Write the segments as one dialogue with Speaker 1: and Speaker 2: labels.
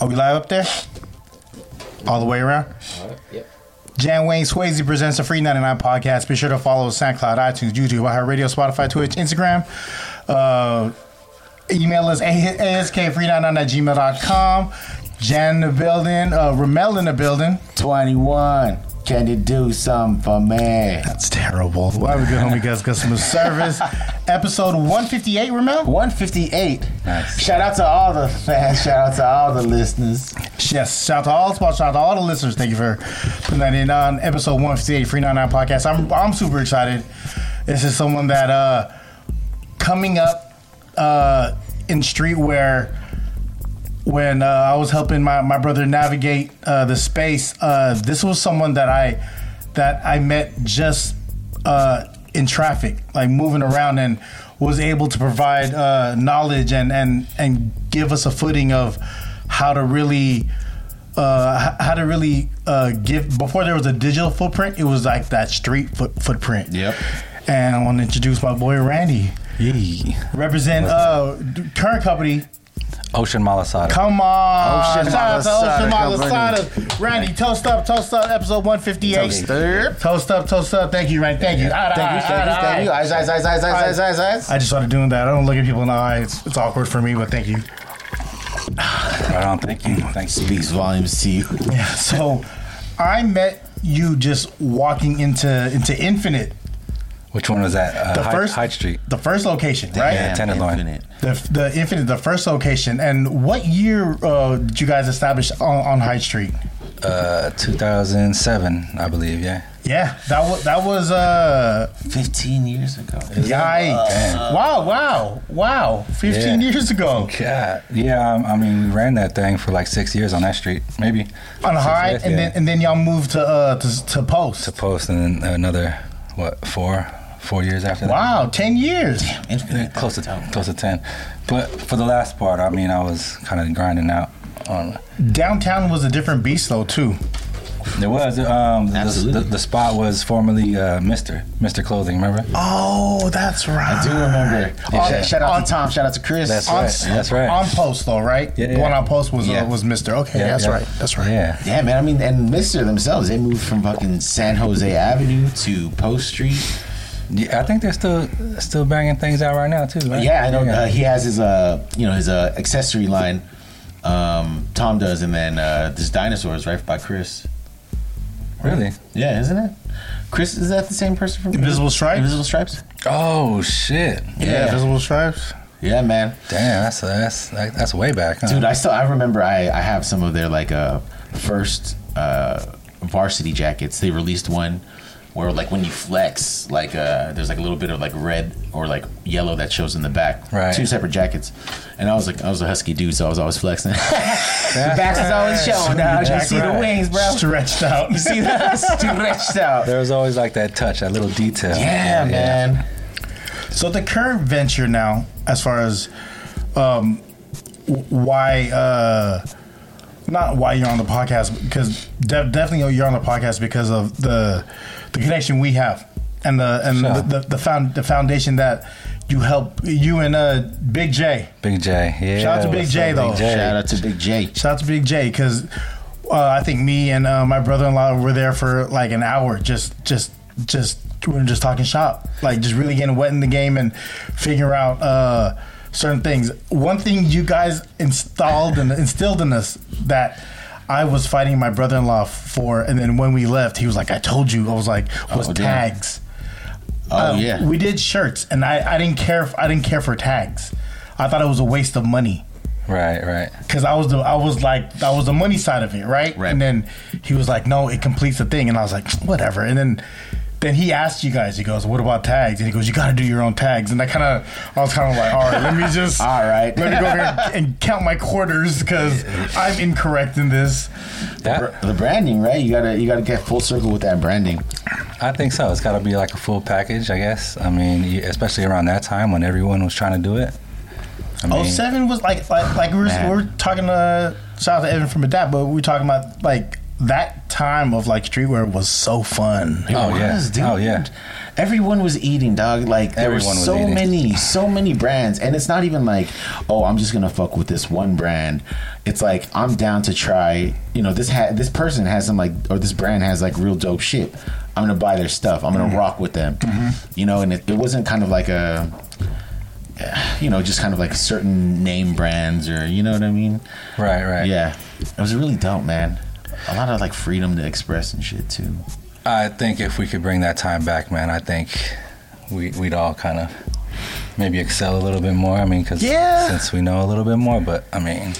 Speaker 1: Are we live up there? All the way around?
Speaker 2: All right. Yep.
Speaker 1: Jan Wayne Swayze presents the Free 99 podcast. Be sure to follow SoundCloud, iTunes, YouTube, iHeartRadio, Spotify, Twitch, Instagram. Uh, email us askfree99 at gmail.com. Jan in the building, uh, Ramel in the building.
Speaker 3: 21. Can you do something for me?
Speaker 1: That's terrible. Why we good homie guest customer service? Episode 158, Ramel?
Speaker 3: 158.
Speaker 2: Nice.
Speaker 3: Shout out to all the fans. Shout out to all the listeners.
Speaker 1: Yes, shout out to all sponsors, shout out to all the listeners. Thank you for putting that in on episode 158 Free 99 podcast. I'm I'm super excited. This is someone that uh coming up uh in streetwear when uh, I was helping my, my brother navigate uh, the space, uh, this was someone that I that I met just uh, in traffic, like moving around, and was able to provide uh, knowledge and and and give us a footing of how to really. Uh, h- how to really uh, give before there was a digital footprint it was like that street foot, footprint
Speaker 2: Yep.
Speaker 1: and i want to introduce my boy randy represent uh, d- current company
Speaker 4: Ocean Malasada.
Speaker 1: Come on.
Speaker 3: Oh, Ocean
Speaker 1: Shout out to Ocean
Speaker 3: Malasada
Speaker 1: Malasada. Randy, toast up, toast up, episode 158.
Speaker 3: Toast up.
Speaker 1: Toast up, toast up. Thank you, Randy. Thank you. Ah,
Speaker 3: Thank you,
Speaker 1: ah,
Speaker 3: thank you,
Speaker 1: ah,
Speaker 3: thank you.
Speaker 1: ah.
Speaker 3: Eyes, eyes, eyes, eyes, eyes, eyes, eyes, eyes.
Speaker 1: I just started doing that. I don't look at people in the eye. It's, it's awkward for me, but thank you.
Speaker 4: Right on. Thank you. Thanks.
Speaker 3: Speaks volumes to you.
Speaker 1: Yeah, so I met you just walking into into Infinite,
Speaker 4: Which one was that? Uh,
Speaker 1: the
Speaker 4: Hy-
Speaker 1: first
Speaker 4: Hyde Street.
Speaker 1: the first location, right?
Speaker 4: Yeah, Tenderloin.
Speaker 3: Infinite.
Speaker 1: The, the Infinite, the first location. And what year uh, did you guys establish on, on Hyde Street?
Speaker 4: Uh, 2007, I believe. Yeah.
Speaker 1: Yeah, that was that was uh
Speaker 3: 15 years ago.
Speaker 1: Yikes. wow, wow, wow. 15
Speaker 4: uh, Yeah.
Speaker 1: years ago
Speaker 4: God. Yeah. um, I mean, we ran that thing for like six years on that street, maybe.
Speaker 1: on high
Speaker 4: years,
Speaker 1: and then
Speaker 4: yeah.
Speaker 1: and then y'all moved to uh to, to post.
Speaker 4: To post, and then another what four, four years after that.
Speaker 1: wow, 10 years.
Speaker 3: Infinite.
Speaker 4: Close to close to ten. But for the last part, I mean, I was kind of grinding out on.
Speaker 1: Downtown was a different beast though, too.
Speaker 4: There was um, the,
Speaker 3: Absolutely.
Speaker 4: the, the spot was formerly uh, Mister Mister Clothing. Remember?
Speaker 1: Oh, that's right.
Speaker 3: I do remember.
Speaker 1: Yeah.
Speaker 3: Shout- Shout out to Tom. Shout out to Chris.
Speaker 4: That's
Speaker 1: On,
Speaker 4: right. That's right.
Speaker 1: On post though, right?
Speaker 4: Yeah,
Speaker 1: The one
Speaker 4: yeah.
Speaker 1: on post was
Speaker 3: Yeah.
Speaker 1: uh, was Mr. Okay,
Speaker 4: Yeah,
Speaker 1: that's
Speaker 4: yeah.
Speaker 1: right. That's right.
Speaker 4: Yeah.
Speaker 3: Yeah, man. I mean, and Mister themselves, they moved from fucking San Jose Avenue to Post Street.
Speaker 4: Yeah, I think they're still still banging things out right now too. Right?
Speaker 3: Yeah, I know. Uh, he has his uh, you know, his uh, accessory line. Um, Tom does, and then uh, this dinosaurs right by Chris.
Speaker 4: really?
Speaker 3: Yeah, isn't it? Chris is that the same person from
Speaker 1: Invisible Stripes?
Speaker 3: Invisible Stripes.
Speaker 4: Oh shit!
Speaker 3: Yeah.
Speaker 1: Visible stripes.
Speaker 3: Yeah, man,
Speaker 4: Damn, that's that's that- that's way back, huh?
Speaker 3: dude. I still I remember I I have some of their like uh first uh varsity jackets. They released one where like when you flex, like uh there's like a little bit of like red or like yellow that shows in the back.
Speaker 4: Right.
Speaker 3: Two separate jackets, and I was like I was a husky dude, so I was always flexing.
Speaker 4: That's
Speaker 3: Backs is always
Speaker 4: right.
Speaker 3: showing. Now you
Speaker 4: That's
Speaker 3: see the
Speaker 4: right.
Speaker 3: wings, bro.
Speaker 1: Stretched out.
Speaker 3: You see that stretched out.
Speaker 4: There was always like that touch, that little detail.
Speaker 3: Yeah, man.
Speaker 1: So the current venture now, as far as um, w- why, uh, not why you're on the podcast, because de- definitely you're on the podcast because of the the connection we have and the and
Speaker 4: Sure.
Speaker 1: the, the, the found the foundation that you help you and uh, Big J.
Speaker 4: Big J. Yeah.
Speaker 1: Shout out to Big
Speaker 4: what's
Speaker 1: J,
Speaker 4: up,
Speaker 1: though.
Speaker 3: Shout out to Big J.
Speaker 1: Shout out to Big J because uh, I think me and uh, my brother-in-law were there for like an hour, just just just we were just talking shop, like just really getting wet in the game and figuring out uh, certain things. One thing you guys installed and instilled in us that. I was fighting my brother-in-law for, and then when we left, he was like, "I told you." I was like, "Was
Speaker 3: Oh, damn.
Speaker 1: tags?"
Speaker 3: Oh
Speaker 1: Um,
Speaker 3: yeah.
Speaker 1: we did shirts, and I, I didn't care. If, I didn't care for tags. I thought it was a waste of money
Speaker 4: Right, right.
Speaker 1: because I was the I was like I was the money side of it, right?
Speaker 3: Right.
Speaker 1: And then he was like, "No, it completes the thing," and I was like, "Whatever." And then then he asked you guys. He goes, "What about tags?" And he goes, "You got to do your own tags." And I kind of I was kind of like, "All right, let me just
Speaker 3: All right.
Speaker 1: let me go here and, and count my quarters because I'm incorrect in this."
Speaker 4: That,
Speaker 3: The branding, right? You gotta you gotta get full circle with that branding.
Speaker 4: I think so. It's got to be like a full package, I guess. I mean, you- especially around that time when everyone was trying to do it. I
Speaker 1: Oh
Speaker 4: mean,
Speaker 1: seven was like like like we were,
Speaker 3: Man.
Speaker 1: we were talking to shout out to Evan from Adapt, but we were talking about like that time of like streetwear was so fun.
Speaker 3: It
Speaker 4: Oh, yeah.
Speaker 3: was, dude.
Speaker 4: Oh, yeah.
Speaker 3: Everyone was eating, dog. Like there were
Speaker 4: Everyone was
Speaker 3: so
Speaker 4: eating.
Speaker 3: many, so many brands, and it's not even like, oh, I'm just gonna fuck with this one brand. It's like I'm down to try. You know, this ha- this person has some like, or this brand has like real dope shit. I'm gonna buy their stuff. I'm gonna
Speaker 4: Mm-hmm.
Speaker 3: rock with them. You know, and it, it wasn't kind of like a. You know, just kind of like certain name brands, or you know what I mean.
Speaker 4: Right, right.
Speaker 3: Yeah, it was really dope, man. A lot of like freedom to express and shit too.
Speaker 4: I think if we could bring that time back, man, I think we, we'd all kind of maybe excel a little bit more. I mean, because
Speaker 3: Yeah.
Speaker 4: since we know a little bit more, but I mean,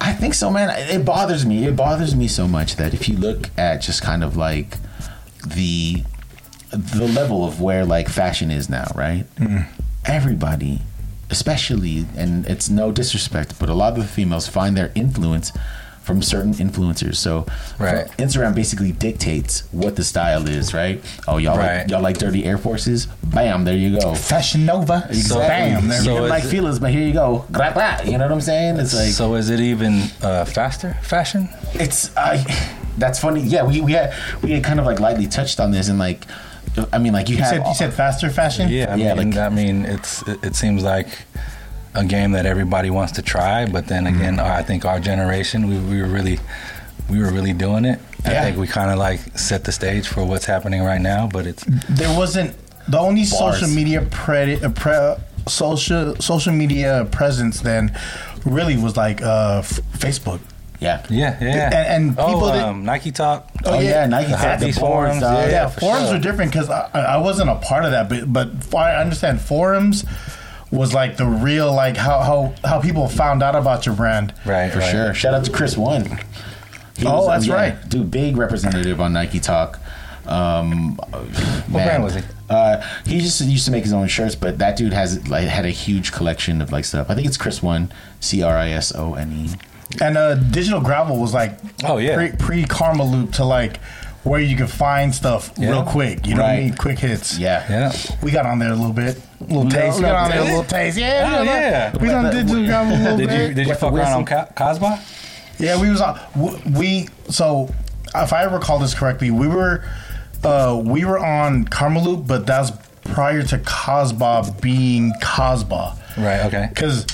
Speaker 3: I think so, man. It bothers me. It bothers me so much that if you look at just kind of like the the level of where like fashion is now, right?
Speaker 4: Mm.
Speaker 3: Everybody, especially, and it's no disrespect, but a lot of the females find their influence from certain influencers. So
Speaker 4: Right.
Speaker 3: Instagram basically dictates what the style is, right? Oh, y'all
Speaker 4: Right.
Speaker 3: Like, y'all like dirty Air Forces? Bam, there you go.
Speaker 1: Fashion Nova. Bam. There
Speaker 3: you
Speaker 4: so
Speaker 3: didn't
Speaker 4: is
Speaker 3: like
Speaker 4: it-
Speaker 3: feelers, but here you go. Grah, grah. You know what I'm saying? It's like
Speaker 4: so is it even uh, faster fashion?
Speaker 3: it's I. That's funny. Yeah, we we had we had kind of like lightly touched on this, and like, I mean, like you,
Speaker 1: You
Speaker 3: have
Speaker 1: said you said faster fashion.
Speaker 4: Yeah, I
Speaker 3: Yeah,
Speaker 4: mean,
Speaker 3: like-
Speaker 4: I mean, it's it, it seems like a game that everybody wants to try, but then
Speaker 3: Mm-hmm.
Speaker 4: again, I think our generation, we, we were really we were really doing it.
Speaker 3: Yeah.
Speaker 4: I think we kind of like set the stage for what's happening right now, but it's
Speaker 1: there wasn't the only
Speaker 3: Bars.
Speaker 1: social media pre, uh, pre social social media presence then really was like uh, f- Facebook.
Speaker 3: yeah.
Speaker 4: yeah, yeah.
Speaker 1: And- and people
Speaker 4: oh,
Speaker 1: that-
Speaker 4: um, Nike Talk.
Speaker 3: Oh, yeah, Nike
Speaker 1: the
Speaker 3: had the
Speaker 4: these
Speaker 3: boards. uh,
Speaker 4: forums,
Speaker 3: dog.
Speaker 1: Yeah,
Speaker 4: yeah, for
Speaker 1: forums
Speaker 4: sure.
Speaker 1: are different because I, I wasn't a part of that, but but I understand forums was like the real like how how, how people found out about your brand.
Speaker 4: Right,
Speaker 3: for
Speaker 4: right.
Speaker 3: sure. Shout out to Chris One. He
Speaker 1: Oh, that's right.
Speaker 3: dude. Big representative on Nike Talk. Um, what
Speaker 4: brand was he?
Speaker 3: Uh, he just used to make his own shirts, but that dude has like had a huge collection of like stuff. I think it's Chris One, C R I S O N E.
Speaker 1: And uh, digital gravel was like
Speaker 4: Oh, yeah.
Speaker 1: pre, pre karma loop to like where you could find stuff
Speaker 4: Yeah.
Speaker 1: real quick. You know what I
Speaker 3: Right.
Speaker 1: mean? Quick hits.
Speaker 3: Yeah,
Speaker 4: Yeah.
Speaker 1: We got on there a little bit. little taste. we
Speaker 3: no,
Speaker 1: got on there a
Speaker 3: did
Speaker 1: little
Speaker 3: it?
Speaker 1: taste. Yeah,
Speaker 4: Oh,
Speaker 1: we got on-
Speaker 4: yeah.
Speaker 1: We got on digital gravel a little
Speaker 4: Did
Speaker 1: bit.
Speaker 4: you did you
Speaker 3: With
Speaker 4: fuck
Speaker 3: the
Speaker 4: around on Co- Cosmo?
Speaker 1: Yeah, we was on. w- We so if I recall this correctly, we were uh, we were on Karma Loop, but that's prior to Cosba being Cosba,
Speaker 4: Right. Okay.
Speaker 1: because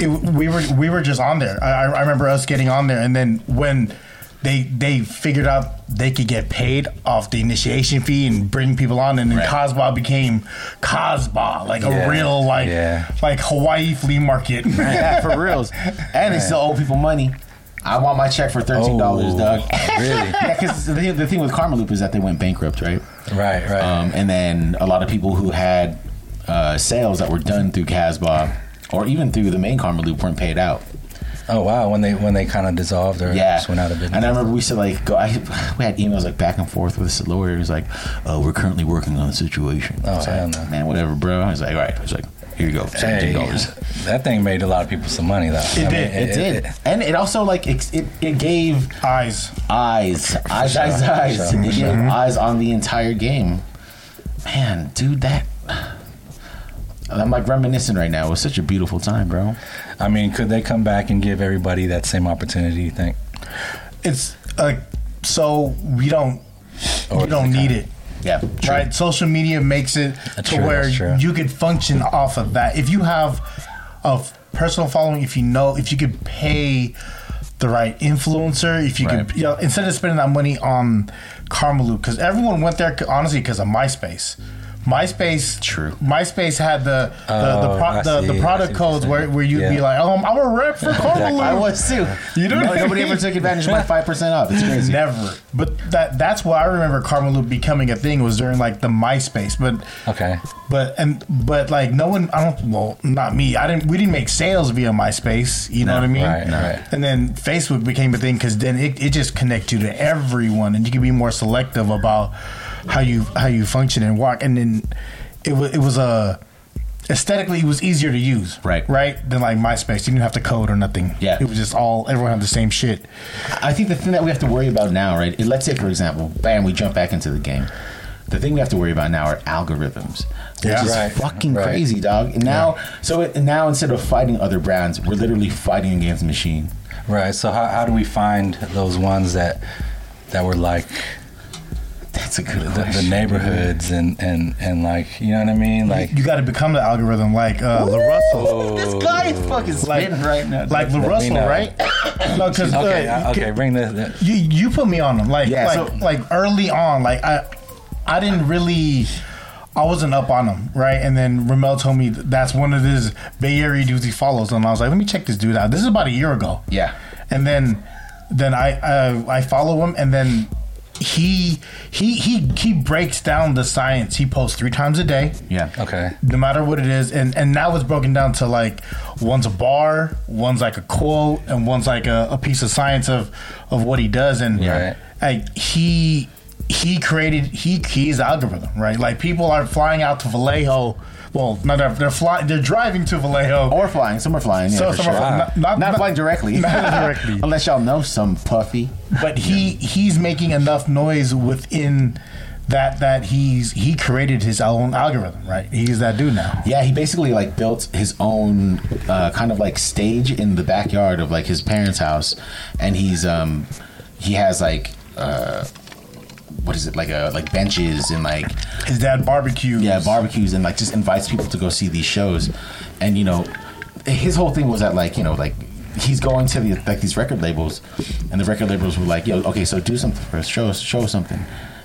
Speaker 1: we were we were just on there. I, I- I remember us getting on there, and then when they they figured out they could get paid off the initiation fee and bring people on, and then
Speaker 3: Right.
Speaker 1: Cosba became Cosba, like
Speaker 4: Yeah.
Speaker 1: a real like
Speaker 4: Yeah.
Speaker 1: like Hawaii flea market.
Speaker 3: yeah, for reals. And they still owe people money. I want my check for thirteen dollars, dog.
Speaker 4: Oh, really?
Speaker 3: Yeah, because the, thing- the thing with Karma Loop is that they went bankrupt, right?
Speaker 4: Right. Right.
Speaker 3: Um, and then a lot of people who had uh, sales that were done through Casbah or even through the main Karma Loop weren't paid out.
Speaker 4: oh wow. When they when they kind of dissolved or
Speaker 3: Yeah,
Speaker 4: just went out of business.
Speaker 3: And I remember we used to like go. I, we had emails like back and forth with this lawyer. He's like, "Oh, we're currently working on the situation."
Speaker 4: Oh,
Speaker 3: I was
Speaker 4: hell
Speaker 3: like,
Speaker 4: no.
Speaker 3: man, whatever, bro. I was like, "All right." I was like, "Here you go, seventeen
Speaker 4: Hey,
Speaker 3: dollars."
Speaker 4: that thing made a lot of people some money though. I mean,
Speaker 1: did, it
Speaker 3: It did, and it also like it, it, it gave
Speaker 1: Eyes.
Speaker 3: eyes, eyes,
Speaker 4: sure,
Speaker 3: eyes,
Speaker 4: for
Speaker 3: eyes.
Speaker 4: sure, Mm-hmm. for
Speaker 3: He gave eyes on the entire game. Man, dude, that. I'm like reminiscing right now. It was such a beautiful time, bro.
Speaker 4: I mean, could they come back and give everybody that same opportunity? You think?
Speaker 1: it's like so we don't
Speaker 4: Or
Speaker 1: we don't
Speaker 4: the
Speaker 1: need
Speaker 4: kind-
Speaker 1: it
Speaker 3: Yeah, true.
Speaker 1: right social media makes it to
Speaker 4: true,
Speaker 1: where
Speaker 4: that's true.
Speaker 1: you could function off of that if you have a f- personal following if you know if you could pay the right influencer if you
Speaker 4: Right.
Speaker 1: could you know, instead of spending that money on Karma Loop because everyone went there c- honestly because of MySpace MySpace
Speaker 3: True.
Speaker 1: MySpace had the the,
Speaker 4: Oh,
Speaker 1: the, pro,
Speaker 4: I see,
Speaker 1: the,
Speaker 4: I
Speaker 1: the
Speaker 4: see
Speaker 1: product
Speaker 4: what
Speaker 1: codes
Speaker 4: you're
Speaker 1: where,
Speaker 4: saying.
Speaker 1: where you'd be
Speaker 4: Yeah.
Speaker 1: like oh I'm, I'm a rep for Karma Loop
Speaker 3: I was too.
Speaker 1: You know
Speaker 3: No-
Speaker 1: what I
Speaker 3: nobody
Speaker 1: mean?
Speaker 3: ever took advantage of my five percent off. It's crazy.
Speaker 1: Never. But that that's why I remember Karma Loop becoming a thing was during like the MySpace. But
Speaker 4: Okay.
Speaker 1: but and but like no one I don't well, not me. I didn't we didn't make sales via MySpace. You know what I mean?
Speaker 4: right, No. right.
Speaker 1: And then Facebook became a thing because then it, it just connects you to everyone and you can be more selective about how you how you function and walk and then it was it was a aesthetically it was easier to use.
Speaker 3: Right.
Speaker 1: Right? Than like MySpace. You didn't have to code or nothing.
Speaker 3: Yeah.
Speaker 1: It was just all everyone had the same shit.
Speaker 3: I think the thing that we have to worry about now, right? Let's say, for example, bam, we jump back into the game. The thing we have to worry about now are algorithms, which
Speaker 1: Yeah.
Speaker 3: is
Speaker 4: Right.
Speaker 3: fucking
Speaker 4: Right.
Speaker 3: crazy, dog. And now, so it, now instead of fighting other brands, we're literally fighting against machine.
Speaker 4: Right. So how, how do we find those ones that that were like
Speaker 3: That's a good
Speaker 4: the, the
Speaker 3: question.
Speaker 4: neighborhoods and and and like you know what I mean. Like
Speaker 1: You got to become the algorithm like uh, LaRussell.
Speaker 3: This guy is fucking
Speaker 1: Like-
Speaker 3: spitting right now.
Speaker 1: Like
Speaker 4: me know.
Speaker 1: LaRussell, right? no, because
Speaker 4: okay, I- okay, bring this.
Speaker 1: you you put me on them like
Speaker 3: Yeah,
Speaker 1: like
Speaker 3: so-
Speaker 1: like early on like I I didn't really I wasn't up on them right and then Ramel told me that's one of his Bay Area dudes he follows and I was like let me check this dude out this is about a year ago
Speaker 3: Yeah.
Speaker 1: and then then I uh, I follow him and then he he he he breaks down the science he posts three times a day
Speaker 3: yeah.
Speaker 4: Okay,
Speaker 1: no matter what it is and and now it's broken down to like one's a bar one's like a quote and one's like a, a piece of science of of what he does and
Speaker 4: Yeah.
Speaker 1: like he he created he keys algorithm right like people are flying out to vallejo well not they're, they're flying they're driving to vallejo
Speaker 3: Or flying. Some are flying. Yeah,
Speaker 1: So
Speaker 3: for
Speaker 1: some are
Speaker 3: sure.
Speaker 1: flying. Not- not-
Speaker 3: Not
Speaker 1: not-
Speaker 3: flying directly.
Speaker 1: Not directly.
Speaker 3: Unless y'all know some puffy.
Speaker 1: but he he's making enough noise within that that he's he created his own algorithm right he's that dude now
Speaker 3: Yeah, he basically like built his own uh, kind of like stage in the backyard of like his parents' house, and he's um he has like uh what is it like a like benches and like
Speaker 1: his dad barbecues
Speaker 3: yeah barbecues and like just invites people to go see these shows, and you know his whole thing was that like you know like he's going to the like these record labels, and the record labels were like yo okay so do something for us show us show us something.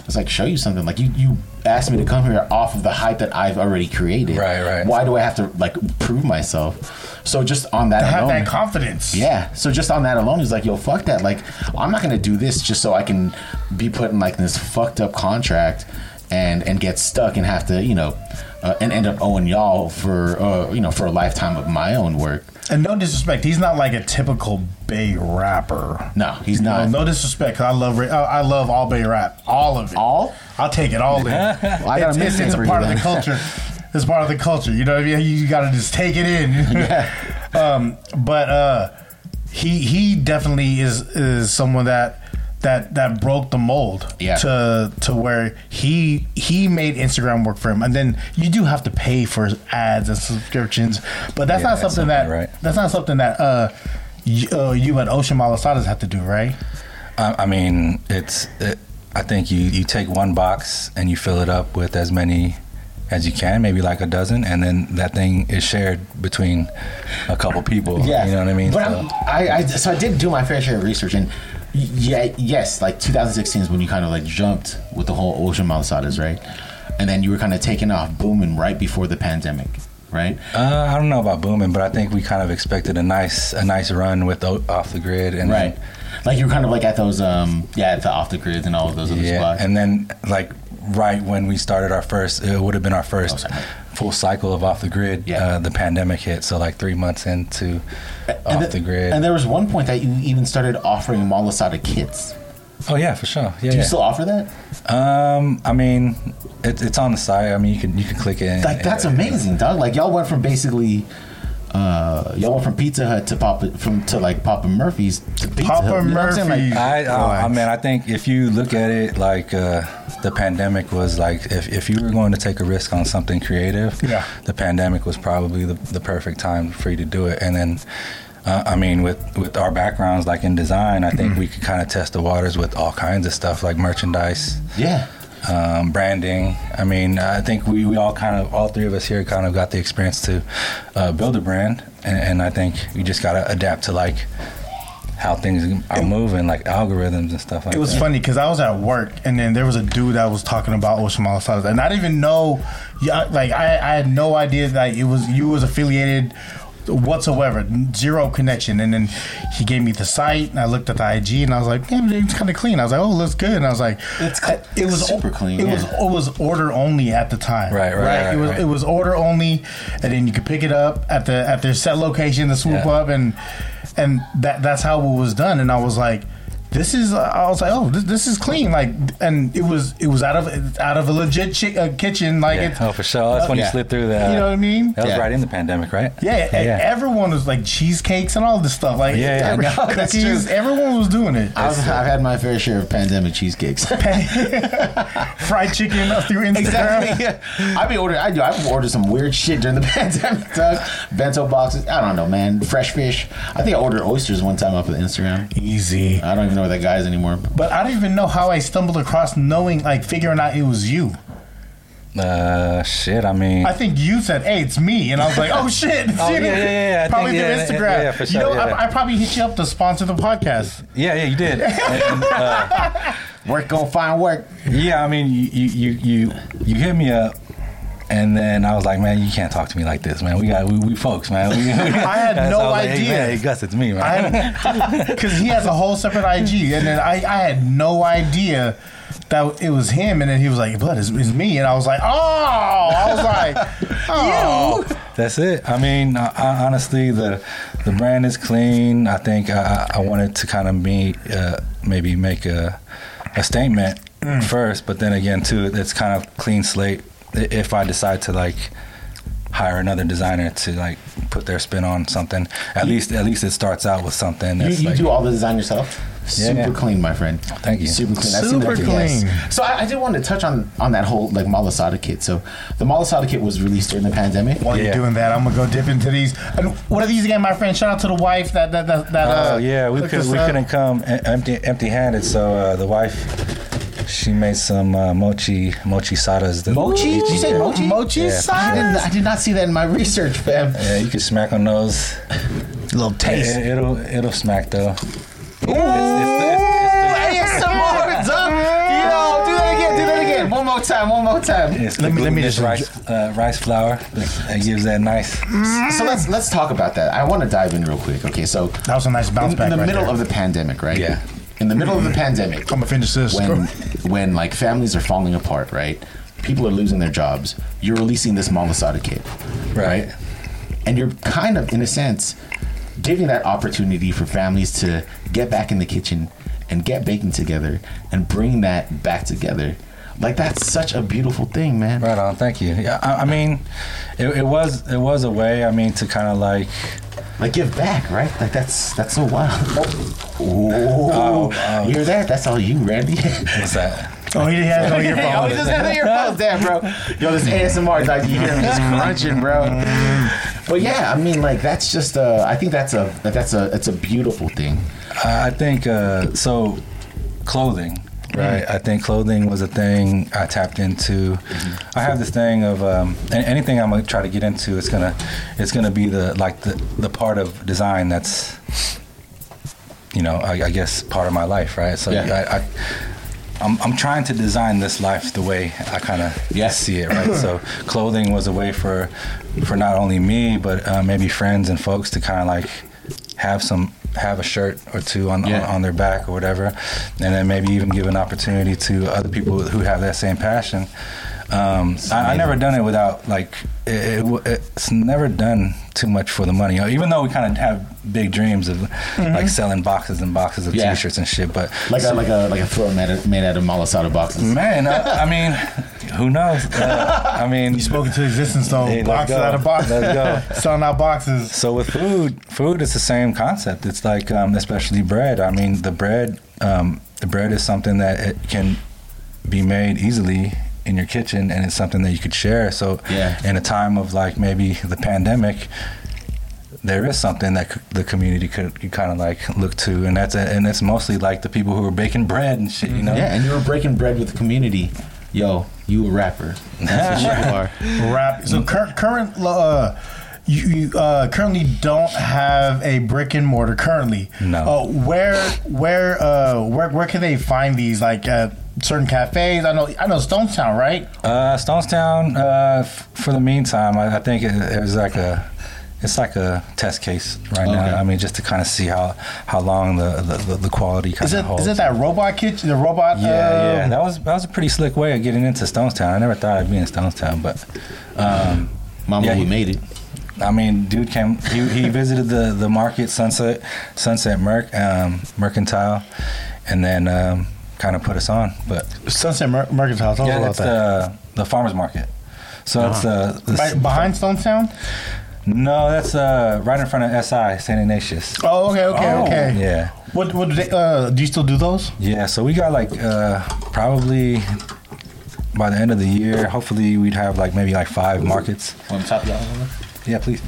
Speaker 3: It's like show you something like you you asked me to come here off of the hype that I've already created.
Speaker 4: Right, right.
Speaker 3: Why do I have to like prove myself? So just on that
Speaker 1: have
Speaker 3: alone,
Speaker 1: that confidence
Speaker 3: yeah. So just on that alone, he's like, yo, fuck that. Like, I'm not gonna do this just so I can be put in like this fucked up contract and and get stuck and have to you know uh, and end up owing y'all for uh, you know for a lifetime of my own work.
Speaker 1: And no disrespect, he's not like a typical Bay rapper.
Speaker 3: No, he's
Speaker 1: No,
Speaker 3: not.
Speaker 1: no disrespect. 'cause I love ra- uh, I I love all Bay rap, all of it.
Speaker 3: All?
Speaker 1: I'll take it all in.
Speaker 3: I got a
Speaker 1: it's, it's,
Speaker 3: mixtape
Speaker 1: it's a
Speaker 3: for you
Speaker 1: part of the
Speaker 3: then.
Speaker 1: culture. It's part of the culture. You know what I mean? You got to just take it in. um, but uh, he he definitely is is someone that that that broke the mold.
Speaker 3: Yeah.
Speaker 1: To to where he he made Instagram work for him, and then you do have to pay for ads and subscriptions, but that's not
Speaker 4: Yeah,
Speaker 1: something
Speaker 4: that's something,
Speaker 1: that
Speaker 4: right.
Speaker 1: that's not something that uh, you, uh, you and Ocean Malasadas have to do, right?
Speaker 4: I, I mean it's. It, I think you you take one box and you fill it up with as many as you can, maybe like a dozen, and then that thing is shared between a couple people.
Speaker 3: Yeah,
Speaker 4: you know what I mean.
Speaker 3: But
Speaker 4: So-
Speaker 3: I'm- I, I, so I did do my fair share of research, and y- yeah, yes, like 2016 is when you kind of like jumped with the whole Ocean Malasadas, right? And then you were kind of taking off, booming right before the pandemic, right?
Speaker 4: Uh, I don't know about booming, but I think we kind of expected a nice a nice run with o- off the grid and then-
Speaker 3: Right. Like you were kind of like at those, um, yeah, at the off the grids and all of those other
Speaker 4: yeah,
Speaker 3: spots.
Speaker 4: and then like right when we started our first, it would have been our
Speaker 3: Oh,
Speaker 4: first
Speaker 3: sorry.
Speaker 4: full cycle of off the grid.
Speaker 3: Yeah.
Speaker 4: Uh, the pandemic hit, so like three months into
Speaker 3: And
Speaker 4: off
Speaker 3: the-
Speaker 4: the grid.
Speaker 3: And there was one point that you even started offering Malasada kits.
Speaker 4: oh yeah, for sure. Yeah.
Speaker 3: Do you
Speaker 4: yeah.
Speaker 3: still offer that?
Speaker 4: um, I mean, it, it's on the site. I mean, you can you can click it. and-
Speaker 3: Like that's amazing, dog. Like y'all went from basically. Uh, y'all went from Pizza Hut to Papa from to like Papa Murphy's to Pizza
Speaker 1: Papa
Speaker 3: Hut. You know what I'm saying?
Speaker 1: Murphy's.
Speaker 4: I, I, I
Speaker 1: Relax.
Speaker 4: mean, I think if you look at it like uh, the pandemic was like, if, if you were going to take a risk on something creative,
Speaker 1: Yeah.
Speaker 4: the pandemic was probably the, the perfect time for you to do it. And then, uh, I mean, with, with our backgrounds, like in design, I
Speaker 3: Mm-hmm.
Speaker 4: think we could kind of test the waters with all kinds of stuff like merchandise,
Speaker 3: yeah,
Speaker 4: um, branding. I mean, I think we, we all kind of, all three of us here kind of got the experience to uh, build a brand. And, and I think you just got to adapt to like, how things are moving, like algorithms and stuff like
Speaker 1: It was
Speaker 4: that.
Speaker 1: funny because I was at work and then there was a dude that was talking about Ocean Malasadas and I didn't even know, yeah, like I, I had no idea that it was you was affiliated whatsoever, zero connection. And then he gave me the site and I looked at the IG and I was like, damn, it's kind of clean. I was like, oh, it looks good. And I was like,
Speaker 3: It's cl-
Speaker 1: it was
Speaker 3: super clean,
Speaker 1: It was
Speaker 3: yeah.
Speaker 1: it was order only at the time.
Speaker 4: Right, right, right,
Speaker 1: it was
Speaker 4: right.
Speaker 1: it was order only, and then you could pick it up at the at their set location, the swoop
Speaker 4: Yeah.
Speaker 1: up, and and that that's how it was done. And I was like, this is I was like, oh, this, this is clean. Like, and it was it was out of out of a legit chi- uh, kitchen. Like,
Speaker 4: Yeah.
Speaker 1: it's,
Speaker 4: Oh, for sure. That's when
Speaker 3: Yeah.
Speaker 4: you slid through that.
Speaker 1: you know what I mean?
Speaker 4: That was
Speaker 3: Yeah.
Speaker 4: right in the pandemic, right?
Speaker 1: Yeah, e-, and
Speaker 4: yeah.
Speaker 1: everyone was like cheesecakes and all this stuff. Like,
Speaker 4: Yeah, yeah,
Speaker 1: every-
Speaker 3: no, that's
Speaker 1: cookies.
Speaker 3: true.
Speaker 1: Everyone was doing it.
Speaker 3: I've, I've had my fair share of pandemic cheesecakes.
Speaker 1: Fried chicken through Instagram.
Speaker 3: Exactly. Yeah. I've been ordering. I do. I've ordered some weird shit during the pandemic. Doug. Bento boxes. I don't know, man. Fresh fish. I think I ordered oysters one time off of Instagram.
Speaker 1: Easy.
Speaker 3: I don't even know with the guys anymore.
Speaker 1: But I don't even know how I stumbled across knowing, like, figuring out it was you.
Speaker 4: Uh, shit. I mean,
Speaker 1: e-, I think you said, "Hey, it's me," and I was like, "Oh shit!"
Speaker 4: Oh, yeah, yeah, yeah, yeah. I
Speaker 1: Probably
Speaker 4: think-
Speaker 1: through
Speaker 4: yeah, yeah,
Speaker 1: Instagram.
Speaker 4: yeah, for
Speaker 1: you
Speaker 4: sure,
Speaker 1: know,
Speaker 4: yeah.
Speaker 1: I, I probably hit you up to sponsor the podcast.
Speaker 4: yeah, yeah, you did. And, uh,
Speaker 3: Work, go find work.
Speaker 4: yeah, I mean, you, you, you, you, you hit me up. And then I was like, man, you can't talk to me like this, man. We got, we, we folks, man. We, I
Speaker 1: had no
Speaker 4: hey,
Speaker 1: idea.
Speaker 4: man, hey, Gus, it's me, man.
Speaker 1: because he has a whole separate IG, and then I, I had no idea that it was him, and then he was like, "Blood is it's me," and I was like, "Oh!" I was like, "Oh!"
Speaker 4: That's it. I mean, I, I, honestly, the the brand is clean. I think I, I I wanted to kind of be uh, maybe make a a statement first, but then again, too, it's kind of clean slate. I- If I decide to like hire another designer to like put their spin on something, at least at least it starts out with something
Speaker 3: You,
Speaker 4: that's
Speaker 3: you
Speaker 4: like
Speaker 3: do all the design yourself.
Speaker 4: Yeah,
Speaker 3: Super
Speaker 4: yeah. Oh,
Speaker 3: clean, my friend.
Speaker 4: Thank you.
Speaker 3: Super clean. I've seen
Speaker 1: Super
Speaker 3: that thing, yes.
Speaker 1: clean.
Speaker 3: So I, I did want to touch on on that whole like Malasada kit. So the Malasada kit was released during the pandemic.
Speaker 1: While you're
Speaker 4: Yeah.
Speaker 1: doing that, I'm gonna go dip into these. And what are these again, my friend? Shout out to the wife that that that. that
Speaker 4: Oh
Speaker 1: uh,
Speaker 4: yeah, we
Speaker 1: hooked
Speaker 4: could
Speaker 1: us
Speaker 4: we
Speaker 1: up.
Speaker 4: couldn't come em- empty empty handed. So uh, the wife, she made some uh, mochi mochi sadas. that-
Speaker 3: Mochi? Did you say
Speaker 4: Yeah.
Speaker 3: mochi?
Speaker 1: Mochi
Speaker 4: Yeah.
Speaker 1: side?
Speaker 3: I did, I did not see that in my research, fam.
Speaker 4: Yeah, you can smack on those.
Speaker 3: Little taste.
Speaker 4: It, will it'll smack though.
Speaker 3: ASMR, dog. Yo, do that again. Do that again. One more time. One more time.
Speaker 4: It's
Speaker 1: Let
Speaker 4: the
Speaker 1: me- let me
Speaker 4: glutinous
Speaker 1: just
Speaker 4: rice uh, rice flour that gives that nice.
Speaker 3: So let's let's talk about that. I want to dive in real quick. Okay, so
Speaker 1: That was a nice bounce
Speaker 3: in,
Speaker 1: back
Speaker 3: in the
Speaker 1: right
Speaker 3: middle
Speaker 1: there. Mm-hmm.
Speaker 3: of the pandemic, right?
Speaker 4: Yeah.
Speaker 3: In the middle of the pandemic,
Speaker 1: I'm gonna finish this.
Speaker 3: when when like families are falling apart, right? People are losing their jobs. You're releasing this Malasada kid,
Speaker 4: Right.
Speaker 3: And you're kind of, in a sense, giving that opportunity for families to get back in the kitchen and get baking together and bring that back together. Like that's such a beautiful thing, man.
Speaker 4: Right on, thank you. Yeah, I, I mean, it, it was it was a way. I mean, to kind of like
Speaker 3: Like give back, right? Like that's that's so wild. Oh,
Speaker 4: oh.
Speaker 3: you're there. That's all you, Randy.
Speaker 4: what's that?
Speaker 1: oh, he has no earphones.
Speaker 3: Hey, oh, he just had the earphones there, bro. Yo, this ASMR, like you hear him just
Speaker 4: Mm.
Speaker 3: crunching, bro. But yeah, I mean, like that's just uh, I think that's a that's a it's a beautiful thing.
Speaker 4: I I think uh, so. Clothing, right? I think clothing was a thing I tapped into. I have this thing of um, a- anything I'm gonna try to get into. It's gonna, it's gonna be the like the the part of design that's, you know, I, I guess part of my life, right? So
Speaker 3: Yeah.
Speaker 4: I. I I'm, I'm trying to design this life the way I kind of
Speaker 3: Yeah.
Speaker 4: see it, right? so clothing was a way for for not only me but uh, maybe friends and folks to kind of like have some have a shirt or two on,
Speaker 3: Yeah.
Speaker 4: on on their back or whatever, and then maybe even give an opportunity to other people who have that same passion. Um, I, I never done it without like it, it, w- it's never done too much for the money. Even though we kind of have big dreams of like selling boxes and boxes of
Speaker 3: Mm-hmm. Yeah.
Speaker 4: T-shirts and shit, but
Speaker 3: Like a like a like a throw made out- made out of malasada boxes.
Speaker 4: Man, I, I mean, who knows? Uh, I mean,
Speaker 1: You spoke into existence though.
Speaker 4: Hey, let's
Speaker 1: boxes
Speaker 4: go.
Speaker 1: out of boxes.
Speaker 4: Let's
Speaker 1: Selling out boxes.
Speaker 4: so with food, food is the same concept. It's like, um, especially bread. I mean, the bread, um, the bread is something that it can be made easily in your kitchen, and it's something that you could share. So,
Speaker 3: Yeah.
Speaker 4: in a time of like maybe the pandemic, there is something that c- the community could kind of like look to, and that's and it's mostly like the people who are baking bread and shit. You know,
Speaker 3: Yeah, and you were breaking bread with the community. Yo, you a rapper. That's what you are.
Speaker 1: Rap.
Speaker 4: Mm.
Speaker 1: So cur- current uh, you, you uh, currently don't have a brick and mortar currently.
Speaker 4: No.
Speaker 1: Uh, where where uh, where where can they find these? Like uh, certain cafes. I know I know Stonestown, right?
Speaker 4: Uh, Stonestown. Uh, f- for the meantime, I, I think it, it was like a, it's like a test case right
Speaker 3: Okay.
Speaker 4: now. I mean, just to kind of see how how long the the, the, the quality kind
Speaker 1: Is
Speaker 4: of
Speaker 1: it
Speaker 4: holds.
Speaker 1: is it that robot kitchen? The robot.
Speaker 4: yeah,
Speaker 1: uh,
Speaker 4: yeah. That was that was a pretty slick way of getting into Stonestown. I never thought I'd be in Stonestown, but um,
Speaker 3: Mama,
Speaker 4: Yeah,
Speaker 3: we
Speaker 4: you-
Speaker 3: made it.
Speaker 4: I mean, dude came. He, he visited the, the market, Sunset Sunset Merc um, Mercantile, and then um, kind of put us on. But
Speaker 1: Sunset Mer- Mercantile. Tell us
Speaker 4: yeah,
Speaker 1: about
Speaker 4: it's
Speaker 1: that. Uh-huh.
Speaker 4: the the farmers market. So it's uh, the
Speaker 1: Right behind Stonestown.
Speaker 4: No, that's uh, right in front of SI, St. Ignatius.
Speaker 1: Oh, okay, okay,
Speaker 3: Oh.
Speaker 1: okay.
Speaker 4: Yeah.
Speaker 1: What what do, they, uh, do you still do those?
Speaker 4: Yeah, so we got like uh, probably by the end of the year, hopefully we'd have like maybe like five markets.
Speaker 3: On top of that,
Speaker 4: Yeah, please.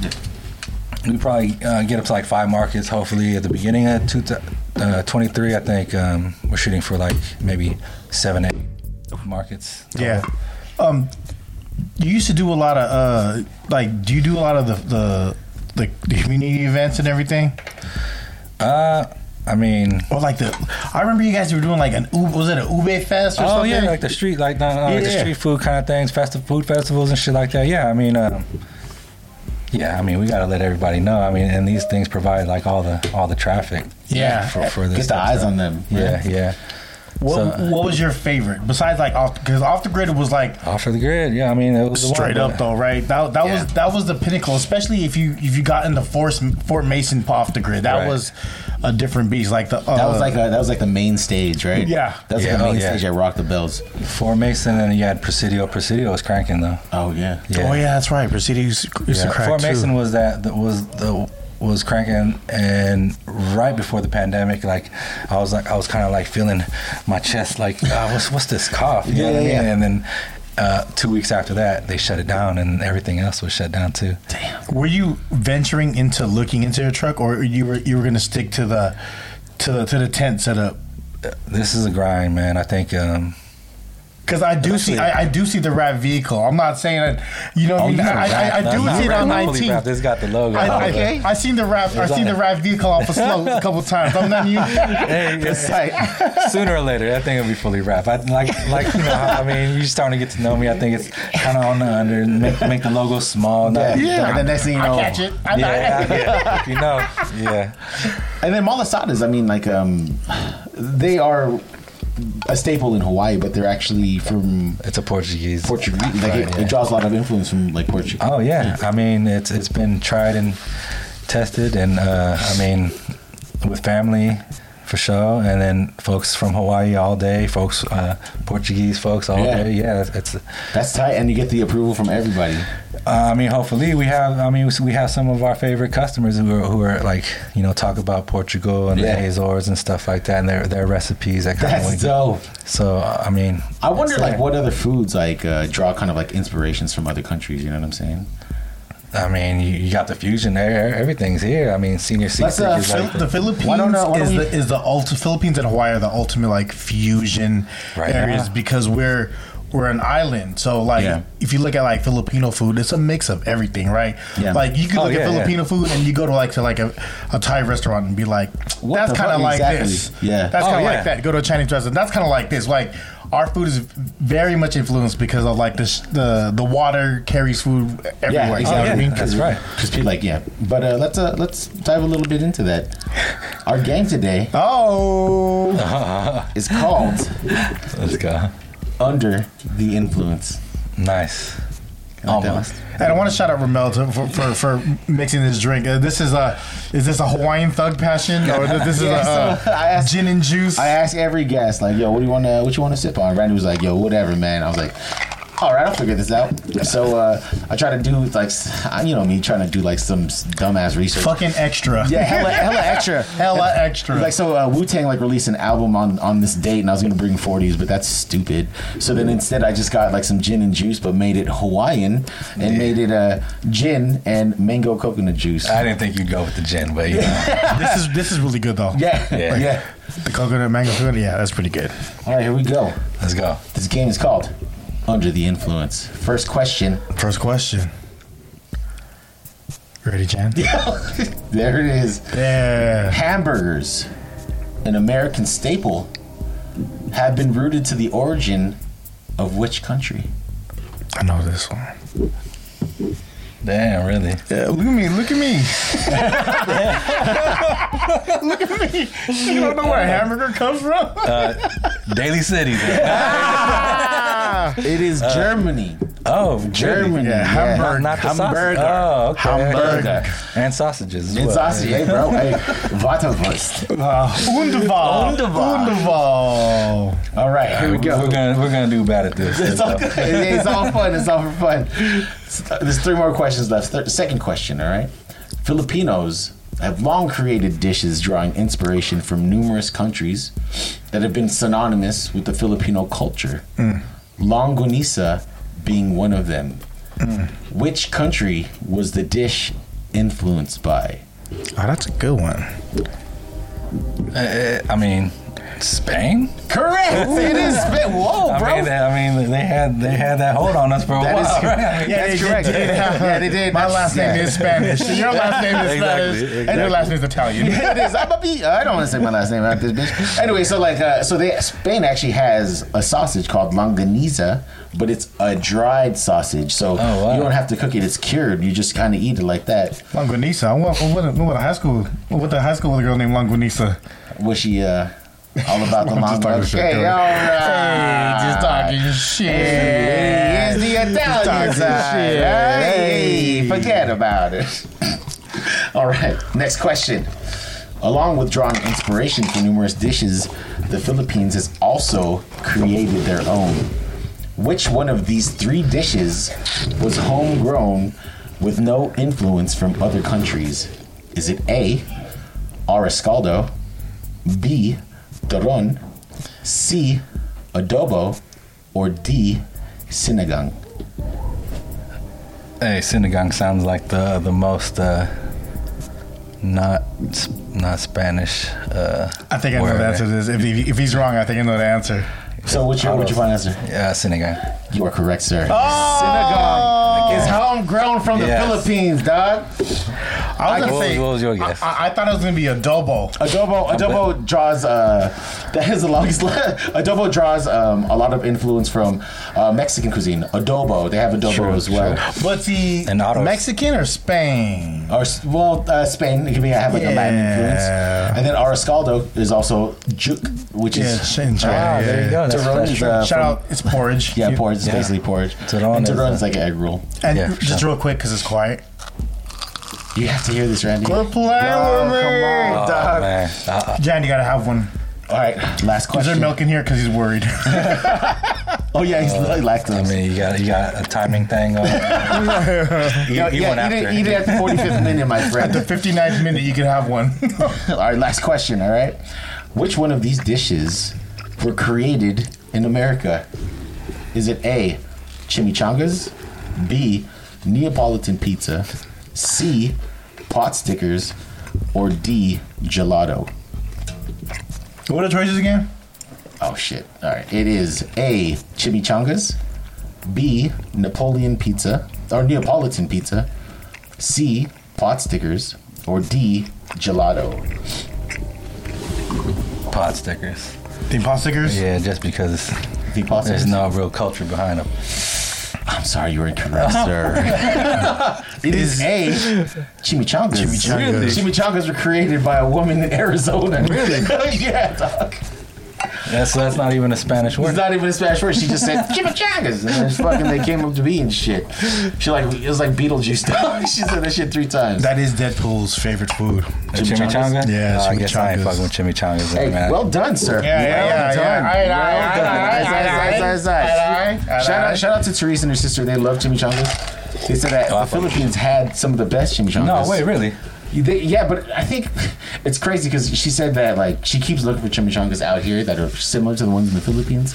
Speaker 4: We probably uh, get up to like five markets, hopefully at the beginning of two uh, 23, I think um, we're shooting for like maybe seven, eight markets.
Speaker 1: Yeah. Um, you used to do a lot of uh, like. Do you do a lot of the the, the, the community events and everything?
Speaker 4: Uh, I mean,
Speaker 1: Or like the, I remember you guys were doing like an Ube, was it an Ube fest or
Speaker 4: oh
Speaker 1: something?
Speaker 4: yeah, like the street, like, no, no, like
Speaker 1: Yeah.
Speaker 4: the street food kind of things, festi- food festivals and shit like that. Yeah, I mean, um, yeah, I mean, we gotta let everybody know. I mean, and these things provide like all the all the traffic.
Speaker 1: Yeah.
Speaker 4: for, for this
Speaker 3: Get the
Speaker 4: stuff,
Speaker 3: eyes
Speaker 4: so.
Speaker 3: on them.
Speaker 4: Yeah, yeah.
Speaker 1: what,
Speaker 4: so-
Speaker 1: what was your favorite besides like off? Because off the grid was like
Speaker 4: Off of the grid. Yeah, I mean, it was the one, uh,
Speaker 1: straight
Speaker 4: but-
Speaker 1: up though, right? That, that
Speaker 3: Yeah.
Speaker 1: was that was the pinnacle, especially if you if you got into Fort Fort Mason off the grid. That
Speaker 4: Right.
Speaker 1: was a different beast. Like the uh,
Speaker 3: That was like a, that was like the main stage, right?
Speaker 1: Yeah.
Speaker 3: That was
Speaker 4: Yeah,
Speaker 3: like the
Speaker 4: oh,
Speaker 3: main
Speaker 4: yeah.
Speaker 3: stage at Rock the Bells.
Speaker 4: Four Mason, and you had Presidio. Presidio was cranking though.
Speaker 3: Oh yeah.
Speaker 1: oh yeah, that's right. Proceedings used to
Speaker 4: Yeah.
Speaker 1: crack
Speaker 4: Fort
Speaker 1: too.
Speaker 4: Mason was that that was the was cranking and right before the pandemic, like I was like I was kind of like feeling my chest like uh, what's what's this cough? You know what I mean?
Speaker 3: Yeah, yeah, yeah.
Speaker 4: And then uh, two weeks after that, they shut it down and everything else was shut down too.
Speaker 1: Were you venturing into looking into a truck, or you were you were going to stick to the to the to the tent setup?
Speaker 4: This is a grind, man. I think um,
Speaker 1: Because I do see, I, I do see the wrap vehicle. I'm not saying that, you know. what
Speaker 4: Oh,
Speaker 1: I, mean?
Speaker 3: you got a
Speaker 1: I, I, I
Speaker 4: Not-
Speaker 1: do
Speaker 4: not
Speaker 1: see it
Speaker 4: wrapped,
Speaker 1: on
Speaker 4: not fully
Speaker 1: 19.
Speaker 4: wrapped. It's got the logo.
Speaker 1: I,
Speaker 4: on it, but-
Speaker 1: I, I seen the wrap. I seen the wrap vehicle off a slope a couple times. I'm not you.
Speaker 4: Hey, it's like sooner or later, that thing will be fully wrapped. I, like, like you know, I mean, you're starting to get to know me. I think it's kind of on the under. Make, make the logo small. not-
Speaker 1: Yeah.
Speaker 3: And the next thing you know,
Speaker 1: I catch it. I,
Speaker 4: yeah,
Speaker 1: I,
Speaker 4: yeah, yeah, if you know, yeah.
Speaker 3: And then malasadas, I mean, like, um, they are a staple in Hawaii, but they're actually from
Speaker 4: It's a Portuguese.
Speaker 3: Portuguese. Like, it,
Speaker 4: yeah.
Speaker 3: it draws a lot of influence from like Portugal.
Speaker 4: Oh yeah, I mean it's it's been tried and tested, and uh, I mean with family for sure, and then folks from Hawaii all day, folks uh, Portuguese folks all
Speaker 3: Yeah.
Speaker 4: day. Yeah, it's. it's
Speaker 3: That's tight, and you get the approval from everybody.
Speaker 4: Uh, I mean, hopefully we have. I mean, we have some of our favorite customers who are who are like you know talk about Portugal and
Speaker 3: Yeah.
Speaker 4: the Azores and stuff like that, and their their recipes. That kind
Speaker 3: That's
Speaker 4: of
Speaker 3: dope.
Speaker 4: So I mean,
Speaker 3: I wonder,
Speaker 4: it's
Speaker 3: like,
Speaker 4: there.
Speaker 3: what other foods like uh, draw kind of like inspirations from other countries. You know what I'm saying?
Speaker 4: I mean, you, you got the fusion there. Everything's here. I mean, senior seafood
Speaker 3: uh,
Speaker 4: is
Speaker 1: Phil-
Speaker 4: like
Speaker 1: the Philippines
Speaker 3: Why don't, uh, why
Speaker 1: is
Speaker 3: don't we-
Speaker 1: the is the ulti- Philippines and Hawaii are the ultimate like fusion
Speaker 4: Right.
Speaker 1: areas
Speaker 4: Yeah.
Speaker 1: because we're we're an island. So like
Speaker 3: Yeah.
Speaker 1: if you look at like Filipino food, it's a mix of everything, right?
Speaker 3: Yeah.
Speaker 1: Like you can
Speaker 4: Oh,
Speaker 1: look
Speaker 4: yeah,
Speaker 1: at
Speaker 4: yeah.
Speaker 1: Filipino food and you go to like to like a, a Thai restaurant and be like,
Speaker 3: What
Speaker 1: that's
Speaker 3: the
Speaker 1: kind of
Speaker 3: fuck?
Speaker 1: like
Speaker 3: Exactly.
Speaker 1: this.
Speaker 3: Yeah.
Speaker 1: That's
Speaker 4: Oh,
Speaker 1: kind of
Speaker 4: yeah.
Speaker 1: like that. Go to a Chinese restaurant. That's kind of like this. Like our food is very much influenced because of like the sh- the the water carries food everywhere. you know what I
Speaker 4: exactly.
Speaker 1: mean?
Speaker 4: That's right.
Speaker 3: Because people like, yeah. But uh, let's uh, let's dive a little bit into that. Our gang today
Speaker 1: Oh,
Speaker 3: is called
Speaker 4: let's go.
Speaker 3: Under the Influence.
Speaker 4: Nice.
Speaker 3: I like that
Speaker 4: Almost.
Speaker 3: one.
Speaker 1: And I want to shout out Ramel to, for, for for mixing this drink. Uh, this is a is this a Hawaiian thug passion or th- this is
Speaker 3: Yeah,
Speaker 1: a
Speaker 3: so I
Speaker 1: uh,
Speaker 3: asked-
Speaker 1: gin and juice?
Speaker 3: I asked every guest, like, yo, what do you want to, what you want to sip on? Randy was like, yo, whatever, man. I was like, all right, I'll figure this out. So uh, I try to do like, s- I- you know me, trying to do like some s- dumbass research.
Speaker 1: Fucking extra.
Speaker 3: Yeah, hella, hella extra.
Speaker 1: hella extra.
Speaker 3: Like so, uh, Wu Tang like released an album on on this date, and I was gonna bring 40s, but that's stupid. So then instead, I just got like some gin and juice, but made it Hawaiian and made it uh, gin and mango coconut juice.
Speaker 4: I didn't think you'd go with the gin, but you know.
Speaker 1: this is this is really good though.
Speaker 3: yeah,
Speaker 4: Yeah.
Speaker 3: yeah,
Speaker 1: the coconut mango food. Yeah, that's pretty good.
Speaker 3: All right, here we go.
Speaker 4: Let's go.
Speaker 3: This game is called Under the Influence. First question.
Speaker 1: First question. Ready, Jan? Yeah.
Speaker 3: There it is. Hamburgers, an American staple, have been rooted to the origin of which country?
Speaker 1: I know this one.
Speaker 4: Damn, really?
Speaker 1: Yeah, look at me. Look at me. look at me. You don't know where a hamburger comes from.
Speaker 4: Daily City. then.
Speaker 3: It is Germany.
Speaker 4: Oh, really?
Speaker 3: Germany.
Speaker 1: Yeah,
Speaker 4: Not,
Speaker 1: Hamburg.
Speaker 4: not the
Speaker 3: Hamburger.
Speaker 4: sausage. Oh, okay.
Speaker 3: Hamburger.
Speaker 4: And sausages. As
Speaker 3: It's
Speaker 4: well.
Speaker 3: sausage, hey bro. Hey, Vatterwurst.
Speaker 1: Uh, Wunderbar.
Speaker 3: Wunderbar.
Speaker 1: Wunderbar.
Speaker 3: All right, here we
Speaker 4: We're
Speaker 3: go.
Speaker 4: gonna we're gonna do bad at this.
Speaker 3: It's all, good. it's all fun. It's all for fun. There's three more questions left. Thir- second question, all right? Filipinos have long created dishes drawing inspiration from numerous countries that have been synonymous with the Filipino culture. Longanisa being one of them. Which country was the dish influenced by?
Speaker 1: Oh, that's a good one.
Speaker 4: Uh, I mean, Spain.
Speaker 3: Correct. it is. Spit. Whoa,
Speaker 4: I
Speaker 3: Oh, bro.
Speaker 4: mean, they, I mean, they had they had that hold on us for a
Speaker 3: That
Speaker 4: while.
Speaker 3: is
Speaker 4: right? I mean,
Speaker 3: Yeah, That's
Speaker 1: they
Speaker 3: correct.
Speaker 1: did.
Speaker 3: Yeah, they did.
Speaker 1: My
Speaker 3: That's-
Speaker 1: last name
Speaker 3: yeah.
Speaker 1: is Spanish. Your last name is Spanish,
Speaker 2: Exactly,
Speaker 1: and your
Speaker 2: exactly.
Speaker 1: last name is Italian.
Speaker 3: it is. I'm a bee. I don't want to say my last name out this bitch. Anyway, so like, uh, so they Spain actually has a sausage called longaniza, but it's a dried sausage. So
Speaker 4: Oh, wow.
Speaker 3: you don't have to cook it; it's cured. You just kind of eat it like that.
Speaker 1: Longanisa. I went, I went, I went to high school. I went to high school with a girl named Longanisa.
Speaker 3: Was she uh, all about the
Speaker 1: I'm just
Speaker 3: longaniza?
Speaker 1: talking shit,
Speaker 3: Okay,
Speaker 1: dude.
Speaker 3: all right.
Speaker 1: Hey, just talking shit.
Speaker 3: Hey, it's the
Speaker 1: Just
Speaker 3: Italian
Speaker 1: talking
Speaker 3: side.
Speaker 1: shit.
Speaker 3: Hey, forget about it. All right, next question. Along with drawing inspiration from numerous dishes, the Philippines has also created their own. Which one of these three dishes was homegrown with no influence from other countries? Is it A, Arascaldo, B, Doron, C, Adobo, or D, Sinigang?
Speaker 4: Hey, Sinigang sounds like the the most uh, not s- not Spanish. Uh,
Speaker 1: I think I know
Speaker 4: word.
Speaker 1: the answer to this. If, he, if he's wrong, I think I know the answer.
Speaker 3: So what's your, what's your final answer?
Speaker 4: Yeah, Sinigang.
Speaker 3: You are correct, sir.
Speaker 1: Oh!
Speaker 3: Sinigang is homegrown from
Speaker 4: Yes.
Speaker 3: the Philippines, dog.
Speaker 1: I was
Speaker 4: What
Speaker 1: gonna
Speaker 4: was,
Speaker 1: say.
Speaker 4: what was your guess?
Speaker 1: I, I thought it was gonna be adobo.
Speaker 3: Adobo, Adobo draws. Uh, that is the longest. li- Adobo draws um, a lot of influence from uh, Mexican cuisine. Adobo, they have adobo
Speaker 4: Sure,
Speaker 3: as well.
Speaker 1: But he
Speaker 4: And autos.
Speaker 1: Mexican or Spain?
Speaker 3: Or s- well, uh, Spain. It can be have like a Latin influence.
Speaker 1: Yeah.
Speaker 3: And then Arascaldo is also juk, which
Speaker 1: Yeah,
Speaker 3: is
Speaker 1: it's in Spain,
Speaker 3: Ah,
Speaker 1: yeah.
Speaker 3: there you go.
Speaker 4: That's
Speaker 3: Turon
Speaker 4: fresh.
Speaker 3: is, uh,
Speaker 1: Shout
Speaker 3: from-
Speaker 1: out, it's porridge.
Speaker 3: Yeah, porridge. It's
Speaker 4: Yeah.
Speaker 3: basically porridge.
Speaker 4: Turon
Speaker 3: and
Speaker 4: is,
Speaker 3: Turon
Speaker 4: uh,
Speaker 3: is like an egg roll.
Speaker 1: And
Speaker 4: Yeah, for
Speaker 1: just
Speaker 4: sure.
Speaker 1: real quick, because it's quiet.
Speaker 3: You have to hear this, Randy.
Speaker 1: We're playing
Speaker 3: Oh,
Speaker 1: with me.
Speaker 3: come on,
Speaker 4: Oh,
Speaker 3: dog.
Speaker 4: man. Uh,
Speaker 1: Jan, you gotta have one.
Speaker 3: All right, last
Speaker 1: Is there
Speaker 3: question.
Speaker 1: milk in here? Because he's worried.
Speaker 3: Oh yeah, he's uh, lactose.
Speaker 4: I mean, you got you got a timing thing. On. he,
Speaker 3: No,
Speaker 4: he
Speaker 3: yeah,
Speaker 4: went
Speaker 3: eat
Speaker 4: after.
Speaker 3: it, eat it at the 45th minute, my friend.
Speaker 1: the 59th minute, you can have one.
Speaker 3: all right, last question, all right? Which one of these dishes were created in America? Is it A, chimichangas, B, Neapolitan pizza, C, pot stickers, or D, gelato?
Speaker 1: what are the choices again?
Speaker 3: Oh shit. All right. It is A, chimichangas, B, Napoleon pizza or Neapolitan pizza, C, pot stickers, or D, gelato.
Speaker 4: Pod stickers.
Speaker 1: The pot stickers?
Speaker 4: Yeah, just because
Speaker 3: The pot
Speaker 4: there's
Speaker 3: stickers?
Speaker 4: no real culture behind them.
Speaker 3: I'm sorry, you were incorrect, sir. it is A, chimichangas.
Speaker 1: Chimichangas. Really?
Speaker 3: Chimichangas were created by a woman in Arizona. Really? yeah, dog.
Speaker 4: That's that's not even a Spanish
Speaker 3: It's
Speaker 4: word.
Speaker 3: not even a Spanish word. She just said chimichangas, and then fucking they came up to me and shit. She like it was like Beetlejuice. dog. she said that shit three times.
Speaker 1: That is Deadpool's favorite food.
Speaker 4: A Chimichanga?
Speaker 1: Yeah,
Speaker 4: No, I guess I ain't
Speaker 1: chimichangas.
Speaker 4: fucking with chimichangas.
Speaker 3: Hey,
Speaker 4: man.
Speaker 3: well done, sir.
Speaker 1: Yeah, yeah, yeah, yeah. Aye, aye, aye, aye, aye, aye, aye,
Speaker 3: Well
Speaker 1: aye,
Speaker 3: done. Shout
Speaker 1: aye.
Speaker 3: out, shout out to Teresa and her sister. They love chimichangas. They said that
Speaker 4: Oh, I
Speaker 3: the
Speaker 4: fuck with
Speaker 3: Philippines had some of the best chimichangas.
Speaker 4: no, wait, really?
Speaker 3: You- They, yeah, but I think it's crazy because she said that like she keeps looking for chimichangas out here that are similar to the ones in the Philippines,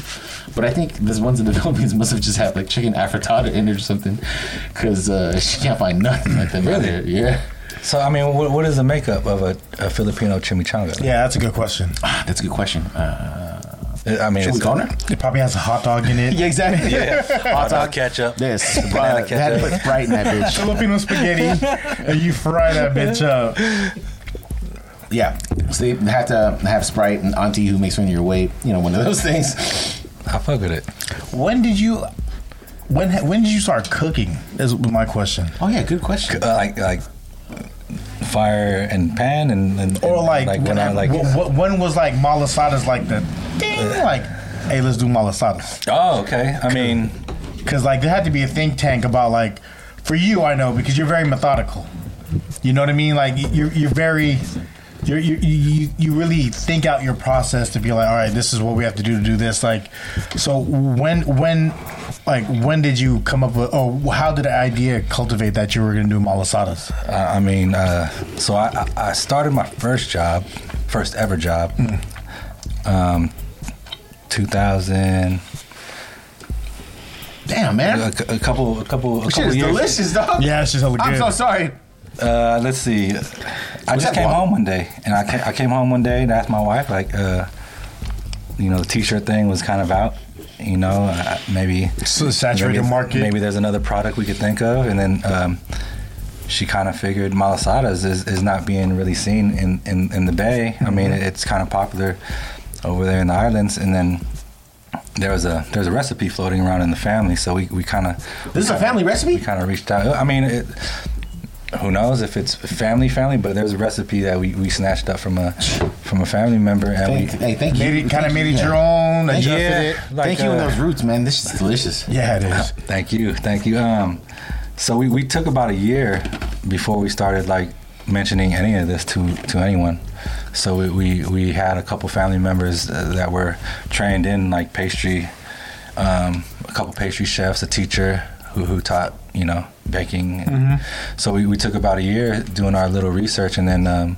Speaker 3: but I think those ones in the Philippines must have just had like chicken affrittata in it or something, because uh, she can't find nothing like them. out
Speaker 4: Really?
Speaker 3: here. Yeah.
Speaker 4: So I mean, what, what is the makeup of a, a Filipino chimichanga?
Speaker 1: Yeah, that's a good question.
Speaker 4: Ah,
Speaker 3: That's a good question. Uh,
Speaker 4: I mean,
Speaker 3: should we
Speaker 4: it's
Speaker 3: go on it?
Speaker 1: It probably has a hot dog in it.
Speaker 3: Yeah, exactly.
Speaker 4: hot dog
Speaker 3: Hot dog.
Speaker 4: ketchup.
Speaker 3: This.
Speaker 4: Banana
Speaker 3: Uh, that
Speaker 4: ketchup.
Speaker 3: puts bright in that bitch.
Speaker 1: Filipino spaghetti, and you fry that bitch up.
Speaker 3: Yeah. So they have to have Sprite and Auntie who makes fun of your weight, you know, one of those things.
Speaker 4: I fuck with it.
Speaker 1: When did you? When ha- when did you start cooking? Is my question.
Speaker 3: Oh, yeah, good question.
Speaker 4: Uh, like like fire and pan and, and
Speaker 1: Or
Speaker 4: and,
Speaker 1: like,
Speaker 4: when I like
Speaker 1: wh- wh- when was like malasadas like the thing? Like, hey, let's do malasadas.
Speaker 4: oh okay. I mean,
Speaker 1: Because like there had to be a think tank about like, for you I know because you're very methodical. You know what I mean? Like y- you're you're very. You're, you, you you really think out your process to be like, all right, this is what we have to do to do this. Like, so when when like when did you come up with, or how did the idea cultivate that you were going to do malasadas?
Speaker 4: I, I mean, uh, so I, I I started my first job, first ever job,
Speaker 1: Hmm.
Speaker 4: um, 2000.
Speaker 3: Damn,
Speaker 4: a,
Speaker 3: man.
Speaker 4: a couple, a couple, a
Speaker 3: Shit
Speaker 4: couple
Speaker 3: is
Speaker 4: years.
Speaker 3: delicious, dog.
Speaker 1: Yeah, it's just hella
Speaker 3: I'm
Speaker 1: good.
Speaker 3: so sorry.
Speaker 4: Uh, let's see. I just
Speaker 3: that
Speaker 4: came
Speaker 3: water?
Speaker 4: home one day, and I came, I came home one day and asked my wife, like, uh, you know, the T-shirt thing was kind of out. You know, uh, maybe
Speaker 1: So saturated
Speaker 4: maybe,
Speaker 1: market.
Speaker 4: Maybe there's another product we could think of, and then um, she kind of figured malasadas is, is not being really seen in, in, in the Bay. I
Speaker 1: Mm-hmm.
Speaker 4: mean, it's kind of popular over there in the islands, and then. There was a there was a recipe floating around in the family, so we, we kind of
Speaker 3: This is a family
Speaker 4: we
Speaker 3: recipe.
Speaker 4: kind of reached out. I mean, it, who knows if it's family family, but there's a recipe that we, we snatched up from a from a family member and
Speaker 3: Thank,
Speaker 4: we.
Speaker 3: hey, thank you.
Speaker 1: Made it, kind of
Speaker 3: Thank
Speaker 1: made
Speaker 3: you.
Speaker 1: it your
Speaker 3: Yeah.
Speaker 1: own. Adjusted
Speaker 4: Yeah.
Speaker 1: it.
Speaker 4: Like,
Speaker 3: thank you and
Speaker 4: uh,
Speaker 3: those roots, man. This is delicious.
Speaker 1: Yeah, it is.
Speaker 4: Thank you, thank you. Um, so we, we took about a year before we started like mentioning any of this to to anyone. So we we, we had a couple family members uh, that were trained in like pastry, um, a couple pastry chefs, a teacher who who taught you know baking.
Speaker 1: Mm-hmm.
Speaker 4: So we, we took about a year doing our little research and then. Um,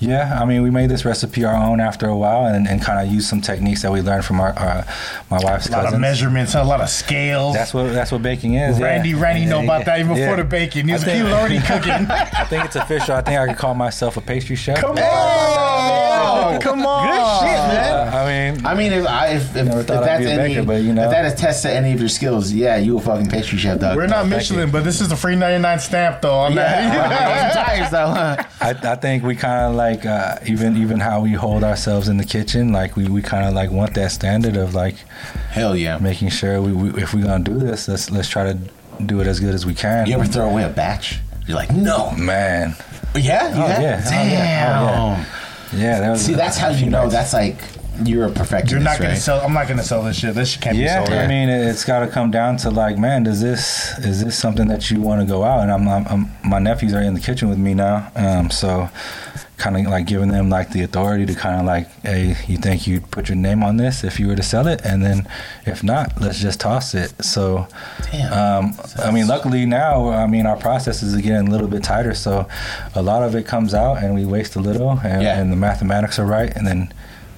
Speaker 4: yeah, I mean, we made this recipe our own after a while, and, and kind of used some techniques that we learned from our, our my wife's
Speaker 1: A lot
Speaker 4: cousins.
Speaker 1: of measurements, a lot of scales.
Speaker 4: That's what that's what baking is. yeah.
Speaker 1: Randy, Randy know about that even before the baking. He
Speaker 4: I
Speaker 1: was,
Speaker 4: think-
Speaker 1: he was already cooking.
Speaker 4: I think it's official. I think I could call myself a pastry chef.
Speaker 1: Come
Speaker 4: Uh, Oh,
Speaker 1: on, come on.
Speaker 3: Good shit, man.
Speaker 4: I mean,
Speaker 3: Oh, I mean, if, I, if, if,
Speaker 4: Never
Speaker 3: if
Speaker 4: thought I'd
Speaker 3: that's
Speaker 4: be a
Speaker 3: any,
Speaker 4: baker, but, you know.
Speaker 3: if that attests to any of your skills, yeah, you a fucking pastry chef, dog.
Speaker 1: We're not Michelin, but this is the free 99 stamp, though. On
Speaker 3: Yeah,
Speaker 1: that.
Speaker 3: I'm tired, though. huh?
Speaker 4: I, I think we kind of like uh, even even how we hold ourselves in the kitchen. Like we, we kind of like want that standard of like
Speaker 3: Hell yeah.
Speaker 4: making sure we, we if we're gonna do this, let's let's try to do it as good as we can.
Speaker 3: You ever throw away a batch? You're like, no.
Speaker 4: Man,
Speaker 3: Yeah, you
Speaker 4: Oh,
Speaker 3: have-
Speaker 4: yeah. Oh,
Speaker 3: Damn.
Speaker 4: yeah. Oh, yeah. That was,
Speaker 3: See, that's how you know. That's like you're a perfectionist.
Speaker 1: You're not gonna
Speaker 3: right?
Speaker 1: sell. I'm not gonna sell this shit. This shit can't
Speaker 4: Yeah,
Speaker 1: be sold.
Speaker 4: I mean, it's got to come down to like, man, does this is this something that you want to go out? And I'm, I'm, I'm my nephews are in the kitchen with me now, um, so kind of like giving them like the authority to kind of like, hey, you think you'd put your name on this if you were to sell it, and then if not, let's just toss it. So,
Speaker 3: Damn.
Speaker 4: um, I mean, luckily now, I mean, our processes are getting a little bit tighter, so a lot of it comes out, and we waste a little, and,
Speaker 3: Yeah.
Speaker 4: and the mathematics are right, and then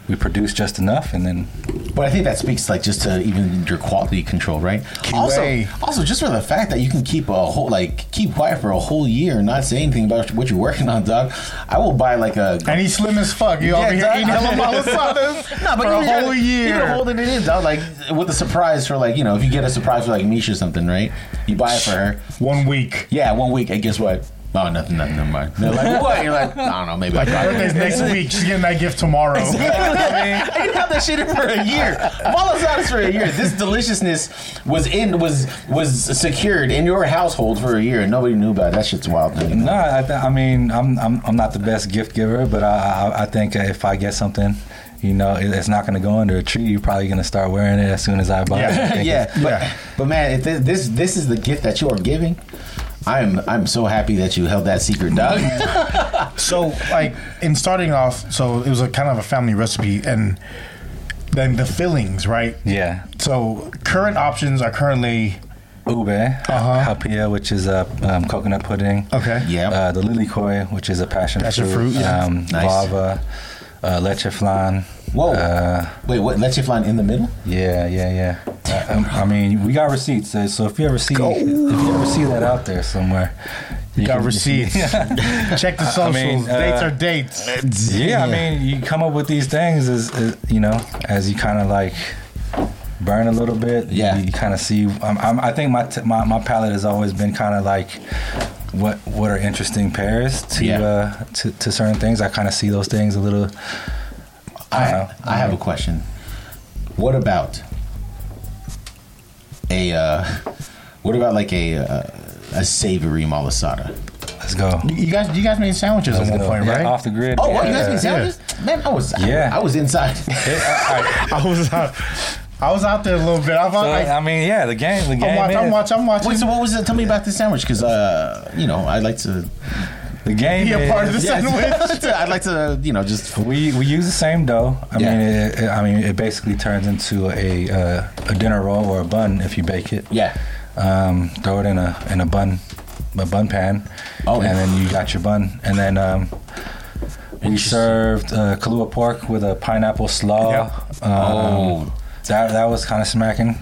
Speaker 4: we produce just enough, and then
Speaker 3: But I think that speaks like just to even your quality control, right?
Speaker 1: way.
Speaker 3: Also, also just for the fact that you can keep a whole like keep quiet for a whole year and not say anything about what you're working on, dog. I will buy like a
Speaker 1: And he's slim as fuck. You over here
Speaker 3: dog.
Speaker 1: eating hella malasadas
Speaker 3: No,
Speaker 1: for
Speaker 3: but you
Speaker 1: a
Speaker 3: gotta-
Speaker 1: whole
Speaker 3: You gotta
Speaker 1: year.
Speaker 3: hold it in, dog. Like with a surprise for like you know if you get a surprise for like Misha or something, right? You buy it for her.
Speaker 1: One week.
Speaker 3: Yeah, one week. And guess what? Oh, nothing, nothing, never mind. They're like, what? You're like, I don't know, maybe I'll try
Speaker 1: Birthday's
Speaker 3: it.
Speaker 1: next week. She's getting that gift tomorrow.
Speaker 3: I can have that shit in for a year. Malasadas for a year. This deliciousness was in was was secured in your household for a year, and nobody knew about it. That shit's wild. man.
Speaker 1: Mm-hmm.
Speaker 4: No, I, th- I mean, I'm, I'm I'm not the best gift giver, but I I, I think if I get something, you know, it, it's not gonna go under a tree. You're probably gonna start wearing it as soon as I buy it. I think
Speaker 3: yeah,
Speaker 4: it's-
Speaker 3: but,
Speaker 1: Yeah.
Speaker 3: but man, if this, this this is the gift that you are giving. I'm I'm so happy that you held that secret, dog.
Speaker 1: So, like, in starting off, so it was a kind of a family recipe, and then the fillings, right?
Speaker 4: yeah.
Speaker 1: So, current options are currently
Speaker 4: Ube,
Speaker 1: Uh-huh.
Speaker 4: hapia, which is a um, coconut pudding.
Speaker 1: okay.
Speaker 3: Yeah.
Speaker 4: Uh, the lily koi, which is a passion,
Speaker 1: Passion
Speaker 4: fruit.
Speaker 1: fruit, yeah.
Speaker 4: Um,
Speaker 3: Nice.
Speaker 4: Lava, uh, leche flan.
Speaker 3: Whoa!
Speaker 4: Uh,
Speaker 3: Wait, what? Let you fly in the middle?
Speaker 4: Yeah, yeah, yeah. I, I- I mean, we got receipts, so- so if you ever see if you ever see that out there somewhere, you
Speaker 1: Got
Speaker 4: can-
Speaker 1: receipts. Check the
Speaker 4: I
Speaker 1: socials.
Speaker 4: mean,
Speaker 1: dates
Speaker 4: uh,
Speaker 1: are dates.
Speaker 4: Yeah, I mean, you come up with these things as, as you know, as you kind of like burn a little bit. you-
Speaker 3: Yeah.
Speaker 4: you, kind of see. I'm, I'm, I think my, t- my my palette has always been kind of like what what are interesting pairs to
Speaker 3: Yeah.
Speaker 4: uh, to, to certain things. I kind of see those things a little. I don't know.
Speaker 3: I, I have a question. What about a? Uh, what about like a uh, a savory malasada?
Speaker 4: Let's go.
Speaker 1: You guys, you guys made sandwiches at
Speaker 4: Let's
Speaker 1: one
Speaker 4: go.
Speaker 1: point,
Speaker 4: Yeah,
Speaker 1: right?
Speaker 4: Off the grid.
Speaker 3: Oh, what, you guys
Speaker 4: Yeah.
Speaker 3: been sandwiches? Man, I was
Speaker 4: Yeah.
Speaker 3: I, was inside.
Speaker 4: Yeah, all right.
Speaker 1: I was out, I was out there a little bit. I was
Speaker 4: So,
Speaker 1: like,
Speaker 4: I mean, yeah, the game. The
Speaker 1: I'm
Speaker 4: game.
Speaker 1: watching, I'm
Speaker 4: is-
Speaker 1: watching, I'm watching.
Speaker 3: Wait, so what was it? Tell me about this sandwich, because uh, you know, I'd like to.
Speaker 4: The game.
Speaker 1: Be a part of
Speaker 4: is-
Speaker 1: the sandwich.
Speaker 3: I'd like to, you know, just
Speaker 4: We we use the same dough. I
Speaker 3: Yeah.
Speaker 4: mean, it, it, I mean, it basically turns into a uh, a dinner roll or a bun if you bake it.
Speaker 3: yeah.
Speaker 4: Um, throw it in a in a bun, a bun pan.
Speaker 3: Oh,
Speaker 4: and
Speaker 3: yeah.
Speaker 4: then you got your bun, and then um, we served uh, Kahlua pork with a pineapple slaw.
Speaker 1: Yeah.
Speaker 4: Um,
Speaker 3: Oh.
Speaker 4: that that was kind of smacking.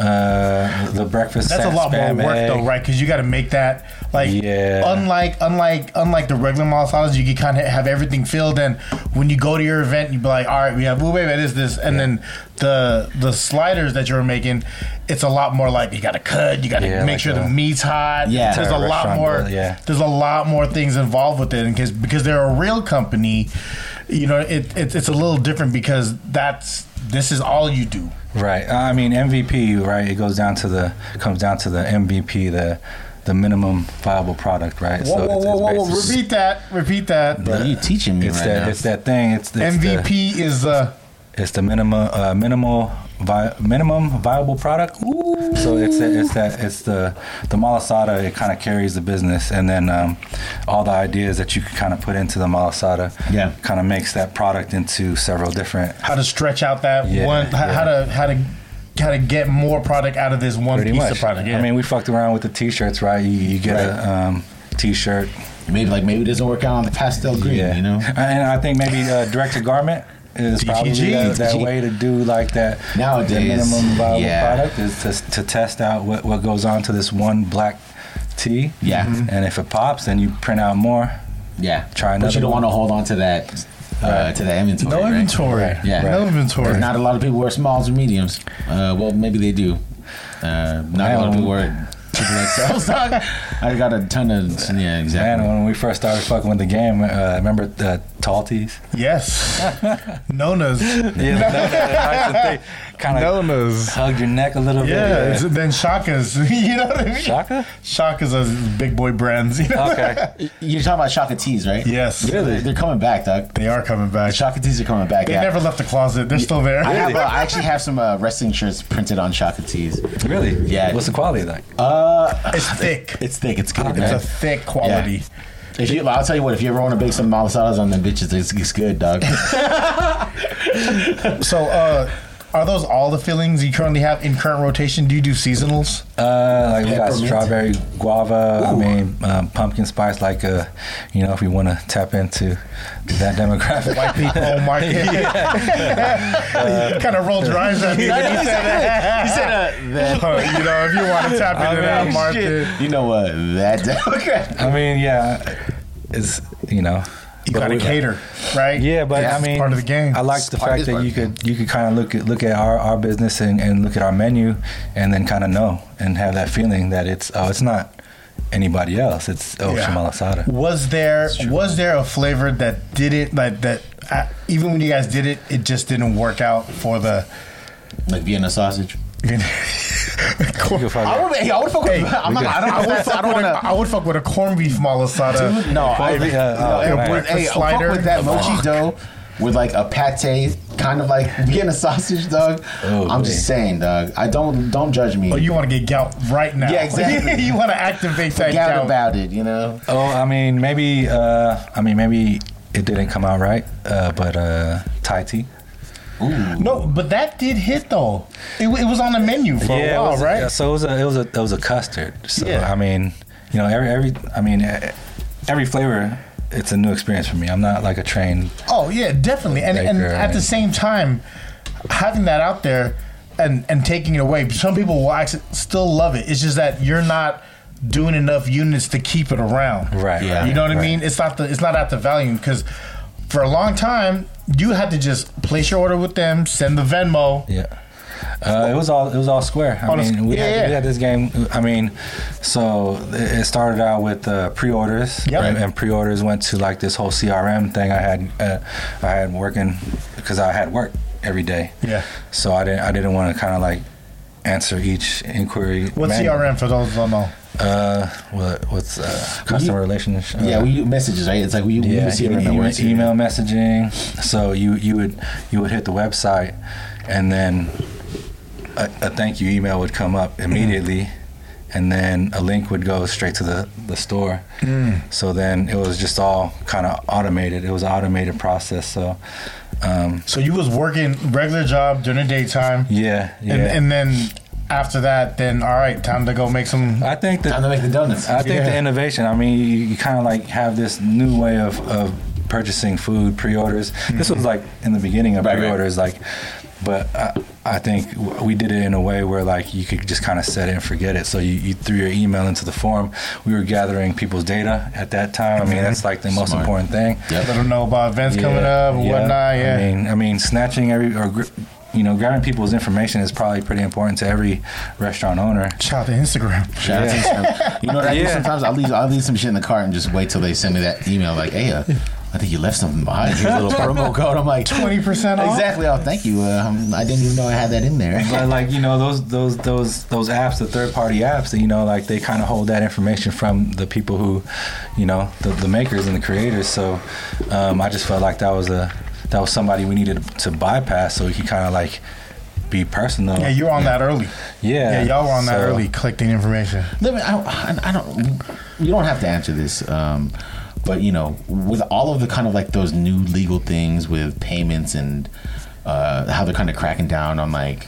Speaker 4: uh, the breakfast.
Speaker 1: That's a
Speaker 4: set,
Speaker 1: lot more
Speaker 4: spam
Speaker 1: work
Speaker 4: egg.
Speaker 1: though, right? Because you got to make that like
Speaker 4: Yeah.
Speaker 1: unlike unlike unlike the regular malasadas, you can kind of have everything filled. And when you go to your event, you be like, all right, we have ube, that is this, and then the the sliders that you're making, it's a lot more like you got to cut, you got to
Speaker 4: Yeah,
Speaker 1: make
Speaker 4: like
Speaker 1: sure the
Speaker 4: a-
Speaker 1: meat's hot.
Speaker 3: Yeah.
Speaker 1: there's a
Speaker 4: Entire
Speaker 1: lot
Speaker 4: restaurant
Speaker 1: more.
Speaker 4: bill, yeah.
Speaker 1: there's a lot more things involved with it, and because because they're a real company, you know, it, it it's a little different because that's this is all you do.
Speaker 4: Right. I mean MVP. Right. It goes down to the comes down to the MVP, the the minimum viable product. Right.
Speaker 1: Whoa, whoa,
Speaker 4: it's-
Speaker 1: whoa,
Speaker 4: it's
Speaker 1: whoa, whoa!
Speaker 4: based-
Speaker 1: Repeat that. Repeat that.
Speaker 3: Bro, you teaching me
Speaker 4: It's
Speaker 3: right
Speaker 4: that.
Speaker 3: now.
Speaker 4: It's that thing. It's, it's the-
Speaker 1: MVP is uh, the
Speaker 4: It's the minimum uh, minimal vi- minimum viable product. So it's it's that it's the the malasada. It kind of carries the business, and then um, all the ideas that you can kind of put into the malasada.
Speaker 3: Yeah.
Speaker 4: kind of makes that product into several different.
Speaker 1: how to stretch out that
Speaker 4: Yeah,
Speaker 1: one, h- how to how to how to get more product out of this one
Speaker 4: Pretty
Speaker 1: piece
Speaker 4: much.
Speaker 1: of product. Yeah.
Speaker 4: I mean, we fucked around with the t-shirts, right? You, you get
Speaker 3: Right.
Speaker 4: a um, t-shirt.
Speaker 3: Maybe like maybe it doesn't work out on the pastel green.
Speaker 4: Yeah,
Speaker 3: You know.
Speaker 4: And I think maybe uh, direct to garment. Is probably
Speaker 1: DTG.
Speaker 4: that, that way to do like that
Speaker 3: Nowadays,
Speaker 4: the minimum viable
Speaker 3: yeah.
Speaker 4: product is to, to test out what, what goes on to this one black tea.
Speaker 3: Yeah. Mhm.
Speaker 4: and if it pops, then you print out more.
Speaker 3: Yeah.
Speaker 4: Try
Speaker 3: But
Speaker 4: another
Speaker 3: you don't
Speaker 4: one.
Speaker 3: want to hold on to that uh, to that inventory.
Speaker 1: no
Speaker 3: right?
Speaker 1: inventory.
Speaker 3: Yeah.
Speaker 1: No
Speaker 3: Right.
Speaker 1: inventory.
Speaker 3: Not a lot of people wear smalls or mediums. Uh, well, maybe they do. Uh, not a lot of people wear triple XLs. I got a ton of yeah,
Speaker 4: Man,
Speaker 3: exactly.
Speaker 4: when we first started fucking with the game, uh, remember the tall tees?
Speaker 1: Yes. Nonas.
Speaker 4: Yeah, kind of
Speaker 1: Nonas.
Speaker 4: hugged your neck a little
Speaker 1: Yeah, it's-
Speaker 4: bit.
Speaker 1: then Shaka's. You know what I mean?
Speaker 4: Shaka?
Speaker 1: Shaka's a big boy brands. You know?
Speaker 4: Okay.
Speaker 3: You're talking about Shaka tees, right?
Speaker 1: Yes.
Speaker 3: They're- They're coming back, dog.
Speaker 1: They are coming back.
Speaker 3: The Shaka tees are coming back.
Speaker 1: They
Speaker 3: yeah.
Speaker 1: never left the closet. They're still there.
Speaker 3: I, have, uh, I actually have some uh, wrestling shirts printed on Shaka tees.
Speaker 4: Really?
Speaker 3: Yeah.
Speaker 4: What's the quality like?
Speaker 1: It's thick.
Speaker 3: It's thick. It's good,
Speaker 1: It's
Speaker 3: man.
Speaker 1: a thick quality.
Speaker 3: If you, I'll tell you what. If you ever want to bake some malasadas on them bitches, it's, it's good, dog.
Speaker 1: So, uh, are those all the fillings you currently have in current rotation? Do you do seasonals?
Speaker 4: Uh, like we got
Speaker 3: Peppermint.
Speaker 4: strawberry guava. I mean, um, pumpkin spice. Like, uh, you know, if we want to tap into that demographic.
Speaker 1: White people, oh my god! kind of rolled your eyes at me when you said that. You said uh, you know, if you want to tap into that
Speaker 3: Shit.
Speaker 1: market,
Speaker 3: You know what? That demographic.
Speaker 4: I mean, yeah, it's you know.
Speaker 1: you gotta cater, right?
Speaker 4: Yeah, but
Speaker 1: That's
Speaker 4: I mean,
Speaker 1: part of the game.
Speaker 4: I like the
Speaker 3: Part-
Speaker 4: fact
Speaker 3: it's
Speaker 4: that
Speaker 3: part
Speaker 4: you
Speaker 3: of the
Speaker 4: could you could kind of look at look at our, our business and, and look at our menu, and then kind of know and have that feeling that it's oh it's not anybody else. It's oh
Speaker 1: Yeah.
Speaker 4: Shamal Asada.
Speaker 1: Was there was there a flavor that didn't like that? Uh, even when you guys did it, it just didn't work out for the.
Speaker 3: Like Vienna sausage. I would, hey, I would fuck with.
Speaker 1: Hey,
Speaker 3: I'm not, I don't,
Speaker 1: I
Speaker 3: I
Speaker 1: would,
Speaker 3: don't,
Speaker 1: fuck
Speaker 3: I don't
Speaker 1: with a,
Speaker 3: want
Speaker 1: I would fuck with a corned beef malasada.
Speaker 3: to. No, I,
Speaker 4: Fuck, yeah, oh,
Speaker 3: no,
Speaker 4: man.
Speaker 3: with, hey,
Speaker 1: Breakfast
Speaker 3: slider.
Speaker 1: slider.
Speaker 3: fuck with that mochi dough with like a pate, kind of like Vienna sausage, dog.
Speaker 4: Oh,
Speaker 3: I'm just saying, dog. I don't don't judge me.
Speaker 1: Oh, you want to get gout right now?
Speaker 3: Yeah, exactly.
Speaker 1: you want to activate that
Speaker 3: Forget
Speaker 1: gout.
Speaker 3: about it, you know.
Speaker 4: Oh, I mean maybe uh, I mean maybe it didn't come out right, uh, but uh, Thai tea.
Speaker 1: No, but that did hit though. It, w- it was on the menu for
Speaker 4: it
Speaker 1: a while,
Speaker 4: was-
Speaker 1: right?
Speaker 4: yeah, so it was a it was a it was a custard. So
Speaker 1: Yeah.
Speaker 4: I mean, you know, every every I mean, eh, every flavor, it's a new experience for me. I'm not like a trained.
Speaker 1: Oh yeah, definitely. And and
Speaker 4: Baker,
Speaker 1: at the
Speaker 4: right.
Speaker 1: same time, having that out there and and taking it away, some people will actually still love it. It's just that you're not doing enough units to keep it around.
Speaker 4: Right, Yeah. right,
Speaker 1: You know what I
Speaker 4: right.
Speaker 1: mean? It's not the it's not at the value because for a long time you had to just place your order with them, send the Venmo.
Speaker 4: Yeah. Uh, it was all it was all square. I
Speaker 1: On a
Speaker 4: mean,
Speaker 1: squ-
Speaker 4: we,
Speaker 1: yeah,
Speaker 4: had,
Speaker 1: yeah.
Speaker 4: we had this game. I mean, so it it started out with uh, pre-orders,
Speaker 1: Yep.
Speaker 4: and, and pre-orders went to like this whole CRM thing. I had uh, I had working because I had work every day.
Speaker 1: Yeah.
Speaker 4: So I didn't I didn't want to kind of like answer each inquiry.
Speaker 1: What's
Speaker 4: manually.
Speaker 1: CRM for those who don't know?
Speaker 4: Uh, what, what's uh, customer relations? Uh,
Speaker 3: Yeah, we do messages, right? It's like we, we
Speaker 4: yeah,
Speaker 3: receive
Speaker 4: even
Speaker 3: email,
Speaker 4: email,
Speaker 3: words here.
Speaker 4: e- email messaging. So you you would you would hit the website, and then a, a thank you email would come up immediately, and then a link would go straight to the the store. So then it was just all kind of automated. It was an automated process. So um,
Speaker 1: So you was working regular job during the daytime,
Speaker 4: yeah, yeah.
Speaker 1: and, and then after that, then all right, time to go make some.
Speaker 4: I think that
Speaker 3: Time to make the donuts.
Speaker 4: I think
Speaker 1: Yeah.
Speaker 4: the innovation. I mean, you, you kind of like have this new way
Speaker 1: Mm-hmm.
Speaker 4: of, of purchasing food pre-orders. This was like in the beginning of
Speaker 3: Right, right.
Speaker 4: pre-orders, like But I, I think w- we did it in a way where like you could just kind of set it and forget it. So you, you threw your email into the form. We were gathering people's data at that time. I mean, that's like the most
Speaker 3: Smart.
Speaker 4: important thing.
Speaker 1: Let
Speaker 3: Yep.
Speaker 1: them know about events coming up and whatnot. Yeah.
Speaker 4: I mean, I mean, snatching every or gr- you know grabbing people's information is probably pretty important to every restaurant owner.
Speaker 1: Shout out to Instagram.
Speaker 3: Shout out to Instagram. You know what I do
Speaker 4: Yeah.
Speaker 3: sometimes? I'll leave, I'll leave some shit in the cart and just wait till they send me that email like, hey, uh, I think you left something behind. Here's a little promo code. I'm like,
Speaker 1: 20% off?
Speaker 3: Exactly. Oh, thank you. Uh, um, I didn't even know I had that in there.
Speaker 4: But like you know those those those those apps, the third party apps, that you know like they kind of hold that information from the people who, you know, the, the makers and the creators. So um, I just felt like that was a that was somebody we needed to bypass so we could kind of like be personal.
Speaker 1: Yeah, you were on that early. Yeah,
Speaker 4: Yeah.
Speaker 1: y'all were on that
Speaker 4: So-
Speaker 1: early collecting information.
Speaker 3: Let me, I, I- I don't. You don't have to answer this, um, but you know, with all of the kind of like those new legal things with payments and uh, how they're kind of cracking down on like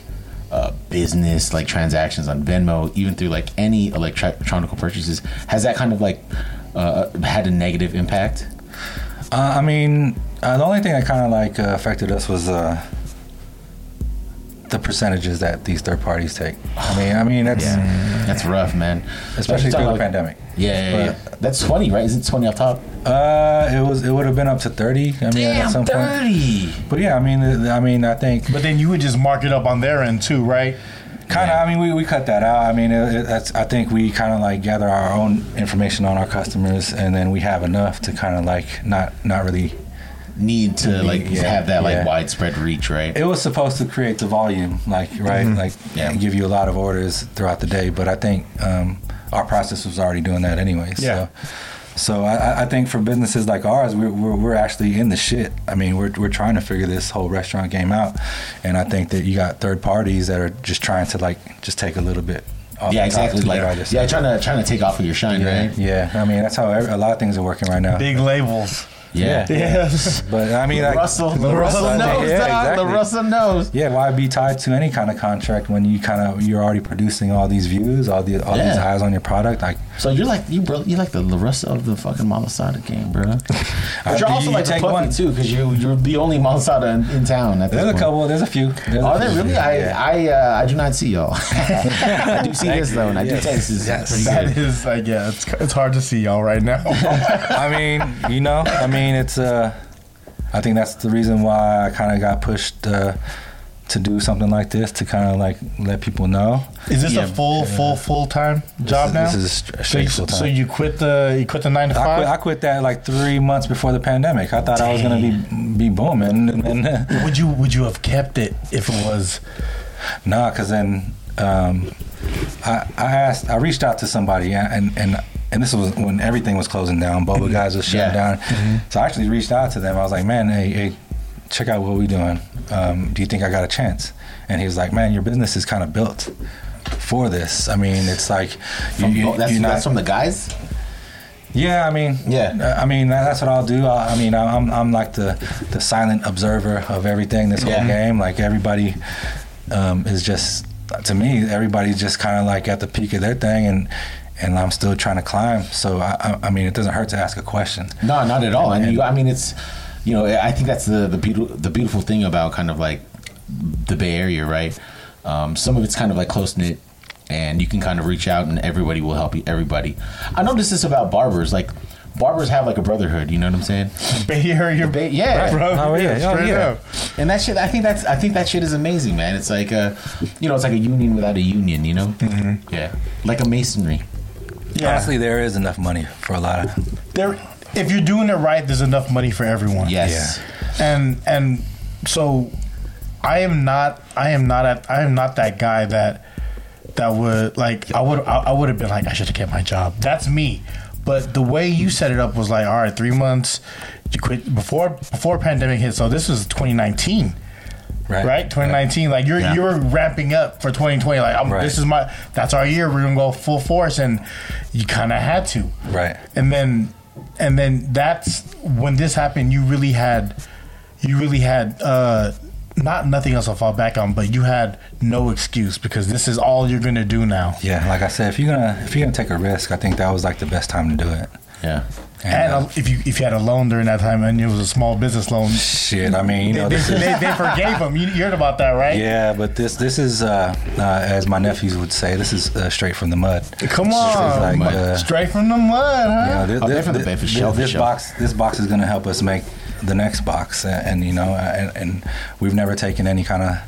Speaker 3: uh, business like transactions on Venmo, even through like any electro- electronic purchases, has that kind of like uh, had a negative impact?
Speaker 4: Uh, I mean, uh, the only thing that kind of like uh, affected us was uh, the percentages that these third parties take. I mean, I mean that's
Speaker 3: that's rough, man.
Speaker 4: especially
Speaker 3: Like,
Speaker 4: through the
Speaker 3: like-
Speaker 4: pandemic.
Speaker 3: Yeah, yeah, yeah. that's twenty, right? Isn't twenty off top?
Speaker 4: Uh, it was it would have been up to thirty. I mean, at some point. But yeah, I mean, th- I mean, I think
Speaker 1: But then you would just mark it up on their end too, right?
Speaker 4: kind of.
Speaker 3: Yeah.
Speaker 4: I mean, we, we cut that out. I mean, it, it, that's. I think we kind of like gather our own information on our customers, and then we have enough to kind of like not not really
Speaker 3: need to like
Speaker 4: Yeah,
Speaker 3: have that like
Speaker 4: yeah.
Speaker 3: widespread reach, right?
Speaker 4: it was supposed to create the volume, like right, like
Speaker 3: Mm-hmm. Yeah.
Speaker 4: and give you a lot of orders throughout the day. But I think um, our process was already doing that anyway.
Speaker 1: Yeah.
Speaker 4: So, so I, I- I think for businesses like ours, we're, we're, we're actually in the shit. I mean, we're, we're trying to figure this whole restaurant game out, and I think that you got third parties that are just trying to like just take a little bit. Off
Speaker 3: yeah,
Speaker 4: the top
Speaker 3: exactly.
Speaker 4: to
Speaker 3: Like,
Speaker 4: where I just-
Speaker 3: yeah, trying to trying to take off of your shine,
Speaker 4: yeah,
Speaker 3: right?
Speaker 4: yeah. I mean, that's how every, a lot of things are working right now.
Speaker 1: Big labels.
Speaker 3: Yeah.
Speaker 1: Yes.
Speaker 4: But I mean, like,
Speaker 3: Russell, the Russell
Speaker 4: I
Speaker 3: knows, dog.
Speaker 4: think- yeah,
Speaker 3: The
Speaker 4: exactly.
Speaker 3: Russell knows.
Speaker 4: Yeah, why be tied to any kind of contract when you kind of you're already producing all these views, all the all these
Speaker 3: Yeah.
Speaker 4: eyes on your product? Like,
Speaker 3: So you're like you, bro. You like the La Russell of the fucking Malasada game, bro. But you're
Speaker 4: do
Speaker 3: also
Speaker 4: you
Speaker 3: like the
Speaker 4: take
Speaker 3: puppy
Speaker 4: one?
Speaker 3: too, because you you're the only Malasada in, in town. At this
Speaker 4: there's a
Speaker 3: point.
Speaker 4: couple, there's a few. There's
Speaker 3: Are
Speaker 4: a
Speaker 3: there
Speaker 4: few.
Speaker 3: really?
Speaker 4: Yeah.
Speaker 3: I I uh, I do not see y'all. I do see this though, and I do
Speaker 4: Yes.
Speaker 3: text this.
Speaker 4: Yes.
Speaker 3: Pretty good.
Speaker 1: That is, like, yeah, it's, it's hard to see y'all right now.
Speaker 4: I mean, you know, I mean, it's uh, I think that's the reason why I kind of got pushed uh, to do something like this to kind of like let people know.
Speaker 1: is this
Speaker 3: Yeah.
Speaker 1: a full, full, full time job
Speaker 4: this,
Speaker 1: now?
Speaker 4: This is a
Speaker 1: so,
Speaker 4: straight
Speaker 1: you,
Speaker 4: full time.
Speaker 1: so you quit the you quit the nine to
Speaker 4: I quit, I
Speaker 1: five.
Speaker 4: quit that like three months before the pandemic. I thought I was gonna be be booming, and then
Speaker 1: Would you would you have kept it if it was?
Speaker 4: Nah, cause then um, I, I asked, I reached out to somebody, yeah, and and and this was when everything was closing down, Boba guys was
Speaker 3: Mm-hmm.
Speaker 4: shutting
Speaker 3: Yeah. Mm-hmm.
Speaker 4: down. So I actually reached out to them. I was like, man, hey, hey check out what we doing. Um, do you think I got a chance? And he was like, man, your business is kind of built for this. I mean, it's like you,
Speaker 3: From-
Speaker 4: you,
Speaker 3: oh, that's,
Speaker 4: you're
Speaker 3: that's
Speaker 4: not-
Speaker 3: from the guys.
Speaker 4: yeah, I mean, uh,
Speaker 3: Yeah.
Speaker 4: I mean that, that's what I'll do. I, I mean, I- I'm I'm like the the silent observer of everything this
Speaker 3: Yeah.
Speaker 4: whole game. Like everybody um, is just to me, everybody's just kind of like at the peak of their thing, and and I'm still trying to climb. So I I, I mean, it doesn't hurt to ask a question.
Speaker 3: No, not at all. And you, I mean, it's you know, I think that's the the beautiful the beautiful thing about kind of like the Bay Area, right? Um, some of it's kind of like close knit, and you can kind of reach out, and everybody will help you. Everybody. I noticed this about barbers, like. Barbers have like a brotherhood, you know what I'm saying?
Speaker 1: Bay Area,
Speaker 3: Bay- yeah.
Speaker 1: bro.
Speaker 4: Oh, yeah. Oh,
Speaker 1: straight
Speaker 4: yeah.
Speaker 1: up.
Speaker 3: And that shit, I think that's, I think that shit is amazing, man. It's like a, you know, it's like a union without a union, you know? Mm-hmm. Yeah, like a masonry.
Speaker 1: Yeah.
Speaker 4: Honestly, there is enough money for a lot of.
Speaker 1: there if you're doing it right there's enough money for everyone
Speaker 3: Yes.
Speaker 1: and and so i am not i am not at i am not that guy that that would like i would i, I would have been like i should have kept my job that's me but the way you set it up was like all right three months you quit before before pandemic hit so this was 2019
Speaker 4: Right.
Speaker 1: right 2019 like you're
Speaker 3: Yeah.
Speaker 1: you're ramping up for 2020 like I'm,
Speaker 4: Right.
Speaker 1: this is my that's our year we're gonna go full force and you kind of had to
Speaker 4: Right.
Speaker 1: and then and then that's when this happened you really had you really had uh not nothing else to fall back on but you had no excuse because this is all you're gonna do now
Speaker 4: Yeah, like I said, if you're gonna if you're gonna take a risk, I think that was like the best time to do it.
Speaker 3: Yeah.
Speaker 1: And
Speaker 4: uh,
Speaker 1: a, if you if you had a loan during that time and it was a small business loan,
Speaker 4: shit, I mean, you know,
Speaker 1: they,
Speaker 4: this is
Speaker 1: they, they forgave him. You, you heard about that, right?
Speaker 4: Yeah, but this this is uh, uh, as my nephews would say, this is uh, straight from the mud.
Speaker 1: Come
Speaker 4: This is
Speaker 1: on,
Speaker 4: like,
Speaker 3: mud.
Speaker 4: uh,
Speaker 1: straight from the mud, huh?
Speaker 4: you know, thi-
Speaker 3: Oh,
Speaker 4: thi-
Speaker 3: definitely
Speaker 4: thi-
Speaker 3: bad for
Speaker 4: thi-
Speaker 3: sure, for
Speaker 4: this
Speaker 3: sure.
Speaker 4: box this box is going to help us make the next box, and, and you know, and, and we've never taken any kind of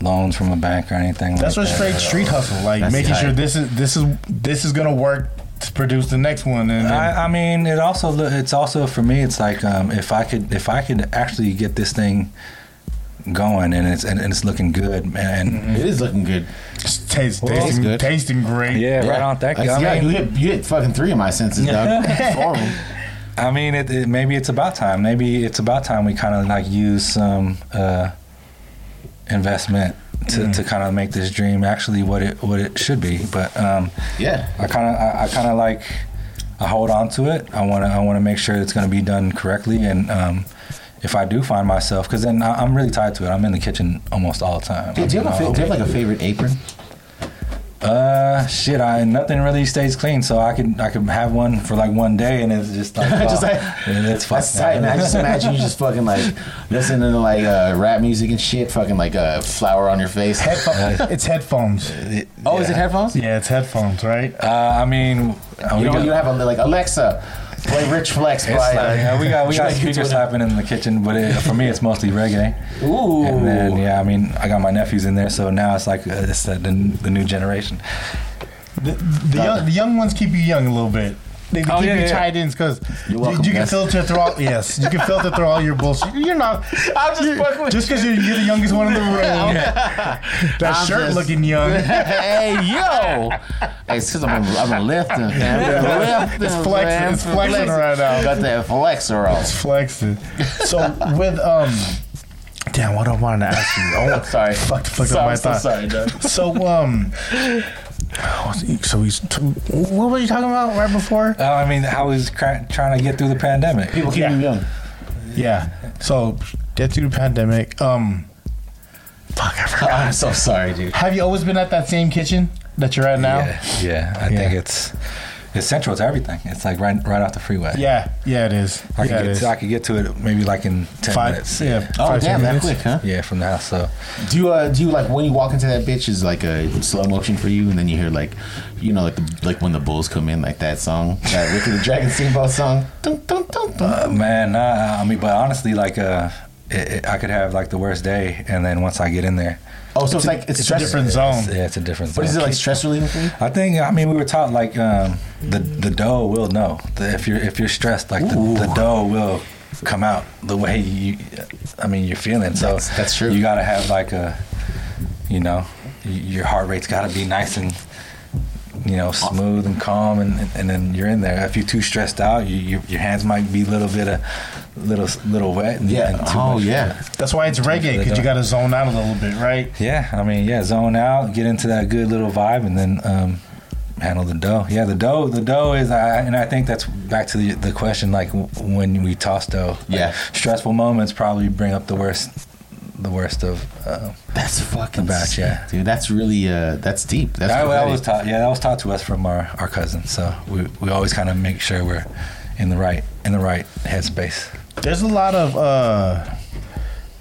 Speaker 4: loans from a bank or anything.
Speaker 1: That's
Speaker 4: like
Speaker 1: what straight
Speaker 4: that.
Speaker 1: street hustle, like
Speaker 3: That's
Speaker 1: making
Speaker 3: tight.
Speaker 1: sure this is this is this is gonna work to produce the next one. And then-
Speaker 4: I, I mean, it also lo- it's also for me. It's like um, if I could if I could actually get this thing going and it's and, and it's looking good and, and
Speaker 3: It is looking good.
Speaker 1: Just taste,
Speaker 3: Well, that's
Speaker 1: tasting,
Speaker 3: good.
Speaker 1: tasting great.
Speaker 4: yeah, right on. Thank you.
Speaker 3: Like,
Speaker 4: I
Speaker 3: Mm-hmm. yeah,
Speaker 4: mean-
Speaker 3: you hit you hit fucking three of my senses, dog. Four of 'em.
Speaker 4: I mean, it, it, maybe it's about time. Maybe it's about time we kind of like use some uh, investment to,
Speaker 3: Mm-hmm.
Speaker 4: to kind of make this dream actually what it what it should be. But um,
Speaker 3: Yeah.
Speaker 4: I kind of I, I kind of like I hold on to it. I want to I want to make sure it's going to be done correctly. And um, if I do find myself, because then I, I'm really tied to it. I'm in the kitchen almost all the time.
Speaker 3: Do you, have a
Speaker 4: You
Speaker 3: fa-
Speaker 4: know?
Speaker 3: do you have like a favorite apron?
Speaker 4: Uh, shit. I nothing really stays clean, so I can I can have one for like one day, and it's just like,
Speaker 3: Just
Speaker 4: oh,
Speaker 3: like-
Speaker 4: yeah, that's
Speaker 3: That's
Speaker 4: fucked
Speaker 3: tight,
Speaker 4: up.
Speaker 3: man. I just imagine you just fucking like listening to like uh, rap music and shit, fucking like uh, flour on your face.
Speaker 1: Headphone, it's headphones.
Speaker 3: Oh, is it headphones?
Speaker 1: Yeah, it's headphones, right?
Speaker 4: Uh, I mean, uh,
Speaker 3: You
Speaker 4: we
Speaker 3: know,
Speaker 4: got,
Speaker 3: you have a like Alexa, play Rich Flex
Speaker 4: it's
Speaker 3: by.
Speaker 4: like, yeah, we got we got
Speaker 3: Drake into
Speaker 4: speakers
Speaker 3: it.
Speaker 4: happening in the kitchen, but it, for me, it's mostly reggae.
Speaker 3: Ooh.
Speaker 4: And then yeah, I mean, I got my nephews in there, so now it's like uh, it's the, the, the new generation.
Speaker 1: The, the, young, the young ones keep you young a little bit. They
Speaker 4: Oh,
Speaker 1: keep
Speaker 4: yeah,
Speaker 1: you
Speaker 4: yeah.
Speaker 1: tied in because you,
Speaker 3: You're welcome,
Speaker 1: you can
Speaker 3: guys.
Speaker 1: filter through all. Yes, you can filter through all your bullshit. You're not.
Speaker 3: I'm just fucking with
Speaker 1: Just because you're, you're the youngest one in the room, that
Speaker 3: I'm
Speaker 1: shirt
Speaker 3: just-
Speaker 1: looking young.
Speaker 3: hey yo! Hey, it's because I'm a, I'm a lifting, man. I'm a lifting,
Speaker 1: It's flexing.
Speaker 3: man.
Speaker 1: It's flexing right now.
Speaker 3: Got that flexor on.
Speaker 1: flexing. So with um, damn, what I wanted to ask you. Oh,
Speaker 3: Sorry,
Speaker 1: fuck, fuck
Speaker 3: sorry,
Speaker 1: up my
Speaker 3: I'm
Speaker 1: thought.
Speaker 3: so sorry, dog.
Speaker 1: So um, so he's what were you talking about right before?
Speaker 4: Uh, I mean, how he's cra- trying to get through the pandemic.
Speaker 3: People keep
Speaker 1: Yeah.
Speaker 3: you young.
Speaker 1: Yeah. So get through the pandemic. Um, fuck, I forgot.
Speaker 3: I'm so sorry, dude.
Speaker 1: Have you always been at that same kitchen that you're at now?
Speaker 4: Yeah, yeah. I
Speaker 1: Yeah.
Speaker 4: think it's it's central to everything. It's like right right off the freeway.
Speaker 1: Yeah, yeah, it is.
Speaker 4: I could
Speaker 1: yeah, it
Speaker 4: get
Speaker 1: is.
Speaker 4: to, I could get to it maybe like in ten
Speaker 1: Five,
Speaker 4: minutes.
Speaker 1: yeah.
Speaker 3: Oh
Speaker 1: five,
Speaker 3: damn,
Speaker 1: ten
Speaker 3: that
Speaker 1: minutes.
Speaker 3: quick, huh?
Speaker 4: yeah, from the house. So
Speaker 3: Do you uh, do you like when you walk into that bitch is like a slow motion for you, and then you hear like, you know, like the, like when the bulls come in, like that song, that Ricky the Dragon Steamboat song. Dun, dun, dun, dun.
Speaker 4: Uh, man, nah, I mean, but honestly, like, uh, it, it, I could have like the worst day, and then once I get in there,
Speaker 3: oh, so it's, like it's,
Speaker 1: It's a
Speaker 3: stress.
Speaker 1: different
Speaker 4: it's,
Speaker 1: zone.
Speaker 4: yeah, it's a different.
Speaker 3: What is it
Speaker 4: zone.
Speaker 3: like stress relieving for you?
Speaker 4: I think. I mean, we were taught like um, the the dough will know The- if you're if you're stressed, like the, the dough will come out the way you. I mean, you're feeling. So
Speaker 3: That's- that's true.
Speaker 4: You gotta have like a, you know, y- your heart rate's gotta be nice and. You know, smooth and calm, and, and, and then you're in there. If you're too stressed out, you, your your hands might be a little bit of, little little wet. And, and too
Speaker 3: Oh
Speaker 4: much-
Speaker 3: yeah.
Speaker 1: That's why it's reggae because you got to zone out a little bit, right?
Speaker 4: Yeah, I mean, yeah, zone out, get into that good little vibe, and then um, handle the dough. Yeah, the dough, the dough is, I, and I think that's back to the, the question, like w- when we toss dough. Like,
Speaker 3: Yeah.
Speaker 4: stressful moments probably bring up the worst, the worst of. Uh,
Speaker 3: That's fucking
Speaker 4: The batch,
Speaker 3: sick,
Speaker 4: yeah.
Speaker 3: dude. That's really uh, that's deep. That's
Speaker 4: that, that
Speaker 3: prophetic.
Speaker 4: was taught. Yeah, that was taught to us from our, our cousin. So we, we always kind of make sure we're in the right in the right headspace.
Speaker 1: There's a lot of uh,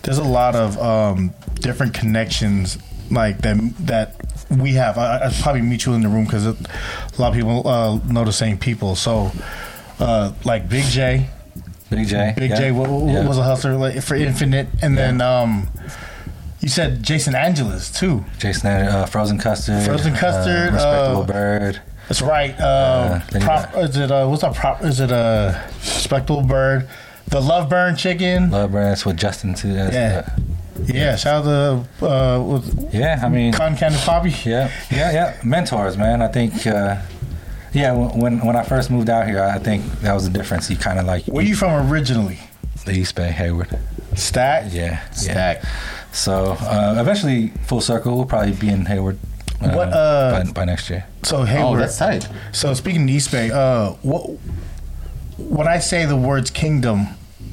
Speaker 1: there's a lot of um, different connections like that that we have. I, I it's probably mutual in the room because a lot of people uh, know the same people. So, uh, like Big J,
Speaker 4: Big J.
Speaker 1: Big
Speaker 4: yeah?
Speaker 1: J what, what- what
Speaker 4: Yeah.
Speaker 1: was a hustler like, for Infinite, and then um, you said Jason Angeles too.
Speaker 4: Jason, uh, frozen custard,
Speaker 1: Frozen custard,
Speaker 4: uh, respectable
Speaker 1: uh,
Speaker 4: bird.
Speaker 1: That's right. Uh,
Speaker 4: then you
Speaker 1: prop,
Speaker 4: got-
Speaker 1: is it uh, what's a prop? Is it a spectable bird? The love burn chicken.
Speaker 4: Love brands with Justin too. That's,
Speaker 1: Yeah.
Speaker 4: uh,
Speaker 1: Yeah, shout out to uh, with
Speaker 4: yeah. I mean,
Speaker 1: Con Candy Poppy.
Speaker 4: Yeah, yeah, yeah. Mentors, man. I think, uh, yeah. wh- When when I first moved out here, I think that was the difference. You kind of like
Speaker 1: Where you from originally?
Speaker 4: the East Bay Hayward.
Speaker 1: Stack.
Speaker 4: Yeah, yeah.
Speaker 3: Stack.
Speaker 4: So uh, eventually, full circle, we'll probably be in Hayward. Uh,
Speaker 1: What, uh,
Speaker 4: by, by next year?
Speaker 1: So
Speaker 3: Oh,
Speaker 1: Hayward.
Speaker 3: that's tight.
Speaker 1: so speaking of East Bay, uh, what when I say the words kingdom,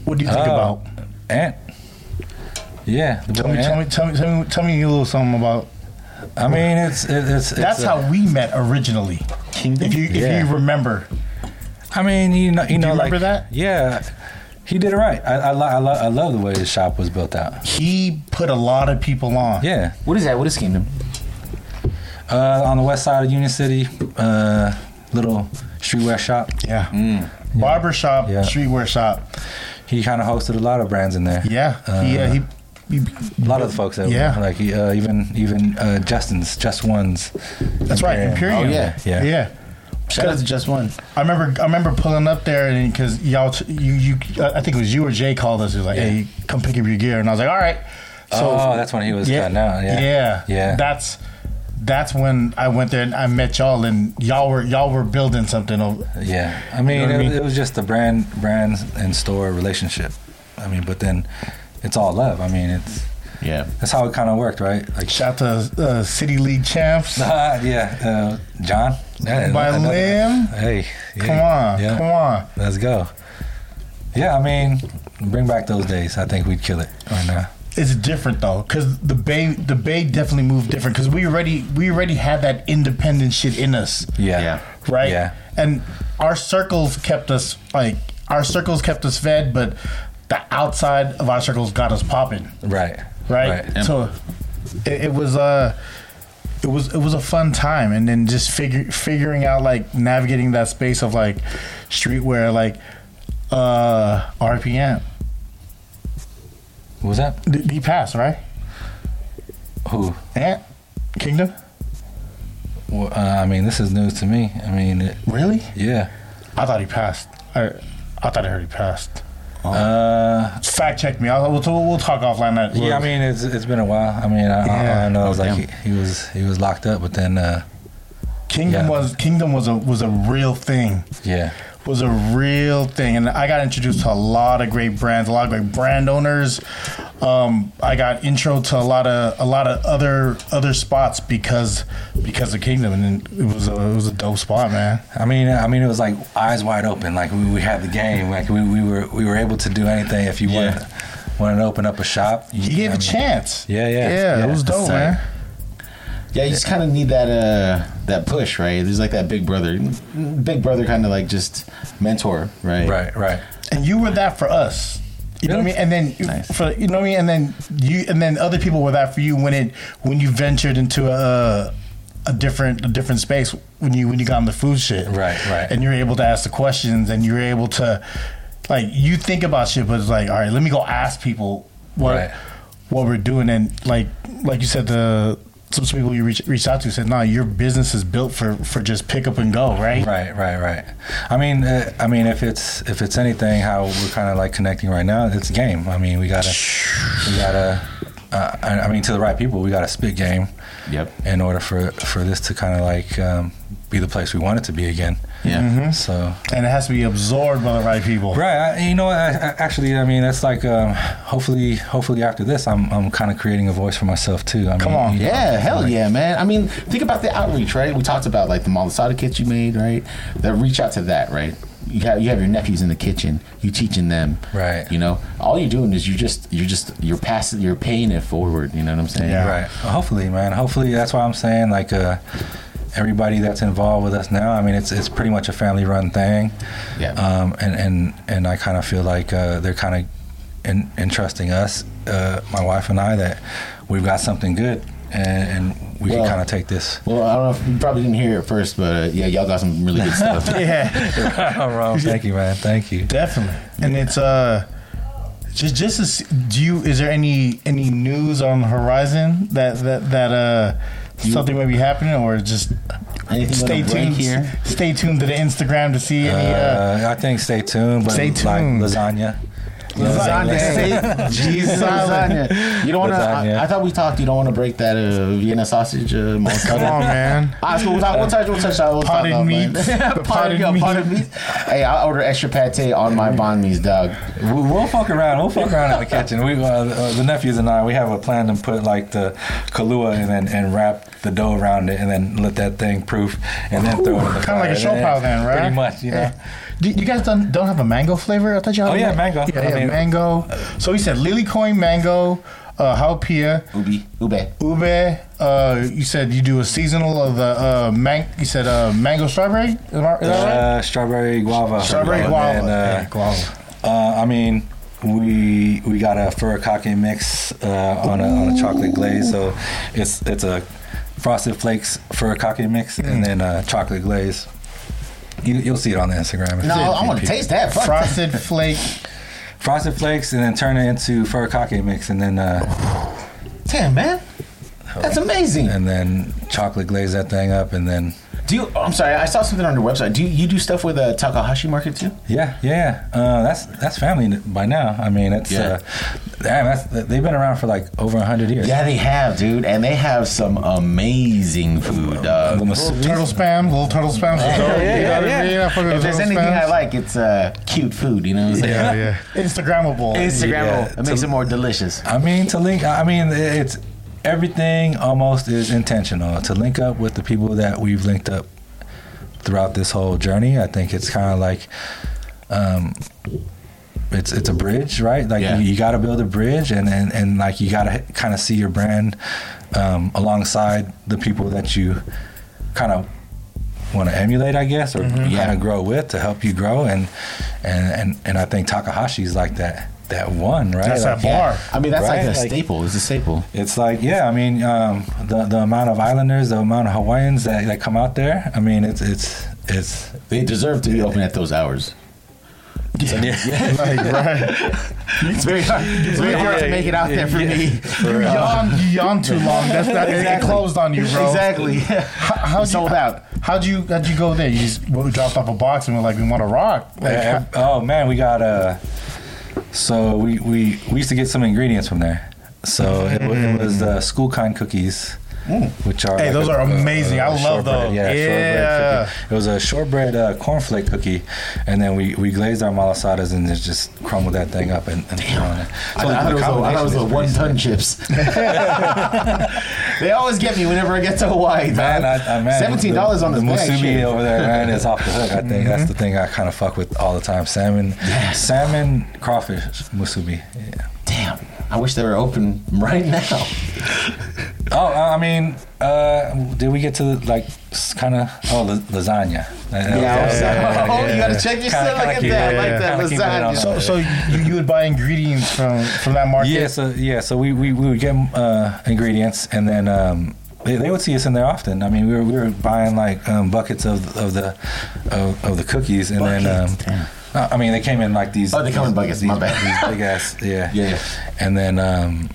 Speaker 1: what do you think
Speaker 4: Oh,
Speaker 1: about?
Speaker 4: Ant. Yeah, the
Speaker 1: Tell
Speaker 4: boy
Speaker 1: me, tell me,
Speaker 4: Ant.
Speaker 1: tell me, tell me, tell me a little something about.
Speaker 4: I mean, it's it, it's
Speaker 1: That's
Speaker 4: it's, uh,
Speaker 1: how we met originally.
Speaker 3: Kingdom.
Speaker 1: If you if
Speaker 4: Yeah.
Speaker 1: you remember,
Speaker 4: I mean, you know, you know,
Speaker 1: remember
Speaker 4: like
Speaker 1: that?
Speaker 4: Yeah, he did it right. I I, lo- I, lo- I love the way his shop was built out.
Speaker 1: He put a lot of people on.
Speaker 4: Yeah,
Speaker 3: What is that? What is Kingdom?
Speaker 4: uh, on the west side of Union City, uh, little streetwear shop.
Speaker 1: Yeah. Barber shop,
Speaker 4: Mm. Yeah.
Speaker 1: streetwear shop.
Speaker 4: He kind of hosted a lot of brands in there.
Speaker 1: Yeah. he, uh, he, he,
Speaker 4: a lot of the folks. That were-
Speaker 1: Yeah.
Speaker 4: like uh, even even uh, Justin's, Just One's.
Speaker 1: that's right. Imperium.
Speaker 3: Oh, yeah.
Speaker 4: Yeah.
Speaker 1: Yeah.
Speaker 3: Shout out to Just One.
Speaker 1: I remember, I remember pulling up there, and because y'all, t- you, you, I think it was you or Jay called us. He was like,
Speaker 4: Yeah.
Speaker 1: "Hey, come pick up your gear," and I was like, "All right."
Speaker 4: oh, that's when he was cutting out. Yeah.
Speaker 1: yeah,
Speaker 4: Yeah.
Speaker 1: That's that's when I went there and I met y'all, and y'all were y'all were building something. Oh, Over,
Speaker 4: Yeah, I mean,
Speaker 1: what I
Speaker 4: it,
Speaker 1: mean?
Speaker 4: it was just the brand, brand and store relationship. I mean, but then it's all love. I mean, it's
Speaker 3: Yeah.
Speaker 4: that's how it kind of worked, right? Like,
Speaker 1: shout to uh, City League champs.
Speaker 4: yeah, uh, John. Yeah,
Speaker 1: By
Speaker 4: another-
Speaker 1: limb?
Speaker 4: Hey, yeah,
Speaker 1: Come on,
Speaker 4: yeah,
Speaker 1: come on.
Speaker 4: let's go. Yeah, I mean, bring back those days. I think we'd kill it right now.
Speaker 1: It's different though, because the Bay the Bay definitely moved different. Because we already we already had that independent shit in us.
Speaker 4: Yeah,
Speaker 3: Yeah.
Speaker 1: right?
Speaker 4: Yeah.
Speaker 1: And our circles kept us like our circles kept us fed, but the outside of our circles got us popping,
Speaker 4: right,
Speaker 1: right?
Speaker 3: Right.
Speaker 1: So it, it was uh it was it was a fun time, and then just figure figuring out like navigating that space of like streetwear, like uh RPM.
Speaker 4: What was that?
Speaker 1: Did he pass right?
Speaker 4: Who?
Speaker 1: Ant Kingdom.
Speaker 4: Well, uh, I mean, this is news to me. I mean, it,
Speaker 1: Really?
Speaker 4: yeah.
Speaker 1: I thought he passed. I I thought I heard he passed.
Speaker 4: Uh,
Speaker 1: Fact check me. I'll, we'll, we'll talk offline. That
Speaker 4: Yeah, I mean it's it's been a while. I mean I, I- I,
Speaker 1: Yeah.
Speaker 4: know it was
Speaker 3: Oh,
Speaker 4: like
Speaker 3: damn.
Speaker 4: he, he was he was locked up, but then uh,
Speaker 1: Kingdom
Speaker 4: Yeah.
Speaker 1: was Kingdom was a was a real thing.
Speaker 4: yeah,
Speaker 1: Was a real thing, and I got introduced to a lot of great brands, a lot of great brand owners. Um, I got intro to a lot of a lot of other other spots because because of Kingdom, and it was a it was a dope spot, man.
Speaker 4: I mean I mean it was like eyes wide open. Like we, we had the game. Like we, we were we were able to do anything. If you
Speaker 3: Yeah.
Speaker 4: wanted wanted to open up a shop, you,
Speaker 1: You gave
Speaker 4: I
Speaker 1: a
Speaker 4: mean,
Speaker 1: chance.
Speaker 4: Yeah, yeah,
Speaker 1: yeah.
Speaker 4: yeah,
Speaker 1: it was dope,
Speaker 4: that's right.
Speaker 1: man.
Speaker 3: Yeah, you just kind of need that uh that push, right? There's like that big brother, big brother kind of like just mentor, right?
Speaker 4: Right, right.
Speaker 1: and you were that for us. You know what I mean? And then
Speaker 3: Nice.
Speaker 1: for you know what I mean? And then you and then other people were that for you when it when you ventured into a a different a different space when you when you got on the food shit.
Speaker 4: Right, right.
Speaker 1: And you're able to ask the questions and you're able to like you think about shit but it's like, all right, let me go ask people what
Speaker 4: Right.
Speaker 1: what we're doing and like like you said the some people you reach, reached out to said, "No, your business is built for for just pick up and go, right?"
Speaker 4: Right, right, right. I mean, uh, I mean, if it's if it's anything, how we're kind of like connecting right now, it's game. I mean, we gotta, we gotta. Uh, I, I mean, to the right people, we gotta spit game.
Speaker 3: Yep.
Speaker 4: In order for for this to kind of like um, be the place we want it to be again.
Speaker 3: Yeah.
Speaker 4: So
Speaker 1: And it has to be absorbed by the right people.
Speaker 4: right, I, you know, what, I, I, actually, I mean, that's like um, hopefully, hopefully after this, I'm I'm kind of creating a voice for myself too. I Come mean,
Speaker 1: on.
Speaker 4: you know,
Speaker 3: Yeah, hell
Speaker 4: like-
Speaker 3: yeah, man. I mean, think about the outreach, right? We talked about like the malasada kits you made, right? That reach out to that, right? You have you have your nephews in the kitchen. You teaching them,
Speaker 4: Right.
Speaker 3: You know, all you're doing is you just you're just you're passing you're paying it forward. You know what I'm saying?
Speaker 1: Yeah.
Speaker 4: Right. Hopefully, man. Hopefully, that's why I'm saying like uh, everybody that's involved with us now. I mean, it's it's pretty much a family-run thing.
Speaker 3: Yeah.
Speaker 4: Um, and and and I kind of feel like uh, they're kind of in, entrusting us, uh, my wife and I, that we've got something good, and, and we
Speaker 3: Well-
Speaker 4: can kind of take this.
Speaker 3: Well, I don't know. if You probably didn't hear it first, but uh, yeah, y'all got some really good stuff.
Speaker 1: Yeah.
Speaker 4: Ron, Thank you, man. Thank you.
Speaker 1: Definitely. And it's uh just just as do you is there any any news on the horizon that that that uh something may be happening or just
Speaker 3: Anything
Speaker 1: stay
Speaker 3: on the break
Speaker 1: tuned
Speaker 3: here?
Speaker 1: Stay tuned to the Instagram to see any uh,
Speaker 4: Uh, I think stay tuned, but
Speaker 1: Stay tuned.
Speaker 4: like lasagna.
Speaker 1: Lasagna.
Speaker 3: Lasagna. Jesus, lasagna. You don't want to.
Speaker 4: Lasagna.
Speaker 3: I, I thought we talked. You don't want to break that uh, Vienna sausage. Uh,
Speaker 1: come
Speaker 3: mozzarella.
Speaker 1: on Oh, man.
Speaker 3: All right, so we'll talk. We'll touch. We'll touch. We'll talk
Speaker 1: Potted
Speaker 3: about that.
Speaker 1: meats. The potted
Speaker 3: potted, yeah,
Speaker 1: meat.
Speaker 3: potted meats. Hey, I'll order extra pate on my banh mi's, dog.
Speaker 4: We- We'll fuck around. We'll fuck around in the kitchen. We, uh, uh, the nephews and I, we have a plan to put like the Kahlua and then and wrap the dough around it and then let that thing proof and then throw it in the
Speaker 1: Kind of like a show pile then, right?
Speaker 4: Pretty much, you know.
Speaker 1: Yeah. Do you guys don't, don't have a mango flavor? I thought you had
Speaker 4: Oh, yeah,
Speaker 1: ma-
Speaker 4: mango.
Speaker 1: Yeah,
Speaker 4: I
Speaker 1: yeah,
Speaker 4: mean-
Speaker 1: mango. So we said lily coin mango, uh, Haupia,
Speaker 3: Ubi, Ube.
Speaker 1: Ube. Uh, you said you do a seasonal of the uh, man- You said uh, mango strawberry. Is that is that right?
Speaker 4: Uh, strawberry guava.
Speaker 1: Strawberry guava.
Speaker 4: And, uh,
Speaker 1: Yeah, guava.
Speaker 4: Uh, I mean, we we got a furikake mix uh, on, a, on a chocolate glaze, so it's it's a frosted flakes furikake mix
Speaker 1: Mm.
Speaker 4: and then uh, chocolate glaze. You, you'll see it on the Instagram.
Speaker 3: No, I want to taste that. Fuck.
Speaker 1: Frosted flake.
Speaker 4: Frosted flakes and then turn it into furikake mix and then uh,
Speaker 3: Damn, man. That's amazing.
Speaker 4: and then chocolate glaze that thing up and then
Speaker 3: Do you? I'm sorry, I saw something on your website. Do you, you do stuff with uh, Takahashi Market too?
Speaker 4: Yeah, yeah, yeah. Uh, that's that's family by now. I mean, it's
Speaker 3: Yeah.
Speaker 4: uh, damn. That's, they've been around for like over hundred years.
Speaker 3: Yeah, they have, dude, and they have some amazing food, dog.
Speaker 4: Well,
Speaker 1: Little turtle spam. Little turtle spam.
Speaker 3: Oh, Yeah, yeah,
Speaker 1: You know what I
Speaker 3: yeah.
Speaker 1: mean? I fuck with
Speaker 3: If there's
Speaker 1: turtle
Speaker 3: anything I
Speaker 1: spams.
Speaker 3: like, it's uh, cute food. You know, it's like
Speaker 1: Yeah, yeah. Instagrammable.
Speaker 3: Instagram
Speaker 4: Yeah.
Speaker 3: it makes it more delicious.
Speaker 4: I mean, to link. I mean, it's everything almost is intentional to link up with the people that we've linked up throughout this whole journey. I think it's kind of like, um, it's it's a bridge, right? Like
Speaker 3: Yeah.
Speaker 4: you, you got to build a bridge, and and and like you got to kind of see your brand um, alongside the people that you kind of want to emulate, I guess, or
Speaker 3: Yeah.
Speaker 4: kind of grow with to help you grow. And and and and I think Takahashi's like that that one, right?
Speaker 1: That's
Speaker 4: Like,
Speaker 1: that bar.
Speaker 3: I mean, that's
Speaker 4: Right,
Speaker 3: like a
Speaker 4: like-
Speaker 3: staple. It's a staple.
Speaker 4: it's like, yeah, I mean, um, the the amount of islanders, the amount of Hawaiians that, that come out there. I mean, it's it's it's
Speaker 3: They deserve to be open at those hours.
Speaker 1: Like, right.
Speaker 3: It's very hard. It's very hard to make it out there for me.
Speaker 1: You yawned, you yawned too long. That's not, it-
Speaker 3: Exactly.
Speaker 1: It closed on you, bro.
Speaker 3: Exactly.
Speaker 1: How, how'd
Speaker 3: Sold
Speaker 1: you,
Speaker 3: out.
Speaker 1: How'd you how'd you go there? You just well, we dropped off a box and we're like, we want to rock. Like,
Speaker 4: Yeah, oh man, we got uh so we, we we used to get some ingredients from there. So it, wa- it was the school kind cookies, which are
Speaker 1: Hey, those are amazing. I love
Speaker 4: shortbread-
Speaker 1: those.
Speaker 4: Yeah,
Speaker 1: Yeah.
Speaker 4: Shortbread cookie. it was a shortbread uh, cornflake cookie, and then we, we glazed our malasadas and then just crumbled that thing up and, and put on it.
Speaker 3: I thought it was the- I thought it was the one ton chips. they always get me whenever I get to Hawaii.
Speaker 4: Man,
Speaker 3: dog.
Speaker 4: I, I, man,
Speaker 3: seventeen dollars
Speaker 4: the-
Speaker 3: on this
Speaker 4: the
Speaker 3: bag.
Speaker 4: musubi
Speaker 3: shit.
Speaker 4: over there, man, is off the hook. I think that's the thing I kind of fuck with all the time. Salmon, salmon, crawfish, musubi. Yeah.
Speaker 3: Damn, I wish they were open right now.
Speaker 4: Oh, I I mean, uh, did we get to like kind of oh la- lasagna?
Speaker 3: Yeah, I'm sorry. Oh, you gotta check yourself. Look
Speaker 4: Kinda- kinda
Speaker 3: at
Speaker 4: keep
Speaker 3: that.
Speaker 4: it-
Speaker 3: Like that
Speaker 4: kinda keep it
Speaker 3: lasagna.
Speaker 4: on the-
Speaker 1: So, so you, you would buy ingredients from from that market.
Speaker 4: yeah, so yeah, so we we, we would get uh, ingredients, and then um, they, they would see us in there often. I mean, we were, we were buying like um, buckets of of the of, of the cookies, and
Speaker 3: Buckets,
Speaker 4: then um, uh, I mean, they came in like these.
Speaker 3: Oh, they come in buckets,
Speaker 4: These,
Speaker 3: my bad.
Speaker 4: these big ass, yeah,
Speaker 3: Yeah, yeah.
Speaker 4: and then. Um,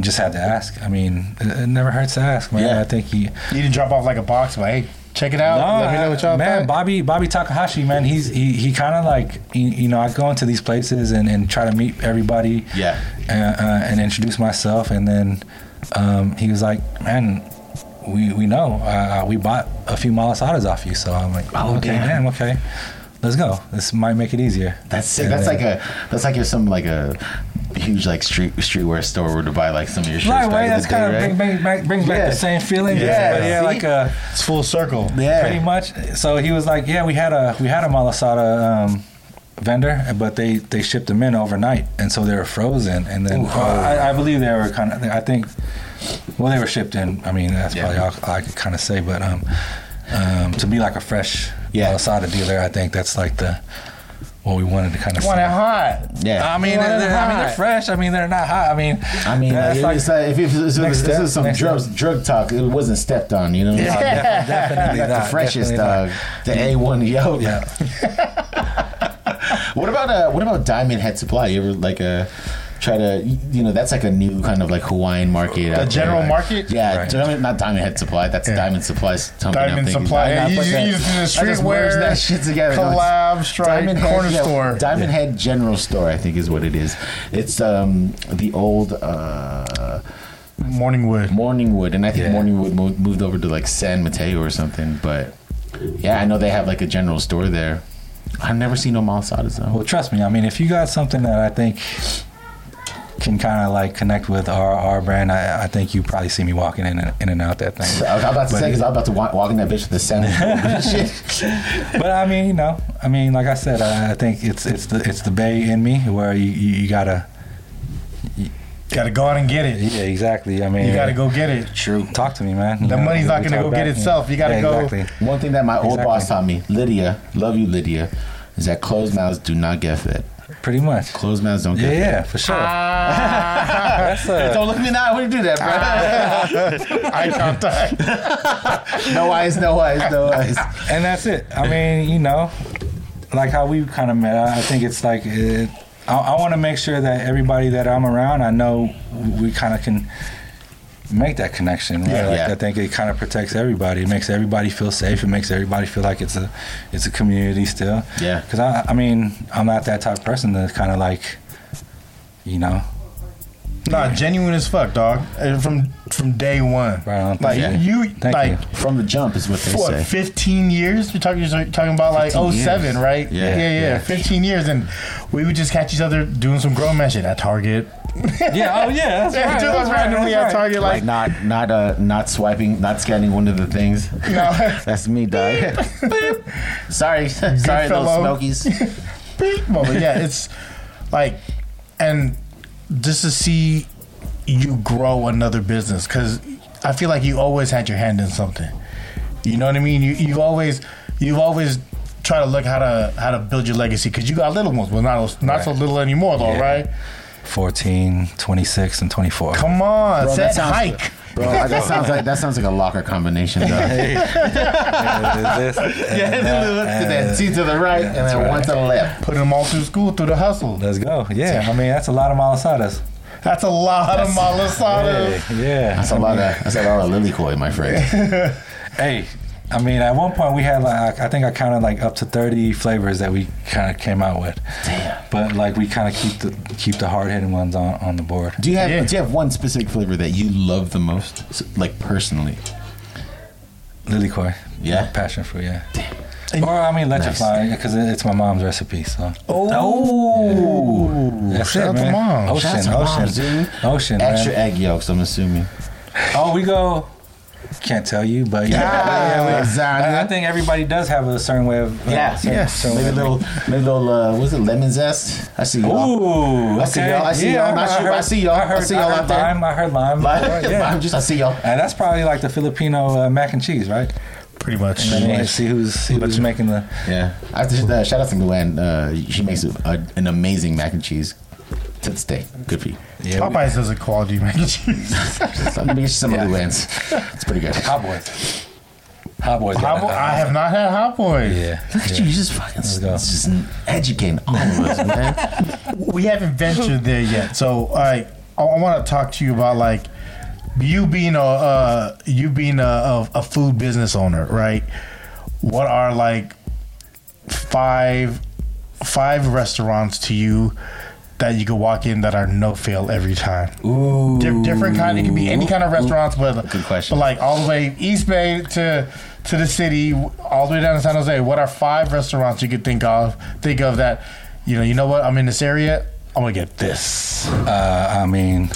Speaker 4: just had to ask. I mean, it, it never hurts to ask, man.
Speaker 3: Yeah.
Speaker 4: I think you,
Speaker 1: You didn't drop off like a box, but hey, check it out. Let me know what y'all
Speaker 4: man,
Speaker 1: think.
Speaker 4: Bobby Bobby Takahashi, man, he's he, he kind of like you, you know I go into these places and, and try to meet everybody,
Speaker 3: Yeah.
Speaker 4: uh, uh, and introduce myself, and then um, he was like, man, we we know uh, we bought a few malasadas off you, so I'm like,
Speaker 3: Oh,
Speaker 4: okay,
Speaker 3: damn.
Speaker 4: damn, okay, let's go. This might make it easier.
Speaker 3: That's sick. That's like a that's like if some like a huge like street streetwear store were to buy like some of your shirts.
Speaker 4: Right,
Speaker 3: back
Speaker 4: way.
Speaker 3: in
Speaker 4: That's
Speaker 3: the day,
Speaker 4: kind of bring,
Speaker 3: right?
Speaker 4: bring, back brings back
Speaker 3: Yeah.
Speaker 4: the same feeling.
Speaker 3: Yeah,
Speaker 4: but yeah,
Speaker 3: see?
Speaker 4: like uh, a.
Speaker 1: It's full circle.
Speaker 3: yeah.
Speaker 4: pretty much. So he was like, "Yeah, we had a we had a malasada um, vendor, but they they shipped them in overnight, and so they were frozen. And then uh, I, I believe they were kind of. I think, well, they were shipped in. I mean, that's
Speaker 3: Yeah.
Speaker 4: probably all I could kind of say. But um, um, to be like a fresh
Speaker 3: Yeah.
Speaker 4: malasada dealer, I think that's like the what we wanted to kind of.
Speaker 1: Want it hot?
Speaker 3: Yeah.
Speaker 4: I mean,
Speaker 1: You want
Speaker 4: they're,
Speaker 1: it
Speaker 4: I mean, they're
Speaker 1: hot.
Speaker 4: fresh. I mean, they're not hot. I mean,
Speaker 3: I mean,
Speaker 4: that's
Speaker 3: like, it's like, if, if, if, if
Speaker 4: Next
Speaker 3: this
Speaker 4: step,
Speaker 3: is some
Speaker 4: next
Speaker 3: drugs, drug talk, it wasn't stepped on, you know? what I'm saying?
Speaker 4: definitely, definitely
Speaker 3: That's
Speaker 4: not,
Speaker 3: the freshest uh,
Speaker 4: definitely not.
Speaker 3: dog, the A1 yolk.
Speaker 4: Yeah.
Speaker 3: What about uh, what about Diamond Head Supply? You ever like uh, try to you know that's like a new kind of like Hawaiian market. out there,
Speaker 1: general
Speaker 3: right?
Speaker 1: market?
Speaker 3: Yeah,
Speaker 4: Right.
Speaker 3: Diamond, not Diamond Head Supply. That's Diamond Supply's company. I'm
Speaker 1: Diamond
Speaker 3: thinking.
Speaker 1: Supply.
Speaker 3: I- I
Speaker 1: Yeah, you
Speaker 3: put
Speaker 1: just-
Speaker 3: that-
Speaker 1: you just do the
Speaker 3: I just merged
Speaker 1: streetwear,
Speaker 3: that shit together. No, it's-
Speaker 1: collab, strike, corner
Speaker 3: yeah,
Speaker 1: store.
Speaker 3: Diamond Head General Store, I think, is what it is. It's um, the old. Uh,
Speaker 1: Morningwood.
Speaker 3: Morningwood, and I think
Speaker 4: Yeah.
Speaker 3: Morningwood mo- moved over to like San Mateo or something. But yeah, I know they have like a general store there. I've never seen no malasadas though.
Speaker 4: Well, trust me. I mean, if you got something that I think can kind of like connect with our, our brand, I, I think you probably see me walking in and, in and out that thing.
Speaker 3: I was about to say because I was about to walk, walk in that bitch with a sandwich. Shit.
Speaker 4: but I mean, you know, I mean, like I said, I, I think it's it's the it's the bay in me where you, you, you gotta. You,
Speaker 1: got to go out and get it.
Speaker 4: Yeah, exactly. I mean,
Speaker 1: You got to go get it.
Speaker 3: True.
Speaker 4: Talk to me, man. You
Speaker 1: The money's not
Speaker 4: we
Speaker 1: gonna go
Speaker 4: talk
Speaker 1: get
Speaker 4: back.
Speaker 1: itself. You gotta
Speaker 4: Yeah,
Speaker 1: go-
Speaker 4: Exactly.
Speaker 3: One thing that my old
Speaker 4: Exactly.
Speaker 3: boss taught me, Lydia, love you, Lydia, is that closed mouths do not get fed.
Speaker 4: Pretty much.
Speaker 3: Closed mouths don't
Speaker 4: Yeah,
Speaker 3: get
Speaker 4: yeah, for sure.
Speaker 1: Ah.
Speaker 4: That's
Speaker 3: fed.
Speaker 4: a,
Speaker 3: Don't look at me now when you do that, bro.
Speaker 1: Eye contact.
Speaker 3: no eyes, no eyes, no eyes.
Speaker 4: and that's it. I mean, you know, like how we kind of met. I I think it's like it, I, I want to make sure that everybody that I'm around, I know we kind of can make that connection. Right?
Speaker 3: Yeah,
Speaker 4: like,
Speaker 3: yeah.
Speaker 4: I think it kind of protects everybody. It makes everybody feel safe. It makes everybody feel like it's a it's a community still.
Speaker 3: Yeah.
Speaker 4: Because I, I mean, I'm not that type of person that's kind of like, you know,
Speaker 1: Nah, genuine as fuck, dog. And From from day one.
Speaker 4: Right on.
Speaker 1: Like
Speaker 3: Yeah.
Speaker 1: you,
Speaker 4: Thank
Speaker 1: like
Speaker 4: you.
Speaker 3: From the jump is what they
Speaker 1: what,
Speaker 3: say.
Speaker 1: 15 years? You're talking, you're talking about like
Speaker 3: 15 years.
Speaker 1: 07, right?
Speaker 3: Yeah.
Speaker 1: yeah,
Speaker 4: Yeah.
Speaker 1: 15 years, and we would just catch each other doing some grown man shit at Target.
Speaker 4: yeah, oh yeah, that's
Speaker 1: Yeah,
Speaker 4: right.
Speaker 1: do
Speaker 4: that's
Speaker 1: us
Speaker 4: right,
Speaker 1: randomly
Speaker 4: that's
Speaker 1: at
Speaker 4: right.
Speaker 1: Target, like,
Speaker 3: Like not, not, uh, not swiping, not scanning one of the things.
Speaker 1: you know,
Speaker 3: That's me, dog. sorry, sorry, those
Speaker 1: fellow.
Speaker 3: smokies.
Speaker 1: beep moment. Yeah, it's like, and just to see you grow another business because I feel like you always had your hand in something. You know what I mean? You you always you always try to look how to how to build your legacy because you got little ones, well not not so
Speaker 4: Right.
Speaker 1: little anymore though,
Speaker 4: Yeah.
Speaker 1: right?
Speaker 4: 14, 26, and 24.
Speaker 1: Come on,
Speaker 3: Bro,
Speaker 1: set
Speaker 3: that sounds-
Speaker 1: hike.
Speaker 3: Bro, that sounds like that sounds like a locker combination. Though.
Speaker 4: yeah,
Speaker 3: two to the right, and then
Speaker 4: right.
Speaker 3: one to the left.
Speaker 1: Putting them all through school through the hustle.
Speaker 4: Let's go. Yeah, I mean that's a lot of malasadas.
Speaker 1: That's a lot of malasada.
Speaker 4: Hey, yeah.
Speaker 3: That's a lot of that's a lot of lily koi, my friend.
Speaker 4: Hey, I mean at one point we had like I think I counted like up to thirty flavors that we kind of came out with.
Speaker 3: Damn.
Speaker 4: But like we kind of keep the keep the hard hitting ones on on the board.
Speaker 3: Do you have
Speaker 1: Yeah.
Speaker 3: do you have one specific flavor that you love the most, S- like personally?
Speaker 4: Lily koi.
Speaker 3: Yeah.
Speaker 4: Passion fruit. Yeah. Or I mean electrifying because it, it's my mom's recipe. So
Speaker 3: Oh,
Speaker 4: that's
Speaker 1: shout out
Speaker 4: it,
Speaker 1: to
Speaker 4: man.
Speaker 1: mom.
Speaker 4: Ocean,
Speaker 3: Shout out
Speaker 4: ocean,
Speaker 3: to mom, dude.
Speaker 4: ocean, man.
Speaker 3: extra egg yolks. I'm assuming.
Speaker 4: Oh, we go. Can't tell you, but yeah.
Speaker 3: Ah,
Speaker 4: Uh, I, I
Speaker 3: lasagna.
Speaker 4: think everybody does have a certain way of. uh,
Speaker 3: Yeah,
Speaker 4: certain-
Speaker 3: yes.
Speaker 4: certain
Speaker 3: Maybe a
Speaker 4: way of-
Speaker 3: little, maybe a little. Uh, was it lemon zest? I see y'all.
Speaker 4: Ooh,
Speaker 3: I see y'all, I see y'all, not you, I see y'all, I
Speaker 4: heard,
Speaker 3: see y'all
Speaker 4: heard
Speaker 3: out there.
Speaker 4: Lime, I heard lime. Oh,
Speaker 3: Like,
Speaker 4: yeah.
Speaker 3: I'm just, I see y'all.
Speaker 4: And that's probably like the Filipino uh, mac and cheese, right?
Speaker 1: Pretty much.
Speaker 4: And then you see who's see who's making the.
Speaker 3: Yeah. I have to, uh, shout out to Luann. Uh, she makes a, a, an amazing mac and cheese to this day. Good for you.
Speaker 4: Yeah, we-
Speaker 1: Popeyes does a quality mac and cheese.
Speaker 3: So I'm gonna get you some
Speaker 4: Yeah.
Speaker 3: of Luann's. It's pretty good.
Speaker 4: Hot boys. Hot boys.
Speaker 1: Hot boy- I have not had hot boys.
Speaker 4: Yeah.
Speaker 3: Look at you, you just fucking
Speaker 4: Let's go.
Speaker 3: just educating all of us, man.
Speaker 1: we haven't ventured there yet. So, all right, I, want to talk to you about like you being a uh, you being a, a, a food business owner, right? What are like five five restaurants to you that you could walk in that are no fail every time?
Speaker 4: Ooh.
Speaker 1: Di- different kind. It could be any kind of restaurants, but
Speaker 3: Good question.
Speaker 1: But like all the way East Bay to to the city, all the way down to San Jose. What are five restaurants you could think of? Think of that. You know, you know what? I'm in this area. I'm gonna get this.
Speaker 4: Uh, I mean,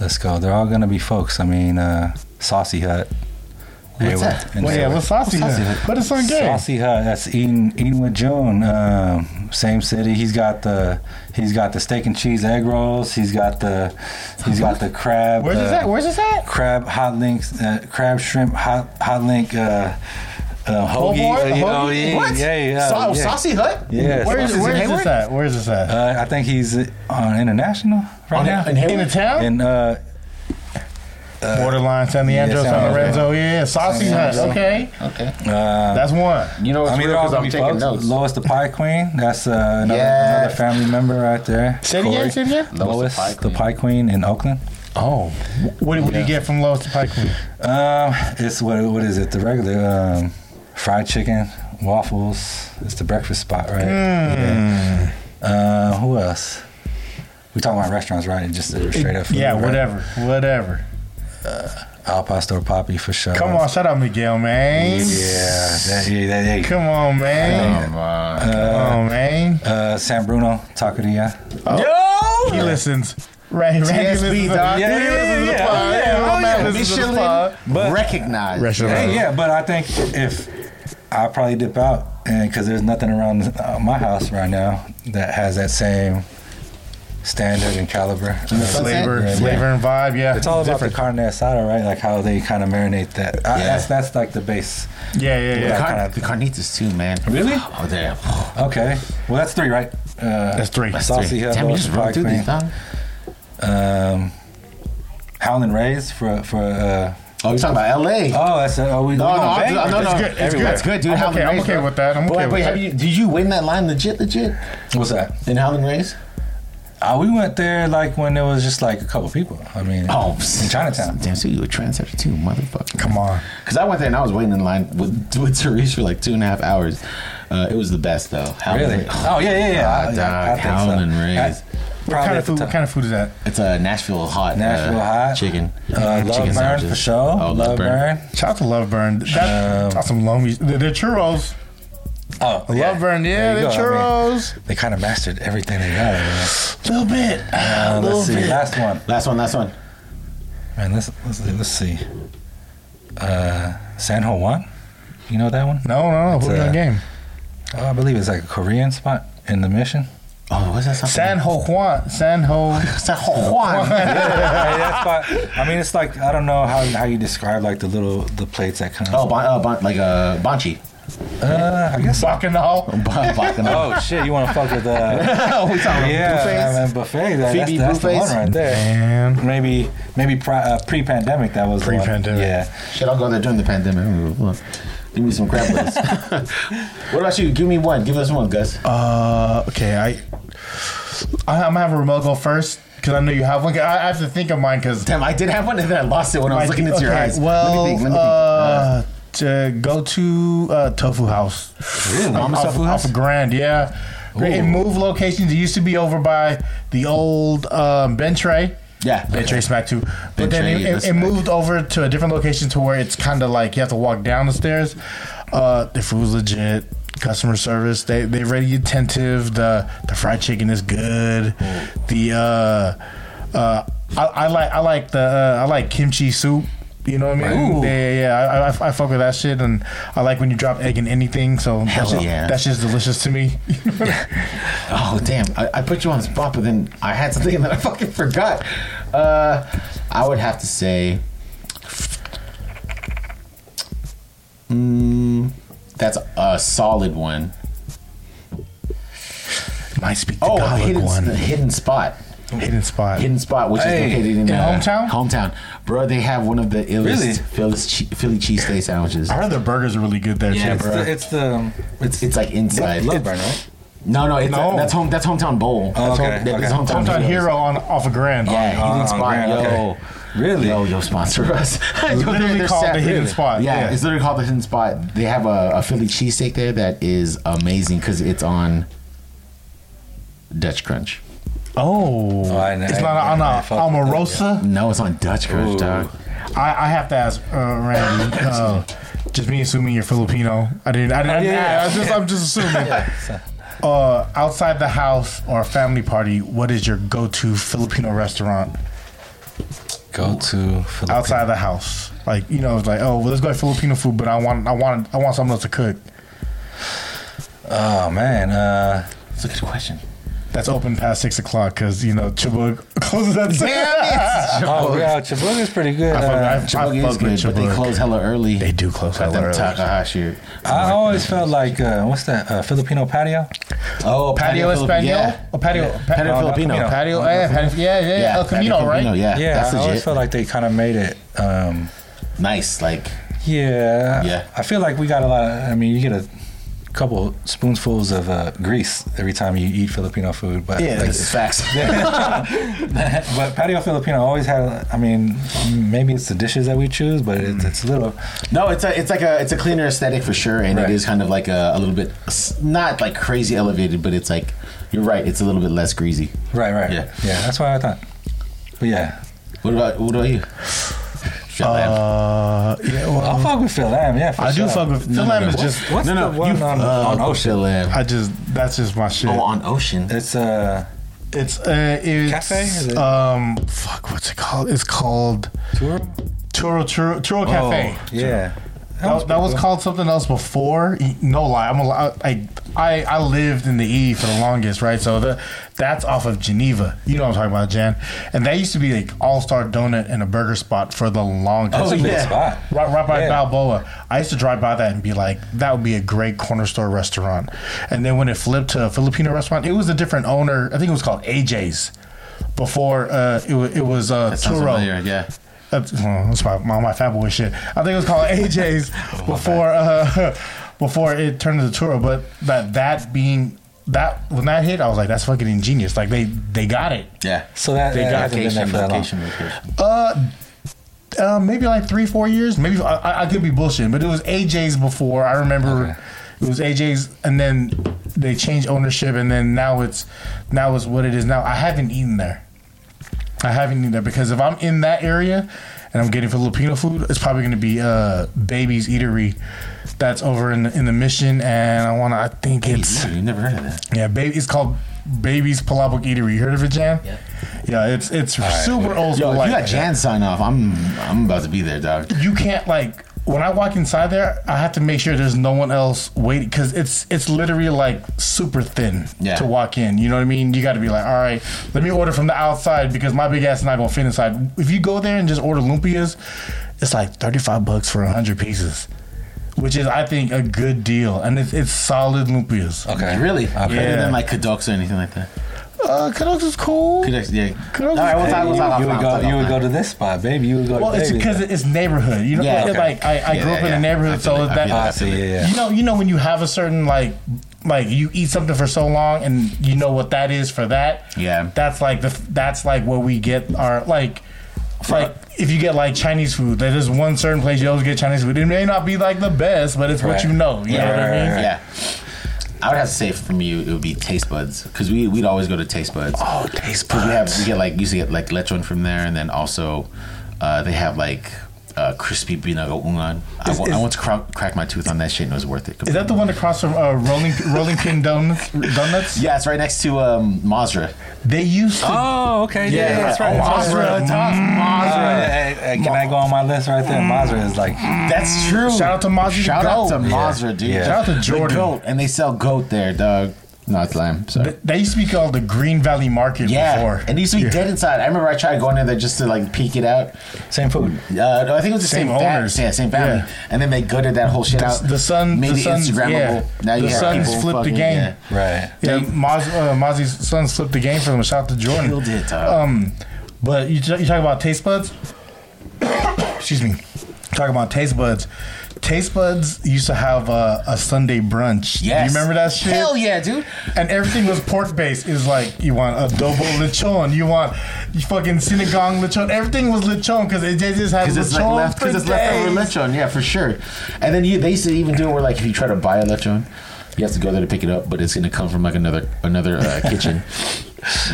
Speaker 4: let's go. They're all gonna be folks. I mean, uh, Saucy Hut. What's
Speaker 3: that?
Speaker 1: Well, yeah, what's saucy?
Speaker 3: What's saucy?
Speaker 1: then? What is on game?
Speaker 4: Saucy Hut. That's Eden Eden with June. Um, same city. He's got the he's got the steak and cheese egg rolls. He's got the he's got the crab.
Speaker 1: Where's
Speaker 4: uh,
Speaker 1: this at? Where's this at?
Speaker 4: Crab hot links. Uh, crab shrimp hot hot link. Uh, uh, hoagie.
Speaker 1: boy,
Speaker 4: uh, you know,
Speaker 1: hoagie? oh,
Speaker 4: yeah,
Speaker 3: What?
Speaker 4: Yeah, yeah,
Speaker 3: Sa-
Speaker 4: yeah.
Speaker 3: Saucy Hut?
Speaker 4: Yeah.
Speaker 1: Where is,
Speaker 3: Saucy's
Speaker 1: where
Speaker 3: in
Speaker 1: is this
Speaker 3: Hayward?
Speaker 1: at? Where is this at?
Speaker 4: Uh, I think he's on international right
Speaker 3: On-
Speaker 4: now.
Speaker 3: in
Speaker 1: in the
Speaker 3: Hayward?
Speaker 1: town?
Speaker 4: and uh,
Speaker 1: Borderline San Leandro,
Speaker 4: San
Speaker 1: San
Speaker 4: Lorenzo.
Speaker 1: Lorenzo. Yeah, yeah. Saucy
Speaker 4: San
Speaker 1: Hut.
Speaker 4: Lorenzo.
Speaker 1: Okay,
Speaker 3: Okay.
Speaker 1: that's one.
Speaker 3: You know what's
Speaker 4: I
Speaker 3: real
Speaker 4: mean, they're all
Speaker 3: because
Speaker 4: gonna
Speaker 3: I'm
Speaker 4: be
Speaker 3: taking
Speaker 4: folks.
Speaker 3: notes.
Speaker 4: Lois the Pie Queen. That's uh, another,
Speaker 3: Yes.
Speaker 4: another family member right there.
Speaker 1: Say it again.
Speaker 4: Corey.
Speaker 1: Say it again.
Speaker 4: Lois, the Pie Queen in Oakland.
Speaker 1: Oh, what did you get from Lois to Pike? Queen?
Speaker 4: Um, it's what what is it? The regular um, fried chicken, waffles. It's the breakfast spot,
Speaker 1: Hmm.
Speaker 4: right? Yeah. Uh, who else? We talking about restaurants, right? Just straight up. Food,
Speaker 1: Yeah,
Speaker 4: right?
Speaker 1: whatever, whatever.
Speaker 4: Al Pastor Poppy for sure.
Speaker 1: Come on, shut up, Miguel, man.
Speaker 4: Yeah, that, yeah, that, yeah.
Speaker 1: Come on, man.
Speaker 3: Come
Speaker 1: Come on, man. Oh.
Speaker 4: Uh, San Bruno Taqueria.
Speaker 1: He listens. Right, Randy
Speaker 3: TSB,
Speaker 1: listens. to-
Speaker 3: dog.
Speaker 1: He
Speaker 4: Yeah, yeah,
Speaker 1: listens to the
Speaker 4: yeah,
Speaker 1: pod.
Speaker 4: yeah,
Speaker 1: Yeah,
Speaker 4: oh,
Speaker 1: old man
Speaker 4: yeah.
Speaker 1: listens to the
Speaker 3: Michelin
Speaker 1: pod.
Speaker 4: But-
Speaker 3: recognized. Uh,
Speaker 4: Hey, yeah, but I think if I probably dip out, and because there's nothing around uh, my house right now that has that same standard and caliber. Uh,
Speaker 1: flavor,
Speaker 4: yeah.
Speaker 1: flavor and vibe. Yeah,
Speaker 4: It's all about
Speaker 1: different.
Speaker 4: the carne asada, right? Like how they kind of marinate that. I,
Speaker 3: Yeah.
Speaker 4: that's that's like the base.
Speaker 1: Yeah, yeah, yeah.
Speaker 3: The, car-
Speaker 4: kinda-
Speaker 3: the carnitas too, man.
Speaker 4: Really?
Speaker 3: Oh, there.
Speaker 4: Okay. Well, that's three, right? Uh,
Speaker 1: That's three.
Speaker 3: That's
Speaker 4: Saucy
Speaker 3: three.
Speaker 4: Hill,
Speaker 3: Damn, you just run
Speaker 4: Spike
Speaker 3: through these,
Speaker 4: Man.
Speaker 3: dog.
Speaker 4: Um, Howlin' Rays for for. Uh,
Speaker 3: Oh, you're talking about L.A.
Speaker 4: oh, that's uh, oh, we
Speaker 3: No,
Speaker 4: we
Speaker 3: no,
Speaker 4: gonna
Speaker 3: I'm
Speaker 4: bang
Speaker 3: just-
Speaker 4: with
Speaker 3: no, no,
Speaker 4: this.
Speaker 1: It's good, it's
Speaker 3: everyone-
Speaker 1: good.
Speaker 3: That's good, dude.
Speaker 1: I'm
Speaker 3: Howlin'
Speaker 1: okay- I'm
Speaker 3: Rays,
Speaker 1: okay
Speaker 3: bro.
Speaker 1: with that. I'm
Speaker 3: But
Speaker 1: okay
Speaker 3: wait,
Speaker 1: with
Speaker 3: have
Speaker 1: that.
Speaker 3: you? Did you win that line legit, legit
Speaker 4: What's that?
Speaker 3: in Howlin' Rays?
Speaker 4: Uh, we went there like when there was just like a couple people. I mean,
Speaker 3: Oh,
Speaker 4: in Chinatown.
Speaker 3: Damn, so you a trendsetter too, motherfucker.
Speaker 1: Come on.
Speaker 3: Because I went there and I was waiting in line with with Therese for like two and a half hours. Uh, it was the best though. Howlin'
Speaker 4: Really?
Speaker 3: Rays.
Speaker 4: Oh yeah, yeah, yeah.
Speaker 3: Ah, dog,
Speaker 4: think so.
Speaker 3: Howlin' Rays.
Speaker 4: I-
Speaker 1: What
Speaker 4: probably
Speaker 1: kind
Speaker 4: at
Speaker 1: of
Speaker 4: the
Speaker 1: food?
Speaker 4: top.
Speaker 1: What kind of food is that?
Speaker 3: It's a Nashville hot. uh,
Speaker 4: Nashville hot.
Speaker 3: chicken.
Speaker 4: Uh, Love
Speaker 3: Chicken
Speaker 4: Burn
Speaker 3: sandwiches.
Speaker 4: for sure.
Speaker 3: Oh, Love Burn.
Speaker 1: Shout out to Love Burn. That,
Speaker 4: Um,
Speaker 1: um, some loamy. The, the churros.
Speaker 4: Oh,
Speaker 1: Love Burn. Yeah,
Speaker 4: There you
Speaker 1: the
Speaker 4: go, I mean,
Speaker 1: churros.
Speaker 4: they kind of mastered everything they got. Man.
Speaker 1: A little bit.
Speaker 4: Uh, let's see. Last one.
Speaker 3: Last one. Last one.
Speaker 4: Man, let's let's, let's see. Uh, San Juan. You know that one?
Speaker 1: No, no, no. Who's
Speaker 4: uh,
Speaker 1: that game?
Speaker 4: Oh, I believe it's like a Korean spot in the Mission.
Speaker 3: Oh, what's that? something?
Speaker 1: San Ho Juan. San Ho.
Speaker 3: San Juan.
Speaker 4: yeah, yeah, that spot. I mean, it's like I don't know how, how you describe like the little the plates that come.
Speaker 3: Oh, bon, uh, bon, like a uh, bonchi.
Speaker 4: uh, I guess. So.
Speaker 1: Bacchanal.
Speaker 3: Bon, bon,
Speaker 4: Oh shit! You want to fuck with uh,
Speaker 3: we talking
Speaker 4: yeah, I
Speaker 3: yeah,
Speaker 4: mean, buffet. That, that's,
Speaker 3: Phoebe
Speaker 4: that's the
Speaker 3: buffets?
Speaker 4: one right there.
Speaker 1: And
Speaker 4: Maybe maybe pri- uh, pre-pandemic that was the one.
Speaker 1: Pre-pandemic.
Speaker 4: Yeah.
Speaker 3: Shit, I'll go there during the pandemic. Give me some crab legs. what about you? Give me one. Give us one, Gus.
Speaker 1: uh, okay, I, I, I'm gonna have Ramel go first because I know you have one. I, I have to think of mine because
Speaker 3: Damn, I did have one and then I lost it when I was looking into your eyes.
Speaker 1: Well,
Speaker 3: let me think. Let me think.
Speaker 1: Uh, to go to uh, Tofu House.
Speaker 3: Really?
Speaker 1: Off-
Speaker 3: Mama's
Speaker 1: off,
Speaker 3: Tofu House?
Speaker 1: Off of Grand, yeah. Great. It moved locations. It used to be over by the old um, Ben Tray.
Speaker 3: yeah.
Speaker 1: Ben Tray Smack too.
Speaker 3: Ben
Speaker 1: But then
Speaker 3: Tray
Speaker 1: it, it,
Speaker 3: is
Speaker 1: it
Speaker 3: smack.
Speaker 1: moved over to a different location to where it's kind of like you have to walk down the stairs. Uh, the food's legit. Customer service, they they really attentive. The the fried chicken is good. The uh, uh, I, I like I like the uh, I like kimchi soup. You know what I mean?
Speaker 3: Ooh.
Speaker 1: Yeah, yeah, yeah. I, I, I fuck with that shit, and I like when you drop egg in anything. So
Speaker 3: Hell
Speaker 1: that's,
Speaker 3: yeah.
Speaker 1: that's just delicious to me.
Speaker 3: Oh damn! I, I put you on the spot, but then I had something and then I fucking forgot. Uh, I would have to say, mm, that's a solid one.
Speaker 1: Might speak the
Speaker 3: Oh, a
Speaker 1: garlic
Speaker 3: hidden,
Speaker 1: one.
Speaker 3: the hidden spot,
Speaker 1: Hidden spot.
Speaker 3: hidden spot, which
Speaker 4: Hey,
Speaker 3: is located in,
Speaker 1: in
Speaker 3: uh,
Speaker 1: hometown?
Speaker 3: Hometown, bro. They have one of the
Speaker 4: Really?
Speaker 3: illest Philly, che- Philly cheesesteak sandwiches.
Speaker 1: I heard the burgers are really good there
Speaker 4: Yeah,
Speaker 1: too, bro.
Speaker 4: it's the, it's the um,
Speaker 3: It's it's like inside.
Speaker 4: Love Burn, right?
Speaker 3: No, no, it's
Speaker 1: No.
Speaker 3: that's home. That's hometown bowl.
Speaker 4: Oh,
Speaker 3: that's
Speaker 4: okay,
Speaker 3: home, that- that's
Speaker 4: okay.
Speaker 3: hometown,
Speaker 1: Hometown
Speaker 3: heroes.
Speaker 1: hero on off of Grand.
Speaker 3: Yeah,
Speaker 4: Oh,
Speaker 3: hidden
Speaker 4: on
Speaker 3: spot,
Speaker 4: Grand,
Speaker 3: yo.
Speaker 4: okay. Really?
Speaker 3: Yo, yo, sponsor us. Yo, they're-
Speaker 1: literally
Speaker 3: they're
Speaker 1: called
Speaker 3: sad,
Speaker 1: the hidden spot,
Speaker 3: Yeah,
Speaker 1: yeah.
Speaker 3: it's literally called the hidden spot. They have a, a Philly cheesesteak there that is amazing because it's on Dutch Crunch.
Speaker 1: Oh,
Speaker 4: Oh, I know.
Speaker 1: it's not on
Speaker 4: I
Speaker 1: a
Speaker 4: fuck with
Speaker 1: Omarosa.
Speaker 3: No, it's on Dutch Crunch,
Speaker 4: Ooh.
Speaker 3: dog.
Speaker 1: I, I have to ask uh, Randy. Uh, just me assuming you're Filipino. I didn't. I didn't. I didn't
Speaker 4: Yeah.
Speaker 1: I was just, I'm just assuming. Uh, outside the house or a family party, what is your go-to Filipino restaurant
Speaker 4: Go to Philippi.
Speaker 1: outside the house? Like you know, it's like oh, well, let's go to Filipino food, but I want, I want, I want someone else to cook.
Speaker 4: Oh man, uh,
Speaker 3: It's a good question.
Speaker 1: That's open past six o'clock because you know Chibug closes at six.
Speaker 4: oh yeah, Chibuga's pretty good.
Speaker 1: I fuck- I
Speaker 4: Uh,
Speaker 1: fuck
Speaker 3: Chibug is
Speaker 1: with
Speaker 3: good, but they
Speaker 1: Chibug.
Speaker 3: close hella early.
Speaker 1: They do close
Speaker 3: Got
Speaker 1: hella
Speaker 3: them
Speaker 1: early.
Speaker 3: Takahashi.
Speaker 4: I always felt like uh, what's that uh, Filipino patio?
Speaker 3: Oh,
Speaker 1: Patio
Speaker 3: Filip-
Speaker 1: Espanol?
Speaker 3: Yeah.
Speaker 1: Oh, patio, pa-
Speaker 3: Patio
Speaker 1: oh,
Speaker 3: Filipino.
Speaker 1: no, Patio,
Speaker 4: Oh,
Speaker 1: eh, patio- yeah, yeah, yeah. El
Speaker 3: Patio
Speaker 1: Camino,
Speaker 3: Filipino,
Speaker 1: right?
Speaker 3: Yeah,
Speaker 4: Yeah,
Speaker 3: that's
Speaker 4: I always
Speaker 3: legit.
Speaker 4: felt like they kind of made it. Um,
Speaker 3: nice, like
Speaker 4: yeah,
Speaker 3: Yeah.
Speaker 4: I feel like we got a lot. I mean, you get a couple spoonfuls of uh, grease every time you eat Filipino food, but
Speaker 3: yeah,
Speaker 4: like,
Speaker 3: this is facts.
Speaker 4: but patio Filipino always had. I mean, maybe it's the dishes that we choose, but it's, it's a little.
Speaker 3: No, it's a it's like a it's a cleaner aesthetic for sure, and
Speaker 4: Right.
Speaker 3: it is kind of like a, a little bit s- not like crazy elevated, but it's like you're right, it's a little bit less greasy.
Speaker 4: Right, right.
Speaker 3: Yeah.
Speaker 4: yeah. That's what I thought. But yeah,
Speaker 3: What about what about you? Shut up.
Speaker 1: Uh, yeah, well,
Speaker 4: I'll fuck with Phil Lamb. Yeah, for
Speaker 1: I do
Speaker 4: sure.
Speaker 1: fuck with
Speaker 3: No,
Speaker 1: Phil
Speaker 3: no,
Speaker 1: Lamb
Speaker 3: no.
Speaker 1: is
Speaker 3: What?
Speaker 1: just
Speaker 4: What's
Speaker 3: no, no,
Speaker 4: the one
Speaker 3: you
Speaker 4: on, on
Speaker 3: fuck
Speaker 4: Ocean?
Speaker 3: Phil Lamb.
Speaker 1: I just that's just my shit.
Speaker 3: Oh, on Ocean.
Speaker 4: It's uh,
Speaker 1: It's uh, it's
Speaker 4: Cafe, is it?
Speaker 1: um, fuck, what's it called? It's called
Speaker 4: tour.
Speaker 1: Churro Churro, Churro Cafe.
Speaker 4: Oh, yeah.
Speaker 1: That, that was called something else before. No lie, E, I'm a, li- I, I, I lived in the E for the longest, right? So the, that's off of Geneva. You know what I'm talking about, Jan. And that used to be like All Star Donut and a burger spot for the longest.
Speaker 4: That's a good spot.
Speaker 1: Right, right by
Speaker 4: Yeah.
Speaker 1: Balboa. I used to drive by that and be like, that would be a great corner store restaurant. And then when it flipped to a Filipino restaurant, it was a different owner. I think it was called AJ's before uh, it, wa- it was uh,
Speaker 3: That sounds
Speaker 1: Turo.
Speaker 3: familiar. Yeah.
Speaker 1: Uh, well, that's my, my my fat boy shit. I think it was called AJ's before uh, before it turned into Turo. But that that being that when that hit, I was like, that's fucking ingenious. Like they they got it.
Speaker 3: Yeah.
Speaker 4: So that,
Speaker 1: They
Speaker 4: that
Speaker 1: got
Speaker 4: hasn't been there for that long.
Speaker 3: location, location.
Speaker 1: Uh, uh, maybe like three four years. Maybe I, I- I could be bullshitting, but it was AJ's before. I remember
Speaker 4: Okay.
Speaker 1: it was AJ's, and then they changed ownership, and then now it's now it's what it is now. I haven't eaten there. I haven't eaten there because if I'm in that area and I'm getting Filipino food, it's probably going to be uh Baby's Eatery that's over in the, in the Mission, and I want to. I think it's
Speaker 3: You never heard of that?
Speaker 1: yeah, baby. It's called Baby's Palabok Eatery. You heard of it, Jan? Yeah. Yeah, it's it's super old
Speaker 3: Yo,
Speaker 1: school.
Speaker 3: if
Speaker 1: like
Speaker 3: you got
Speaker 1: that.
Speaker 3: Jan sign off. I'm I'm about to be there, dog.
Speaker 1: you can't like when I walk inside there, I have to make sure there's no one else waiting because it's it's literally like super thin
Speaker 3: Yeah.
Speaker 1: to walk in. You know what I mean? You got to be like, all right, let me order from the outside because my big ass is not gonna fit inside. If you go there and just order lumpias, it's like thirty five bucks for hundred pieces, which is I think a good deal, and it's it's solid lumpias.
Speaker 4: Okay.
Speaker 3: Really?
Speaker 4: Okay.
Speaker 3: Better
Speaker 1: Yeah.
Speaker 3: than like Kadoks or anything like that.
Speaker 1: Uh, Canucks is cool.
Speaker 3: Kadoks, yeah.
Speaker 1: Kadoks
Speaker 3: All right,
Speaker 1: is
Speaker 3: we'll talk. We'll
Speaker 4: You,
Speaker 3: talk
Speaker 4: you would
Speaker 3: offline,
Speaker 4: go.
Speaker 3: we'll talk
Speaker 4: You would go
Speaker 3: offline.
Speaker 4: to this spot, baby. You would go.
Speaker 1: Well,
Speaker 4: to
Speaker 1: it's
Speaker 4: baby.
Speaker 1: because it's neighborhood. You know,
Speaker 3: Yeah, okay.
Speaker 1: like I, I
Speaker 3: Yeah,
Speaker 1: grew up in
Speaker 3: yeah,
Speaker 1: a
Speaker 3: yeah.
Speaker 1: neighborhood,
Speaker 3: I feel
Speaker 1: so
Speaker 3: it, I
Speaker 1: that
Speaker 3: feel it.
Speaker 4: Ah, I see. Yeah, yeah.
Speaker 1: You know, you know when you have a certain like like you eat something for so long and you know what that is for that.
Speaker 3: Yeah.
Speaker 1: That's like the that's like what we get our like like if you get like Chinese food, there is one certain place you always get Chinese food. It may not be like the best, but it's what
Speaker 4: Right.
Speaker 1: you know. You
Speaker 4: Yeah,
Speaker 1: know what
Speaker 4: right,
Speaker 1: I mean?
Speaker 4: right,
Speaker 3: Yeah. I would have to say from you, it would be Taste Buds because we we'd always go to Taste Buds.
Speaker 1: Oh, taste
Speaker 3: Because we have we get like used to get like lechon from there, and then also uh, they have like uh, crispy binago ungan. I,
Speaker 1: Is-
Speaker 3: wa- I
Speaker 1: is-
Speaker 3: once cro- cracked my tooth on that shit and it was worth it.
Speaker 1: Is that the one across from uh, Rolling Rolling Pin Donuts? Donuts?
Speaker 3: Yeah, it's right next to um, Mazra.
Speaker 1: They used to.
Speaker 4: Oh, okay. Yeah,
Speaker 3: yeah,
Speaker 4: that's right.
Speaker 1: oh,
Speaker 4: that's
Speaker 1: Mazra.
Speaker 4: right.
Speaker 1: Mazra.
Speaker 3: Mm-hmm.
Speaker 4: Mazra.
Speaker 3: Uh,
Speaker 4: Hey, hey, can I go on my list right there? Mazra is like
Speaker 3: That's true.
Speaker 1: Shout out to Mazra, the
Speaker 3: Shout out
Speaker 1: goat.
Speaker 3: to
Speaker 1: Yeah.
Speaker 3: Mazra, dude.
Speaker 4: Yeah.
Speaker 1: Shout out to
Speaker 3: The
Speaker 1: Jordan.
Speaker 3: goat, and they sell goat there, dog. No, it's lamb. Sorry.
Speaker 1: Th- They used to be called the Green Valley Market
Speaker 3: Oh. Yeah,
Speaker 1: before.
Speaker 3: and it used to be dead inside. I remember I tried going in there just to like peek it out.
Speaker 4: same food.
Speaker 3: Uh, no, I think it was the
Speaker 1: Same
Speaker 3: same, fam-
Speaker 1: owners.
Speaker 3: yeah, same family.
Speaker 1: Yeah.
Speaker 3: And then they gutted that whole shit
Speaker 1: The-
Speaker 3: out.
Speaker 1: the son-
Speaker 3: made
Speaker 1: the
Speaker 3: it
Speaker 1: son's-
Speaker 3: Instagrammable.
Speaker 1: yeah.
Speaker 3: Now you
Speaker 1: The
Speaker 3: have
Speaker 1: son's
Speaker 3: people
Speaker 1: flipped the
Speaker 3: fucking-
Speaker 1: game.
Speaker 3: yeah.
Speaker 4: Right.
Speaker 1: Yeah, Maz, uh, Mozzie's son slipped the game for them. Shout out to Jordan.
Speaker 3: Killed it, uh, dog.
Speaker 1: Um, but you, you talk about taste buds. Excuse me. Talk about taste buds. Taste buds used to have a, a Sunday brunch. Do
Speaker 3: Yes.
Speaker 1: You remember that shit?
Speaker 3: Hell yeah, dude.
Speaker 1: And everything was pork based. It was like you want adobo lechon, you want you fucking sinigang lechon. Everything was lechon because it they just had
Speaker 3: Because
Speaker 1: lechon
Speaker 3: it's like left,
Speaker 1: for
Speaker 3: because it's leftover
Speaker 1: days.
Speaker 3: lechon, yeah, for sure. And then you, they used to even do it where like if you try to buy a lechon, you have to go there to pick it up, but it's gonna come from like another another uh, kitchen.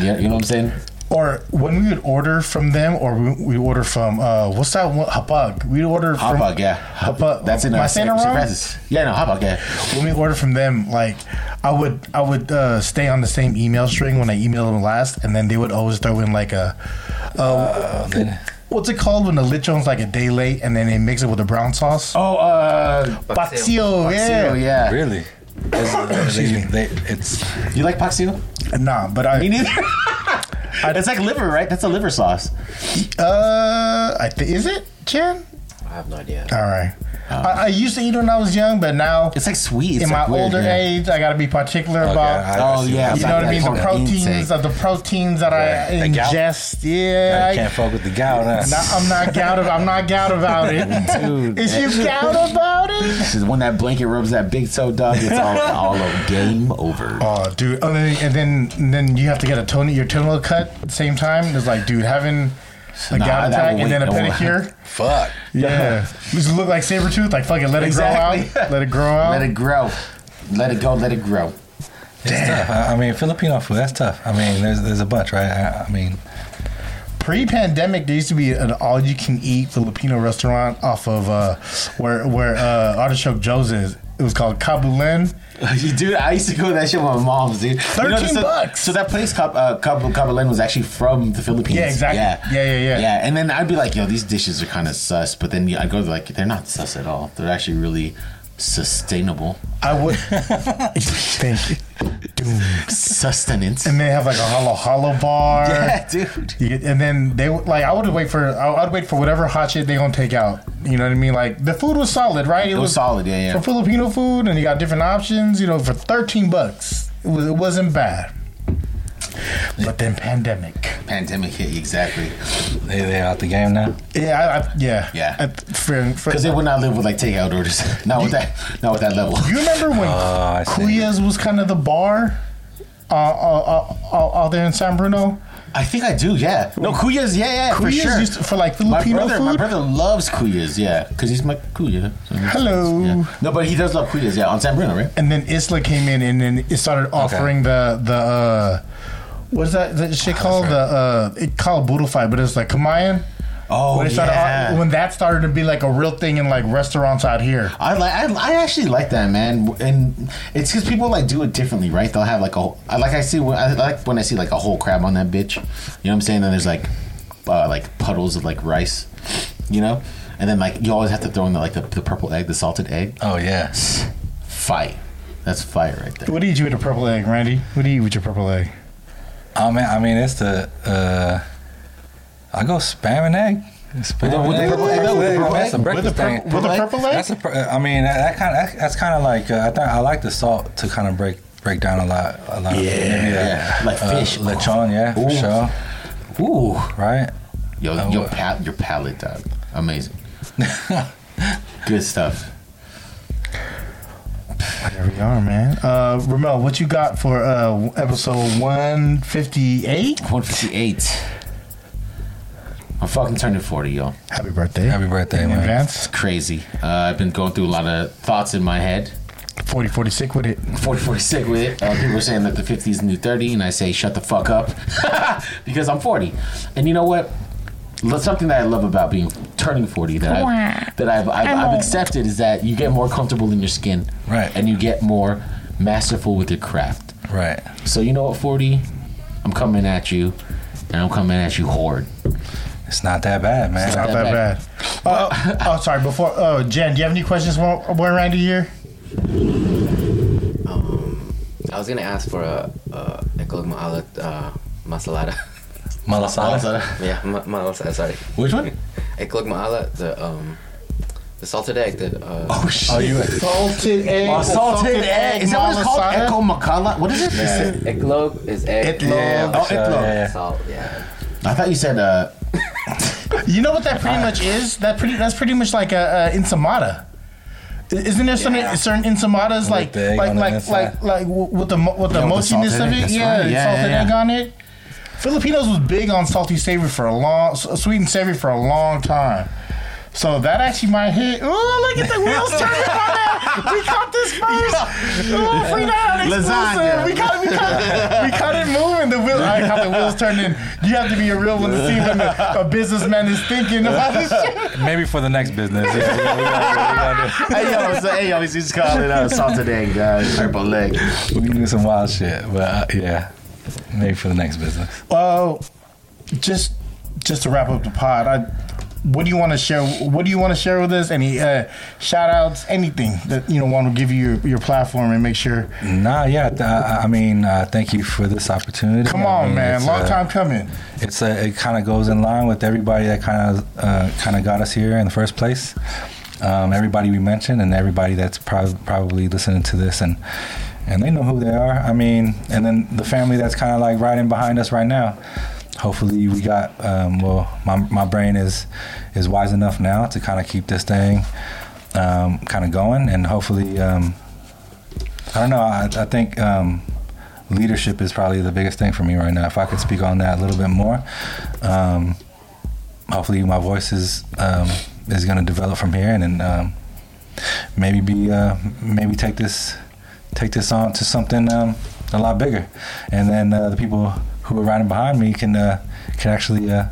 Speaker 3: Yeah, you know what I'm saying?
Speaker 1: Or when we would order from them, or we, we order from uh, what's that one? Hapag. We order
Speaker 3: Hot
Speaker 1: from
Speaker 3: dog, yeah.
Speaker 1: Hapa-
Speaker 3: That's in
Speaker 1: Am I
Speaker 3: uh,
Speaker 1: saying it
Speaker 3: St.
Speaker 1: wrong?
Speaker 3: Francis. Yeah, no, hot dog, yeah.
Speaker 1: when we order from them, like I would I would uh, stay on the same email string when I emailed them last, and then they would always throw in like a uh, what's it called when the lechon's like a day late, and then they mix it with a brown sauce.
Speaker 3: Oh, uh,
Speaker 1: Paxio,
Speaker 3: yeah.
Speaker 1: yeah.
Speaker 3: yeah.
Speaker 4: Really. It's- uh, they- they- it's
Speaker 3: You like paxio?
Speaker 1: Nah, but I
Speaker 3: Me neither. it's like liver, right? That's a liver sauce.
Speaker 1: uh, I th- is it Chen?
Speaker 2: I have no idea.
Speaker 1: All right, I, I used to eat when I was young, but now
Speaker 3: It's like sweet. It's
Speaker 1: in
Speaker 3: like
Speaker 1: my
Speaker 3: weird,
Speaker 1: older
Speaker 3: yeah.
Speaker 1: age, I got to be particular
Speaker 4: okay,
Speaker 1: about.
Speaker 4: I- I
Speaker 3: Oh
Speaker 4: see.
Speaker 3: yeah,
Speaker 1: you know what I mean? The
Speaker 3: Like
Speaker 1: proteins, uh,
Speaker 3: intake.
Speaker 1: of the proteins that I
Speaker 4: Right. The gout?
Speaker 1: ingest. Yeah,
Speaker 4: I can't fuck with the gout. huh?
Speaker 1: No, I'm not gout. About, I'm not gout about it.
Speaker 3: Dude,
Speaker 1: Is you gout about it?
Speaker 3: this is when that blanket rubs that big toe dog. It's all, all over. game over.
Speaker 1: Oh, dude. And then, and then, and then you have to get a toenail, your toenail cut at the same time. It's like, dude, having a
Speaker 3: Nah,
Speaker 1: gout
Speaker 3: that
Speaker 1: attack
Speaker 3: will
Speaker 1: and then a
Speaker 3: wait, that will-
Speaker 1: pedicure.
Speaker 4: Fuck.
Speaker 1: Yeah, you just look like saber tooth. Like fucking let it grow
Speaker 3: Exactly.
Speaker 1: out. Let it grow out.
Speaker 3: Let it grow. Let it go. Let it grow.
Speaker 4: It's tough. I I mean, Filipino food. That's tough. I mean, there's there's a bunch, right? I, I mean,
Speaker 1: Pre-pandemic, there used to be an all-you-can-eat Filipino restaurant off of uh, where where uh, Artichoke Joe's is. It was called Kabulen.
Speaker 3: dude, I used to go to that shit with my mom's, dude.
Speaker 1: 13
Speaker 3: so,
Speaker 1: bucks.
Speaker 3: So that place, Cab- uh, Cab- Cabalan, was actually from the Philippines.
Speaker 1: Yeah, exactly. Yeah, yeah, yeah.
Speaker 3: Yeah, and then I'd be like, yo, these dishes are kind of sus, but then yeah, I go to like, they're not sus at all. They're actually really sustainable
Speaker 1: I would. Thank you. Doom.
Speaker 3: sustenance.
Speaker 1: And uh, they have like a hollow hollow bar.
Speaker 3: dude.
Speaker 1: You get- and then they would- like I would wait for I- I'd wait for whatever hot shit they gonna take out. You know what I mean? Like the food was solid, right?
Speaker 3: It was solid, yeah, yeah.
Speaker 1: for Filipino food, and you got different options. You know, for thirteen bucks, it, was, it wasn't bad. But then pandemic.
Speaker 3: Pandemic hit exactly
Speaker 4: They they out the game now.
Speaker 1: Yeah, I, I, yeah,
Speaker 3: Yeah.
Speaker 1: I, for, for,
Speaker 3: because they would not live with like takeout orders. not with that. Not with that level.
Speaker 1: you remember when
Speaker 4: Oh,
Speaker 3: Ah,
Speaker 4: I see.
Speaker 1: Kuya's was kind of the bar, uh, uh, uh, uh, out there in San Bruno.
Speaker 3: I think I do. Yeah. No, Kuya's. Yeah, yeah, for
Speaker 1: Kuya's
Speaker 3: sure.
Speaker 1: used to- for like
Speaker 3: my
Speaker 1: Filipino
Speaker 3: brother,
Speaker 1: food.
Speaker 3: my brother loves Kuya's. Yeah, because he's my Kuya. so-
Speaker 1: Hello.
Speaker 3: Yeah. No, but he does love Kuya's. Yeah, on San Bruno, right?
Speaker 1: and then Isla came in and then it started offering the the uh, what's that that shit called the uh, it called Budafai, but it's like Kamayan.
Speaker 3: Oh,
Speaker 1: when, it started,
Speaker 3: yeah.
Speaker 1: when that started to be like a real thing in like restaurants out here.
Speaker 3: I like I, I actually like that man, and it's because people like do it differently, right? They'll have like a whole, I like I see when I like when I see like a whole crab on that bitch, you know what I'm saying? Then there's like uh, like puddles of like rice, you know, and then like you always have to throw in the like the, the purple egg, the salted egg.
Speaker 4: Oh yeah.
Speaker 3: Fight, that's fire right there.
Speaker 1: What do you eat with a purple egg, Randy? What do you eat with your purple egg?
Speaker 4: Oh man, I mean it's the uh, I go spam and egg. Spam
Speaker 3: the-
Speaker 4: and
Speaker 3: with the
Speaker 4: egg.
Speaker 3: purple egg, though, with the purple
Speaker 4: That's
Speaker 3: egg. With
Speaker 4: a breakfast
Speaker 1: the pur-
Speaker 4: thing.
Speaker 1: with the purple egg?
Speaker 4: That's a. pur- I mean that, that kind of that's kind of like uh, I think I like the salt to kind of break break down a lot a lot. Yeah, Uh,
Speaker 3: yeah. Like fish.
Speaker 4: lechon, yeah, for
Speaker 3: Ooh.
Speaker 4: sure,
Speaker 3: Ooh,
Speaker 4: right?
Speaker 3: yo,
Speaker 4: Oh,
Speaker 3: your
Speaker 4: what?
Speaker 3: pal- your palate, dog, amazing, good stuff.
Speaker 1: There we are, man. Uh, Ramel, what you got for uh, episode one fifty eight?
Speaker 3: 158. I'm fucking turning 40, y'all.
Speaker 1: Happy birthday!
Speaker 4: Happy birthday,
Speaker 1: in
Speaker 4: man.
Speaker 1: advance.
Speaker 3: crazy. Uh, I've been going through a lot of thoughts in my head.
Speaker 1: Forty forty six with it.
Speaker 3: 40, 46 with it. Uh, people are saying that the 50 is the new 30, and I say, shut the fuck up because I'm 40. And you know what? Lo- Something that I love about being turning 40 that I've, that I've, I've, I've accepted is that you get more comfortable in your skin.
Speaker 4: Right.
Speaker 3: And you get more masterful with your craft.
Speaker 4: Right.
Speaker 3: So you know what, 40? I'm coming at you, and I'm coming at you hard.
Speaker 4: It's not that bad, man.
Speaker 1: Not that bad. Uh, oh, oh, sorry. Before, oh, Jen, do you have any questions for our boy Randy here?
Speaker 2: I was gonna ask for a, a ekolog maalat uh, masalada.
Speaker 4: Malasada.
Speaker 2: yeah, ma- malasada. Sorry,
Speaker 3: Which one?
Speaker 2: ekolog maalat the um the salted egg that uh,
Speaker 3: Oh, shit.
Speaker 4: Oh, you.
Speaker 1: Salted egg.
Speaker 3: A salted egg. Is that what it's called? Echo Makala? What is it?
Speaker 2: ekolog is egg.
Speaker 1: Itlog. Yeah,
Speaker 3: Oh, eggnog.
Speaker 4: Yeah, yeah, yeah.
Speaker 2: Salt. Yeah.
Speaker 3: I thought you said uh,
Speaker 1: You know what that pretty much is? That pretty. That's pretty much like a, a ensamada. I- Isn't there some
Speaker 2: Yeah.
Speaker 1: certain ensamadas like
Speaker 4: the egg
Speaker 1: like
Speaker 4: on the
Speaker 1: like
Speaker 4: inside.
Speaker 1: like like w- with the mo- with the
Speaker 3: Yeah, with the
Speaker 1: mochiness
Speaker 3: salted
Speaker 1: of
Speaker 3: egg,
Speaker 1: it?
Speaker 3: that's
Speaker 1: Yeah,
Speaker 3: right. Yeah,
Speaker 1: salted
Speaker 3: yeah,
Speaker 1: egg
Speaker 3: yeah.
Speaker 1: on it. Filipinos was big on salty savory for a long, s- sweet and savory for a long time. So that actually might hit. Oh, look at the wheels turning on that. We caught this first. Oh, free down exclusive.
Speaker 3: Lasagna.
Speaker 1: We caught, we, caught, we caught it moving. The wheel, I caught the wheels turning. You have to be a real one to see when a, a businessman is thinking about this shit.
Speaker 4: Maybe for the next business. Yeah, yeah, we gotta do it, we gotta do it.
Speaker 3: hey yo, so, hey yo, he's just calling it uh, salted egg, guys. Purple leg.
Speaker 4: We can do some wild shit, but uh, yeah, maybe for the next business.
Speaker 1: Well, just just to wrap up the pod, I, what do you want to share? What do you want to share with us? Any uh, shout outs? Anything that you know want to give you your, your platform and make sure.
Speaker 4: Nah, yeah. Th- I I mean, uh, thank you for this opportunity.
Speaker 1: Come
Speaker 4: I
Speaker 1: on,
Speaker 4: mean,
Speaker 1: man.
Speaker 4: it's,
Speaker 1: Long
Speaker 4: uh,
Speaker 1: time coming.
Speaker 4: It's a, it kind of goes in line with everybody that kind of uh, kind of got us here in the first place. Um, everybody we mentioned, and everybody that's prob- probably listening to this, and and they know who they are. I mean, and then the family that's kind of like riding behind us right now. Hopefully, we got. Um, well, my my brain is is wise enough now to kind of keep this thing um, kind of going, and hopefully. Um, I don't know. I, I think um, leadership is probably the biggest thing for me right now. If I could speak on that a little bit more, um, hopefully my voice is um, is going to develop from here, and then um, maybe be uh, maybe take this take this on to something um, a lot bigger, and then uh, the people who are riding behind me can uh, can actually uh,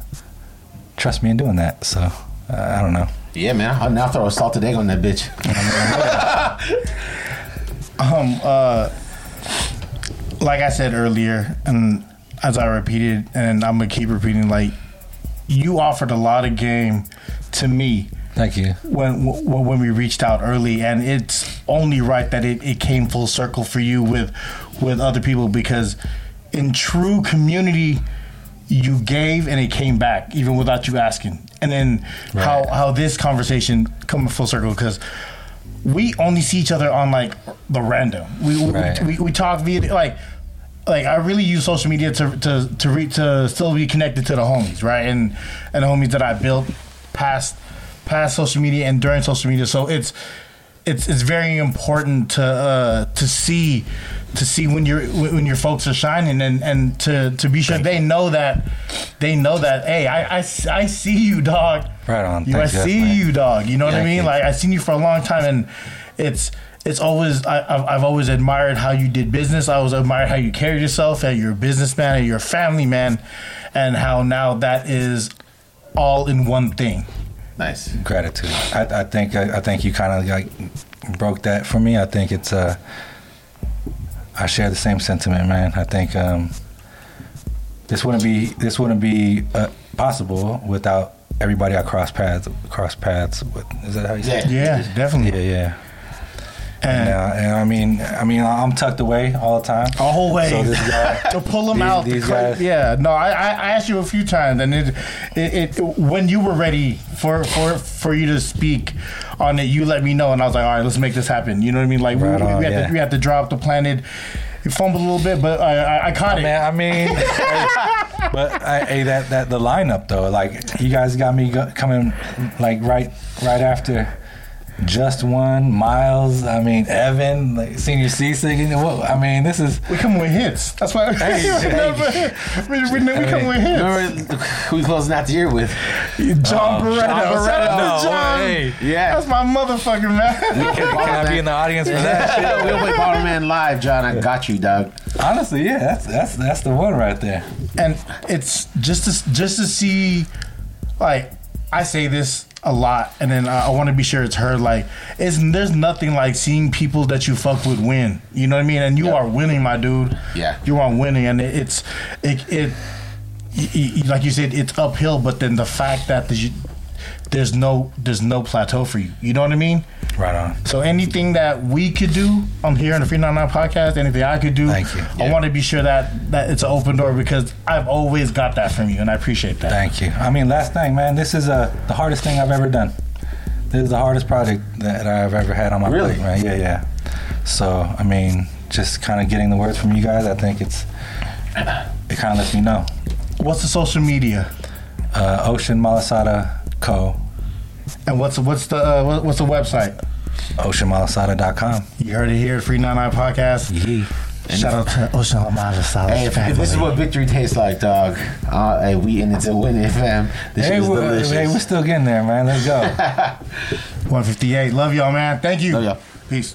Speaker 4: trust me in doing that. So uh, I don't know.
Speaker 3: Yeah, man. I'll now throw a salted egg on that bitch.
Speaker 1: Um, uh, like I said earlier, and as I repeated, and I'm gonna keep repeating, like you offered a lot of game to me
Speaker 4: Thank you.
Speaker 1: when w- when we reached out early, and it's only right that it, it came full circle for you with with other people because in true community, you gave and it came back even without you asking. And then how
Speaker 4: Right.
Speaker 1: how this conversation come full circle because we only see each other on like the random. We we-
Speaker 4: Right.
Speaker 1: we, we talk via like. Like I really use social media to to to re, to still be connected to the homies, right? And and the homies that I built past past social media and during social media. So it's it's it's very important to uh, to see to see when your when when your folks are shining and and to to be sure they know that they know that hey I I, s- I see you dog
Speaker 4: Right on.
Speaker 1: you I
Speaker 4: Thank you.
Speaker 1: see
Speaker 4: That's nice.
Speaker 1: you dog you know what I
Speaker 4: Yeah,
Speaker 1: mean
Speaker 4: thank
Speaker 1: like I seen you for a long time and it's it's always I, I've, I've always admired how you did business I always admired how you carried yourself that you're a businessman and you're a family man and how now that is all in one thing
Speaker 3: Nice.
Speaker 4: gratitude. I, I think I, I think you kind of like broke that for me. I think it's uh, I share the same sentiment, man. I think um, this wouldn't be this wouldn't be uh, possible without everybody I cross paths cross paths with. Is that how you say? it?
Speaker 1: yeah definitely
Speaker 4: Yeah, yeah.
Speaker 1: and
Speaker 4: And, uh, and I mean, I mean, I'm tucked away all the time.
Speaker 1: Always.
Speaker 4: So this guy-
Speaker 1: to pull them
Speaker 4: These-
Speaker 1: out. the
Speaker 4: these
Speaker 1: cra-
Speaker 4: guys-
Speaker 1: Yeah, no, I, I I asked you a few times, and it, it, it when you were ready for for for you to speak on it, you let me know, and I was like, all right, let's make this happen. You know what I mean? Like we,
Speaker 4: Right
Speaker 1: we,
Speaker 4: on,
Speaker 1: had
Speaker 4: yeah.
Speaker 1: to, we had to drop the planet. You fumbled a little bit, but I I, I caught it.
Speaker 4: Oh, Man, I mean, hey, but I, hey, that that the lineup though, like you guys got me go, coming like right right after. Just one, Miles. I mean, Evan, like Senior C singing. Whoa, I mean, this is.
Speaker 1: We come with hits. That's why
Speaker 4: Hey,
Speaker 1: we,
Speaker 4: hey.
Speaker 1: never- we, we, we come with hits.
Speaker 3: Remember who we closing out the year with?
Speaker 4: Oh,
Speaker 1: John Beretta. Shout
Speaker 3: John
Speaker 1: out
Speaker 4: Beretta.
Speaker 1: to
Speaker 4: No
Speaker 1: John.
Speaker 4: way.
Speaker 3: Yeah.
Speaker 1: That's my motherfucking man.
Speaker 4: Can, can I be in the audience for that?
Speaker 3: Yeah, we'll play Bottom Man live, John. I got you, dog.
Speaker 4: Honestly, yeah, that's that's that's the one right there.
Speaker 1: and it's just to just to see like i say this a lot and then i, I want to be sure it's heard like it's there's nothing like seeing people that you fuck with win you know what i mean and you
Speaker 3: Yeah.
Speaker 1: are winning my dude
Speaker 3: Yeah.
Speaker 1: you are winning and it, it's it, it y- y- like you said it's uphill but then the fact that the, there's no there's no plateau for you you know what i mean
Speaker 4: Right on.
Speaker 1: so anything that we could do on here on the Free 99 podcast, anything I could do,
Speaker 4: Thank you.
Speaker 1: I
Speaker 3: Yeah.
Speaker 1: want to be sure that, that it's an open door because I've always got that from you and I appreciate that.
Speaker 4: Thank you. I mean, last thing, man. This is uh, the hardest thing I've ever done. This is the hardest project that I've ever had on my
Speaker 3: Really?
Speaker 4: plate, man. Yeah, yeah. So, I mean, just kind of getting the words from you guys, I think it's it kind of lets me know.
Speaker 1: What's the social media
Speaker 4: Uh, Ocean Malasada Co.
Speaker 1: and what's what's the uh, what- what's the website?
Speaker 4: OceanMalasada.com.
Speaker 1: You heard it here at Free 99 podcast. Shout out to Ocean Amada Salas
Speaker 3: Hey, if, if this is what victory tastes like, dog. Uh, hey, we in it to win it, fam. This
Speaker 4: Hey,
Speaker 3: shit is
Speaker 4: we're,
Speaker 3: delicious.
Speaker 4: hey, we're still getting there, man. Let's go.
Speaker 1: 158. Love y'all, man. Thank you.
Speaker 3: Love y'all.
Speaker 1: Peace.